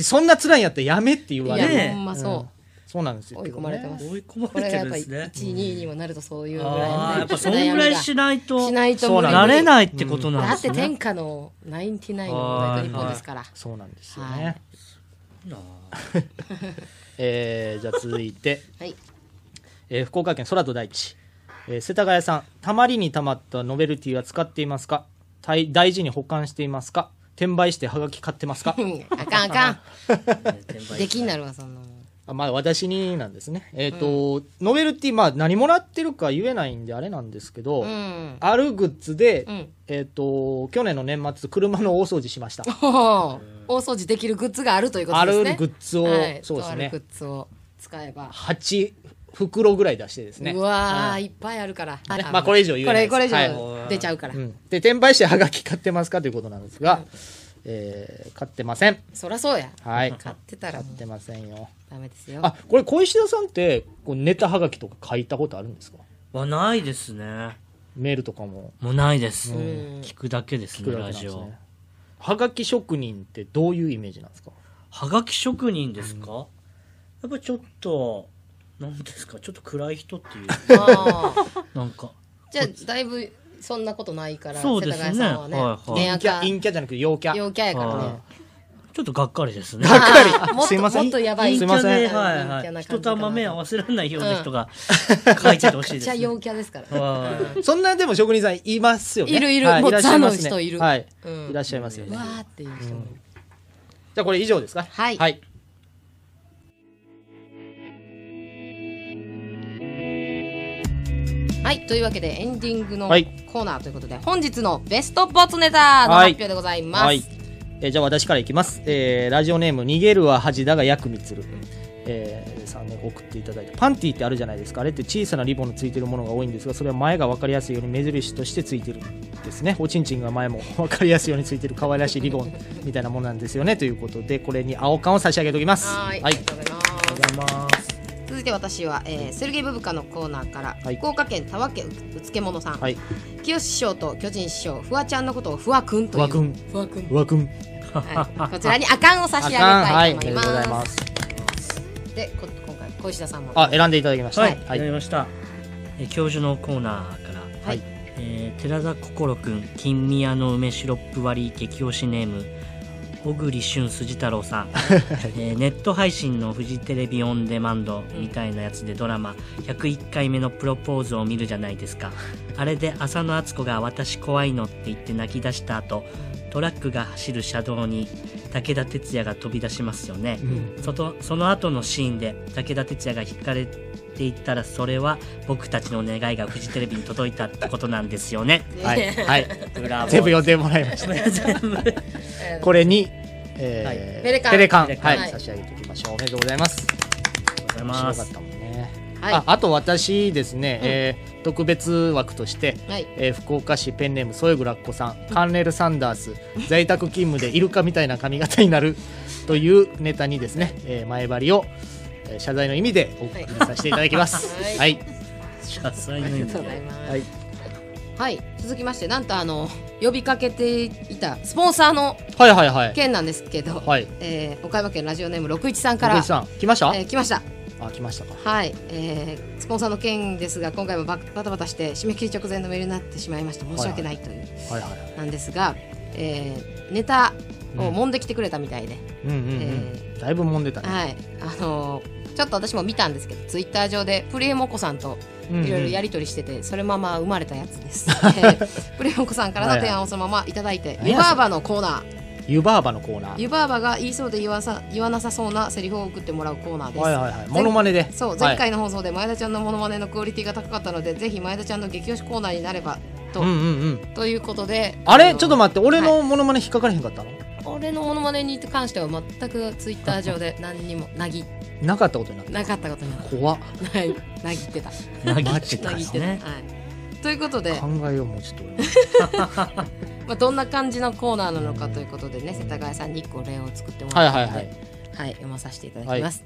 Speaker 2: そんな辛いんやったらやめって言わ
Speaker 1: い
Speaker 2: れ
Speaker 1: や、
Speaker 2: る。
Speaker 1: ほんまそう、
Speaker 2: そうなんですよ
Speaker 1: 追い。込まれてます、
Speaker 3: 追い込
Speaker 1: こ
Speaker 3: ま
Speaker 1: れが
Speaker 3: れて
Speaker 1: やっ
Speaker 3: るん
Speaker 1: ぱ
Speaker 3: で
Speaker 1: 1、
Speaker 3: すね。
Speaker 1: 2にもなるとそういうぐらいのね
Speaker 3: ああ、やっぱそんぐらいしないと、
Speaker 1: しないと
Speaker 2: そう
Speaker 1: 無理
Speaker 2: なん
Speaker 3: なれ
Speaker 1: い
Speaker 3: ないってことな
Speaker 1: だ
Speaker 3: ん
Speaker 1: っ
Speaker 3: です
Speaker 1: て
Speaker 3: ね。
Speaker 1: 天下の99のオールナイト日本ですから
Speaker 2: そうなんですよ
Speaker 1: は
Speaker 2: ね
Speaker 1: い。
Speaker 2: えーじゃあ続いて。
Speaker 1: はい
Speaker 2: えー福岡県空と大地、えー世田谷さんたまりにたまったノベルティは使っていますか大大事に保管していますか転売してハガキ買ってますか
Speaker 1: あかんあかん。出禁になるわ、そんなもん。
Speaker 2: あまあ私になんですね。えっ、と、ノベルティ、まあ何もらってるか言えないんであれなんですけど、
Speaker 1: うん。
Speaker 2: あるグッズで、
Speaker 1: ん
Speaker 2: えっ、と、去年の年末、車の大掃除しました。
Speaker 1: ほほ大掃除できるグッズがあるということ
Speaker 2: あ
Speaker 1: で
Speaker 2: る
Speaker 1: すね。
Speaker 2: グッズを、
Speaker 1: はい
Speaker 2: そうで
Speaker 1: と
Speaker 2: す
Speaker 1: あるグ
Speaker 2: ね
Speaker 1: ッ。ズを使えば。
Speaker 2: 8袋ぐらい出してですね。
Speaker 1: うわー、いっぱいあるから。
Speaker 2: ねまあこれ以上言えないです
Speaker 1: これ、これ以
Speaker 2: は
Speaker 1: 上出ちゃうから
Speaker 2: う。ん、で、転売してハガキ買ってますかということなんですが、えー買ってません。
Speaker 1: そらそうや。
Speaker 2: はい。
Speaker 1: 買ってたら
Speaker 2: 買ってませんよ。
Speaker 1: ダメですよ。
Speaker 2: あ、これ小石田さんって、こうネタハガキとか書いたことあるんですか
Speaker 3: はないですね。
Speaker 2: メールとかも
Speaker 3: もうないです。
Speaker 1: ん
Speaker 3: 聞くだけです
Speaker 2: 来る
Speaker 3: ね、
Speaker 2: わけ
Speaker 3: ラ
Speaker 2: なん
Speaker 3: ジ
Speaker 2: です
Speaker 3: オ。
Speaker 2: ね。はがき職人ってどういうイメージなんですか
Speaker 3: はがき職人ですか、やっぱりちょっと、なんですか、ちょっと暗い人っ ていう、
Speaker 1: あー
Speaker 3: なんか、
Speaker 1: じゃあ、だいぶそんなことないから、
Speaker 3: そう
Speaker 1: 世田
Speaker 3: ですね
Speaker 1: 谷さんはね
Speaker 3: は。いはい
Speaker 1: ね
Speaker 2: 陰
Speaker 1: ア
Speaker 2: キャ
Speaker 1: カ、
Speaker 2: 陰キャじゃなくて陽キャ。
Speaker 1: 陽キャやから
Speaker 3: は
Speaker 1: ね。
Speaker 3: ちょっとがっかりですね。
Speaker 1: あーもっ
Speaker 2: すい
Speaker 1: とも
Speaker 2: ません
Speaker 1: っとやばい。
Speaker 2: すいません
Speaker 3: 陰キャではい
Speaker 1: 陰キャ
Speaker 3: は。
Speaker 1: ない感じかな
Speaker 3: 人とあんま目合わせられないような人が書いててほし い
Speaker 1: めっ
Speaker 3: で
Speaker 1: ちゃ
Speaker 3: す、ね。
Speaker 1: 陽キャですから。
Speaker 3: はい
Speaker 2: そんなでも職人さんいますよね。
Speaker 1: いるいる
Speaker 2: はい
Speaker 1: もう
Speaker 2: らっしゃいますね
Speaker 1: ザの人いる
Speaker 2: はい。
Speaker 1: うん
Speaker 2: いらっしゃいますよね
Speaker 1: わ。ーっていう人もいる。
Speaker 2: じゃあこれ以上ですか
Speaker 1: はい
Speaker 2: はい。
Speaker 1: はい、というわけでエンディングのコ
Speaker 2: はい
Speaker 1: ーナーということで、本日のベストボツネタの発表でございます。
Speaker 2: はい。えーじゃあ私からいきます。えーラジオネーム、逃げるは恥だが薬味つる。えー、さんね送っていただいてパンティーってあるじゃないですかあれって小さなリボンのついてるものが多いんですがそれは前が分かりやすいように目印としてついてるんですねおちんちんが前も分かりやすいようについてる可愛らしいリボンみたいなものなんですよねということでこれに青缶を差し上げておきます
Speaker 1: はいありがとうございます。続いて私は、えー、セルゲイブブカのコーナーから、
Speaker 2: はい
Speaker 1: 福岡県田和家うつけものさん、
Speaker 2: はい
Speaker 1: 清志師匠と巨人師匠フワちゃんのことをフワくんとい
Speaker 2: ふ
Speaker 1: う
Speaker 2: わくん
Speaker 1: ふわくん
Speaker 2: ふわくん
Speaker 1: はい、こちらにあかんを差し上げ
Speaker 2: は
Speaker 1: たい
Speaker 2: い
Speaker 1: と思
Speaker 2: あり
Speaker 1: い
Speaker 2: が
Speaker 1: ま
Speaker 2: とうござ
Speaker 1: す,、
Speaker 2: います
Speaker 1: でこ今回小石田さんも
Speaker 2: あ選んでいただきました
Speaker 3: はい、
Speaker 2: は
Speaker 3: わか り
Speaker 2: い
Speaker 3: ました。え教授のコーナーから、
Speaker 2: はい
Speaker 3: えー寺田心くん、金宮の梅シロップ割り激推しネーム、小栗旬筋太 郎さん、えーネット配信のフジテレビオンデマンドみたいなやつでドラマ「101回目のプロポーズ」を見るじゃないですかあれで浅野敦子が「私怖いの」って言って泣き出した後トラックが走る車道に武田鉄矢が飛び出しますよね、そとその後のシーンで武田鉄矢が引かれていったらそれは僕たちの願いがフジテレビに届いたってことなんですよね
Speaker 2: はいはい
Speaker 3: ブラボー
Speaker 2: 全部読んでもらいました
Speaker 3: 全部
Speaker 2: これに、えー
Speaker 1: ペレカン
Speaker 2: ペレカン、
Speaker 3: ペレカ
Speaker 2: は
Speaker 3: ン
Speaker 2: い
Speaker 1: はい
Speaker 2: 差し上げておきましょう。おめでとうございます。
Speaker 3: ござい
Speaker 2: 面
Speaker 3: ま
Speaker 2: 白
Speaker 3: す
Speaker 2: かったもんね。
Speaker 1: はい
Speaker 2: ああと私ですね、えー特別枠として、
Speaker 1: はい
Speaker 2: えー福岡市ペンネームソエグラッコさんカンレル・サンダース在宅勤務でイルカみたいな髪型になるというネタにですね、えー前張りを、えー謝罪の意味でお送りさせていただきます。
Speaker 1: はい
Speaker 2: はい、
Speaker 3: 謝罪の意味
Speaker 1: ありがとうご ざい
Speaker 3: で
Speaker 1: ます
Speaker 2: はい
Speaker 1: はい続きましてなんとあの呼びかけていたスポンサーの
Speaker 2: はい、はい、はい。
Speaker 1: 件なんですけど、
Speaker 2: はい
Speaker 1: えー岡山県ラジオネーム六一さんか
Speaker 2: 小
Speaker 1: ら、
Speaker 2: 口さん来ました、
Speaker 1: えー来ました
Speaker 2: あ来ましたか。
Speaker 1: はい、えースポンサーの件ですが今回もババタバタして締め切り直前のメールになってしまいました申し訳ないという、
Speaker 2: はいはいはい。
Speaker 1: なんですが、えーネタを揉んできてくれたみたいで、
Speaker 2: うんうんうん。
Speaker 1: え
Speaker 2: だいぶ揉んでたね。
Speaker 1: はいあのーちょっと私も見たんですけどツイッター上でプレイモコさんと
Speaker 2: うんうん
Speaker 1: いろいろやり取りしてて、それまま生まれたやつ です、 えープレイモコさんからの提案をそのままいただいて、
Speaker 2: はい
Speaker 1: 湯婆婆のコーナー
Speaker 2: 湯婆婆のコーナー。
Speaker 1: 湯婆婆が言いそうで言わさ言わなさそうなセリフを送ってもらうコーナーです、
Speaker 2: はいはいはい。
Speaker 1: 前
Speaker 2: モノマネで。
Speaker 1: そう前回の放送で前田ちゃんのモノマネのクオリティが高かったので、ぜひ前田ちゃんの激推しコーナーになればと、
Speaker 2: はい、うんうんうん。
Speaker 1: ということで
Speaker 2: あれ
Speaker 1: の
Speaker 2: ちょっと待って、俺のモノマネ引っかからへんかったの、
Speaker 1: 俺のモノマネに関しては全くツイッター上で何にもなぎ
Speaker 2: なかったことになった。
Speaker 1: なかったことには
Speaker 2: 怖っ。
Speaker 1: ないなぎってた
Speaker 3: なぎってた
Speaker 1: なん
Speaker 3: で
Speaker 1: ぎっ
Speaker 3: す
Speaker 1: てた、は
Speaker 3: ね
Speaker 1: い、ということで
Speaker 2: 考、えよう、もうちょっと俺。
Speaker 1: まあ、どんな感じのコーナーなのかということでね世田谷さんに1個例を作っても
Speaker 2: はい
Speaker 1: らっ
Speaker 2: は
Speaker 1: た
Speaker 2: い
Speaker 1: ので、
Speaker 2: は
Speaker 1: はいい。読まさせていただきます、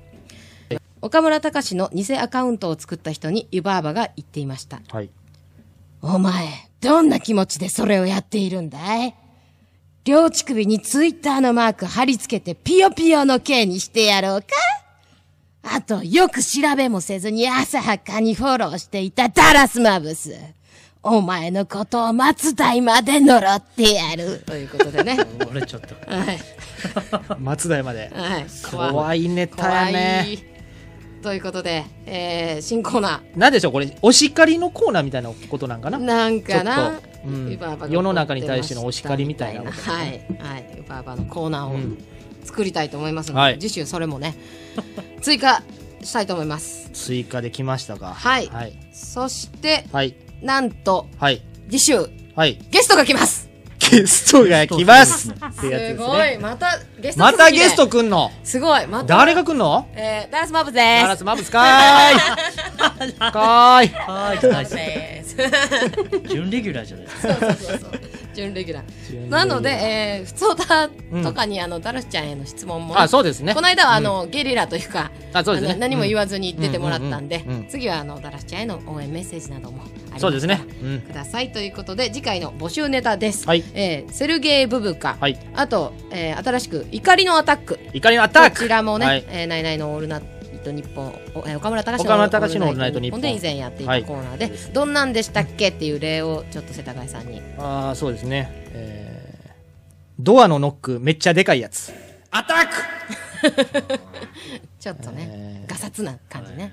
Speaker 1: 岡村隆史の偽アカウントを作った人に湯婆婆が言っていました
Speaker 2: はい。
Speaker 1: お前、どんな気持ちでそれをやっているんだい両乳首にツイッターのマーク貼り付けてピヨピヨの刑にしてやろうかあと、よく調べもせずに浅はかにフォローしていたダラスマブス。お前のことを松代まで呪ってやる。ということでね。
Speaker 3: 俺ちょっと
Speaker 1: はい。
Speaker 2: 松代まで。
Speaker 1: はい。
Speaker 2: 怖いネタやね。。
Speaker 1: ということで、えー、新コーナ
Speaker 2: なんでしょう、これ、お叱りのコーナーみたいなことなんかな
Speaker 1: ー。なんか
Speaker 2: ちょ
Speaker 1: な
Speaker 2: っ。うん
Speaker 1: ウバーバが怒ってました
Speaker 2: 世の中に対してのお叱りみたいなことね
Speaker 1: はいはいウバーバのコーナーを作りたいと思いますので、
Speaker 2: はい
Speaker 1: 次週それもね 追加したいと思います
Speaker 2: 追加できましたが
Speaker 1: はい
Speaker 2: はい
Speaker 1: そして
Speaker 2: はい
Speaker 1: なんと
Speaker 2: はい
Speaker 1: 次週
Speaker 2: はい
Speaker 1: ゲストが来ます
Speaker 2: ゲストが来ますってやつですす
Speaker 1: ご
Speaker 2: ね
Speaker 1: いまたゲスト
Speaker 2: またゲスト
Speaker 1: 来
Speaker 2: 来んの
Speaker 1: すごいまた
Speaker 2: 誰が来んの
Speaker 1: えー、ダンスマブズで
Speaker 2: ガラスマブスかー いかーい
Speaker 12: はい、ナイ
Speaker 1: す
Speaker 12: ス。
Speaker 1: です
Speaker 12: 準レギュラーじゃないですか。
Speaker 1: 準レギュラ
Speaker 2: 準レギュラ
Speaker 1: ー
Speaker 2: ー
Speaker 1: なので、えー、ふつおたとかに、あのダルシちゃんへの質問もね、
Speaker 2: あそうですね
Speaker 1: この間はあの、ゲリラというか
Speaker 2: あそうですね
Speaker 1: あの何も言わずに出てもらったんで、
Speaker 2: うんうんうんうん
Speaker 1: 次はあのダルシちゃんへの応援メッセージなどもありましたら
Speaker 2: そうですねうん
Speaker 1: くださいということで次回の募集ネタです、
Speaker 2: はい
Speaker 1: えーセルゲイ・ブブカ、
Speaker 2: はい
Speaker 1: あと、えー新しく怒りのアタック
Speaker 2: 怒りのアタック
Speaker 1: こちらもね、
Speaker 2: はい
Speaker 1: えーナイナイのオールナイトニッポン、おえー岡村隆史
Speaker 2: 岡村隆史のオールナイトニッポン
Speaker 1: で以前やってい
Speaker 2: は
Speaker 1: た
Speaker 2: い
Speaker 1: コーナーで、どんなんでしたっけっていう例をちょっと世田谷さんに。
Speaker 2: ああそうですねえードアのノックめっちゃでかいやつアタック
Speaker 1: ちょっとね、ガサツな感じね。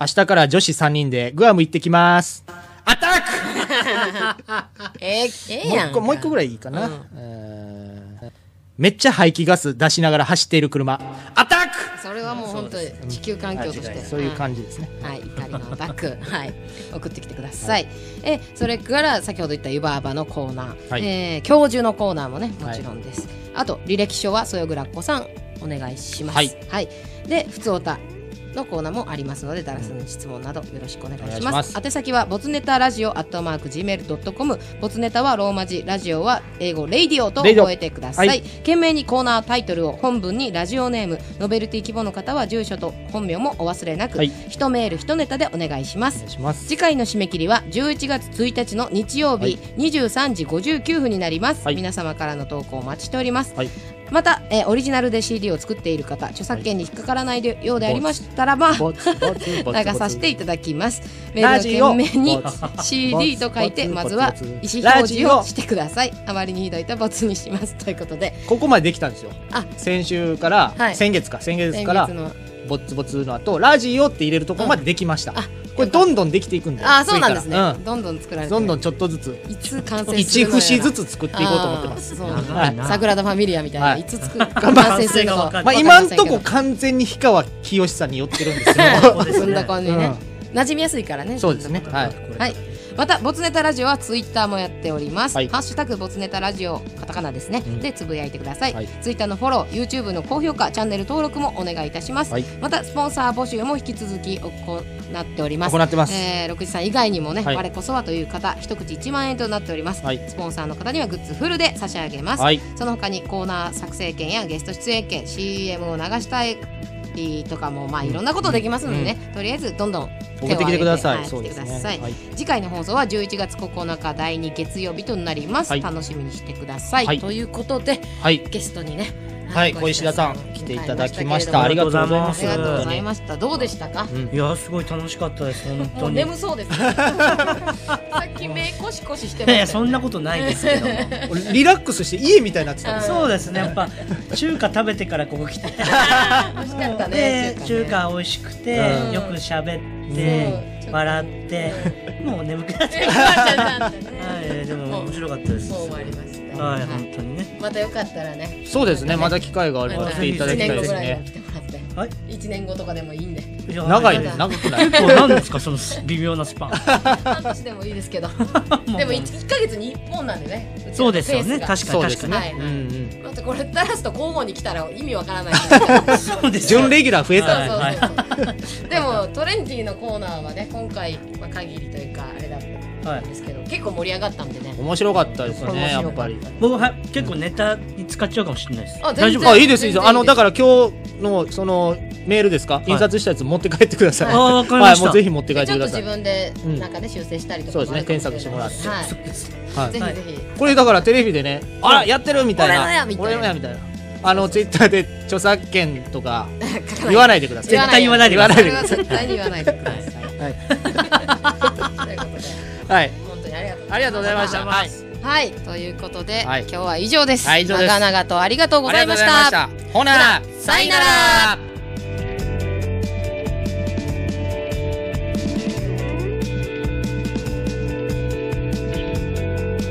Speaker 2: 明日から女子3人でグアム行ってきますアタック
Speaker 1: えー、ええ
Speaker 2: もう
Speaker 1: やん
Speaker 2: 一
Speaker 1: か。
Speaker 2: 個もう一個ぐらいいいかな、えーめっちゃ排気ガス出しながら走っている車アタック
Speaker 1: それはもう本当に地球環境として。
Speaker 2: そういう感じですね
Speaker 1: はい、怒りのアタッ ク、はい、送ってきてください。え、それから先ほど言った湯婆婆のコーナー、
Speaker 2: はい
Speaker 1: えー教授のコーナーもね、もちろんです。あと履歴書はそよぐらっこさんお願いします。は
Speaker 2: はいい、
Speaker 1: で、ふつおた。のコーナーもありますので、ダラスの質問などよろしくお願いします。
Speaker 2: お願いします
Speaker 1: 宛先はボツネタラジオアットマーク gmail ドットコム。ボツネタはローマ字、ラジオは英語レイディオと
Speaker 2: レイディオ
Speaker 1: 覚えてください。
Speaker 2: はい
Speaker 1: 懸命にコーナータイトルを本文にラジオネームノベルティ規模の方は住所と本名もお忘れなく、
Speaker 2: はい
Speaker 1: 一メール一ネタでお願いしま
Speaker 2: お
Speaker 1: す
Speaker 2: 願いします
Speaker 1: 次回の締め切りは11月1日の日曜
Speaker 2: は
Speaker 1: 日
Speaker 2: い
Speaker 1: 23時59分になります、
Speaker 2: はい
Speaker 1: 皆様からの投稿お待ちしております、
Speaker 2: はい
Speaker 1: また、えーオリジナルで CD を作っている方著作権に引っかからないようでありましたらば、
Speaker 2: ボツボツボツ
Speaker 1: 流させていただきます。メ
Speaker 2: ラ
Speaker 1: ー
Speaker 2: ジ
Speaker 1: ル
Speaker 2: オ
Speaker 1: を懸命に
Speaker 2: ボツ
Speaker 1: CD と書いて、
Speaker 2: ボツ
Speaker 1: まずは
Speaker 2: ボツ
Speaker 1: 意思表示
Speaker 2: ラジ
Speaker 1: を
Speaker 2: オ
Speaker 1: してください。あまりにひどいと没にします。ということで、
Speaker 2: ここまでできたんですよ
Speaker 1: あ
Speaker 2: 先週から、
Speaker 1: はい
Speaker 2: 先月か先月
Speaker 1: 先
Speaker 2: から
Speaker 1: 月の
Speaker 2: ボツボツの後ラジオって入れるとこまでできました、
Speaker 1: んあ
Speaker 2: これどんどんできていくんだよ
Speaker 1: あ、そうなんですね
Speaker 2: 次から。
Speaker 1: どんどん作ら
Speaker 2: う
Speaker 1: れて
Speaker 2: ん、
Speaker 1: る
Speaker 2: どんどんちょっとずつ
Speaker 1: いつ完成す
Speaker 2: 一
Speaker 1: るのやら
Speaker 2: 節ずつ作っていこうと思ってます
Speaker 1: あーそう
Speaker 12: 長いな。
Speaker 1: サグラダ・ファミリアみたいな、、
Speaker 2: はいい
Speaker 1: つ作る完成するのかわかり
Speaker 2: まあ、
Speaker 1: せんけど。
Speaker 2: 今んとこ完全に氷川きよしさんに寄ってるんですけ ど
Speaker 1: そんな感じにね、馴染みやすいからね。
Speaker 2: そうですねはい
Speaker 1: はい。また、ボツネタラジオはツイッターもやっております。
Speaker 2: はい
Speaker 1: ハッシュタグボツネタラジオ、カタカナですね。で、つぶやいてください,、
Speaker 2: はい
Speaker 1: ツイッターのフォロー、YouTube の高評価、チャンネル登録もお願いいたします。
Speaker 2: はい
Speaker 1: また、スポンサー募集も引き続き行っております。
Speaker 2: 行ってます
Speaker 1: えー、六時さん以外にもね、
Speaker 2: はい
Speaker 1: 我こそはという方、一口1万円となっております。
Speaker 2: はい
Speaker 1: スポンサーの方にはグッズフルで差し上げます。
Speaker 2: はい
Speaker 1: その他にコーナー作成権やゲスト出演権、CM を流したいとかもまあいろんなことできますのでね、とりあえずどんどん手を
Speaker 2: 送ってきてください
Speaker 1: 挙げて
Speaker 2: そう
Speaker 1: はい、来てく
Speaker 2: ですね
Speaker 1: ださい、
Speaker 2: はい
Speaker 1: 次回の放送は11月9日第2月曜日となります、
Speaker 2: はい
Speaker 1: 楽しみにしてください、
Speaker 2: はい
Speaker 1: ということで
Speaker 2: はい
Speaker 1: ゲストにね
Speaker 2: はい
Speaker 1: ご
Speaker 2: 小
Speaker 1: 出
Speaker 2: 石
Speaker 1: 演
Speaker 2: 田さん来ていただきまし
Speaker 1: い
Speaker 2: たあ
Speaker 1: だ
Speaker 2: り
Speaker 1: き
Speaker 2: がとうございま
Speaker 1: まし
Speaker 2: す
Speaker 1: けれどもありがとうござい
Speaker 2: 本
Speaker 1: ましたどうでしたか、
Speaker 12: いや、すごい楽しかったです。本
Speaker 1: も
Speaker 12: 当
Speaker 1: う
Speaker 12: に。い
Speaker 1: 眠そう ですさっき目コシコシしてま
Speaker 12: やいや、
Speaker 1: した
Speaker 12: そ
Speaker 1: よ
Speaker 12: んなことないですけども。
Speaker 2: 当に俺リラックスして家みたいになってたんですよ
Speaker 12: そうですね。やっぱ中華食べてからここ来て。
Speaker 1: 美味しかったね
Speaker 12: で中華美味しくて
Speaker 1: ん
Speaker 12: よく喋って
Speaker 1: うん
Speaker 12: 笑ってもう眠く なっちゃう。はい、でも面白かったです。
Speaker 1: もう終わ
Speaker 12: は
Speaker 1: りました、
Speaker 12: い、本当にね。
Speaker 1: またよかったらね
Speaker 2: そうですねまた機会があれば来ていただきたい
Speaker 1: 1年後
Speaker 2: です
Speaker 1: ぐらいに
Speaker 2: ね
Speaker 1: 来てもらって、
Speaker 12: はい
Speaker 1: 1年後とかでもいい んで
Speaker 12: いや
Speaker 2: 長い
Speaker 1: ま
Speaker 2: ね
Speaker 1: だ
Speaker 2: 長くない
Speaker 12: そうなんですかその微妙なスパン。
Speaker 1: 半年でもいいで すけどでも 1, ヶ月に1本なんでねちの
Speaker 12: そうですよ
Speaker 1: ペー
Speaker 12: ね。
Speaker 1: スが
Speaker 12: 確か
Speaker 2: そう
Speaker 12: に確
Speaker 2: で
Speaker 12: か
Speaker 2: す
Speaker 12: に。
Speaker 1: はい
Speaker 2: ねうんうん
Speaker 1: またこれダラスと交互に来たら意味わからないから
Speaker 12: そうですよ
Speaker 2: 準レギュラー増えたね
Speaker 12: はい
Speaker 1: そうそうそうでもトレンディーのコーナーはね今回、まあ、限りというかあれだった
Speaker 12: はい
Speaker 1: ん。ですけど結構盛り上がったんでね
Speaker 2: 面白かったですねやっぱり
Speaker 12: 僕は結構ネタに使っちゃうかもしれないです。
Speaker 1: あ全然
Speaker 12: 大丈夫
Speaker 2: あいいですいいで
Speaker 1: 全然いいで
Speaker 2: す
Speaker 1: す
Speaker 2: あのだから今日のそのメールですか印刷したやつ持って帰ってください
Speaker 12: あーわかりました
Speaker 2: はいもうぜひ持って帰っ
Speaker 1: で
Speaker 2: て
Speaker 1: ちょ
Speaker 2: く
Speaker 1: っと
Speaker 2: ださ
Speaker 1: 自
Speaker 2: い
Speaker 1: 分でなんかね修正したりとか
Speaker 2: そうですね
Speaker 1: もあるかもしれない
Speaker 2: 添
Speaker 1: しはい
Speaker 2: はい
Speaker 1: ぜひぜひ
Speaker 2: これだからテレビでねあらやってるみたい
Speaker 1: 俺のや
Speaker 2: な
Speaker 1: みたいな
Speaker 2: 俺のやみたいなあのツイッターで著作権とか 言わないでください
Speaker 1: 絶対言わない
Speaker 2: でください
Speaker 1: それは絶対に言わないでください
Speaker 2: はい
Speaker 1: ということで
Speaker 2: はい
Speaker 1: 本当にありがとうございます
Speaker 2: ありがとうございましたはい
Speaker 1: はい、ということで、
Speaker 2: はい
Speaker 1: 今日は以上です。
Speaker 2: はい以上です
Speaker 1: 長々とありがとうございまし
Speaker 2: あり
Speaker 1: た。
Speaker 2: がとうございましたほな
Speaker 1: さよなら
Speaker 2: ら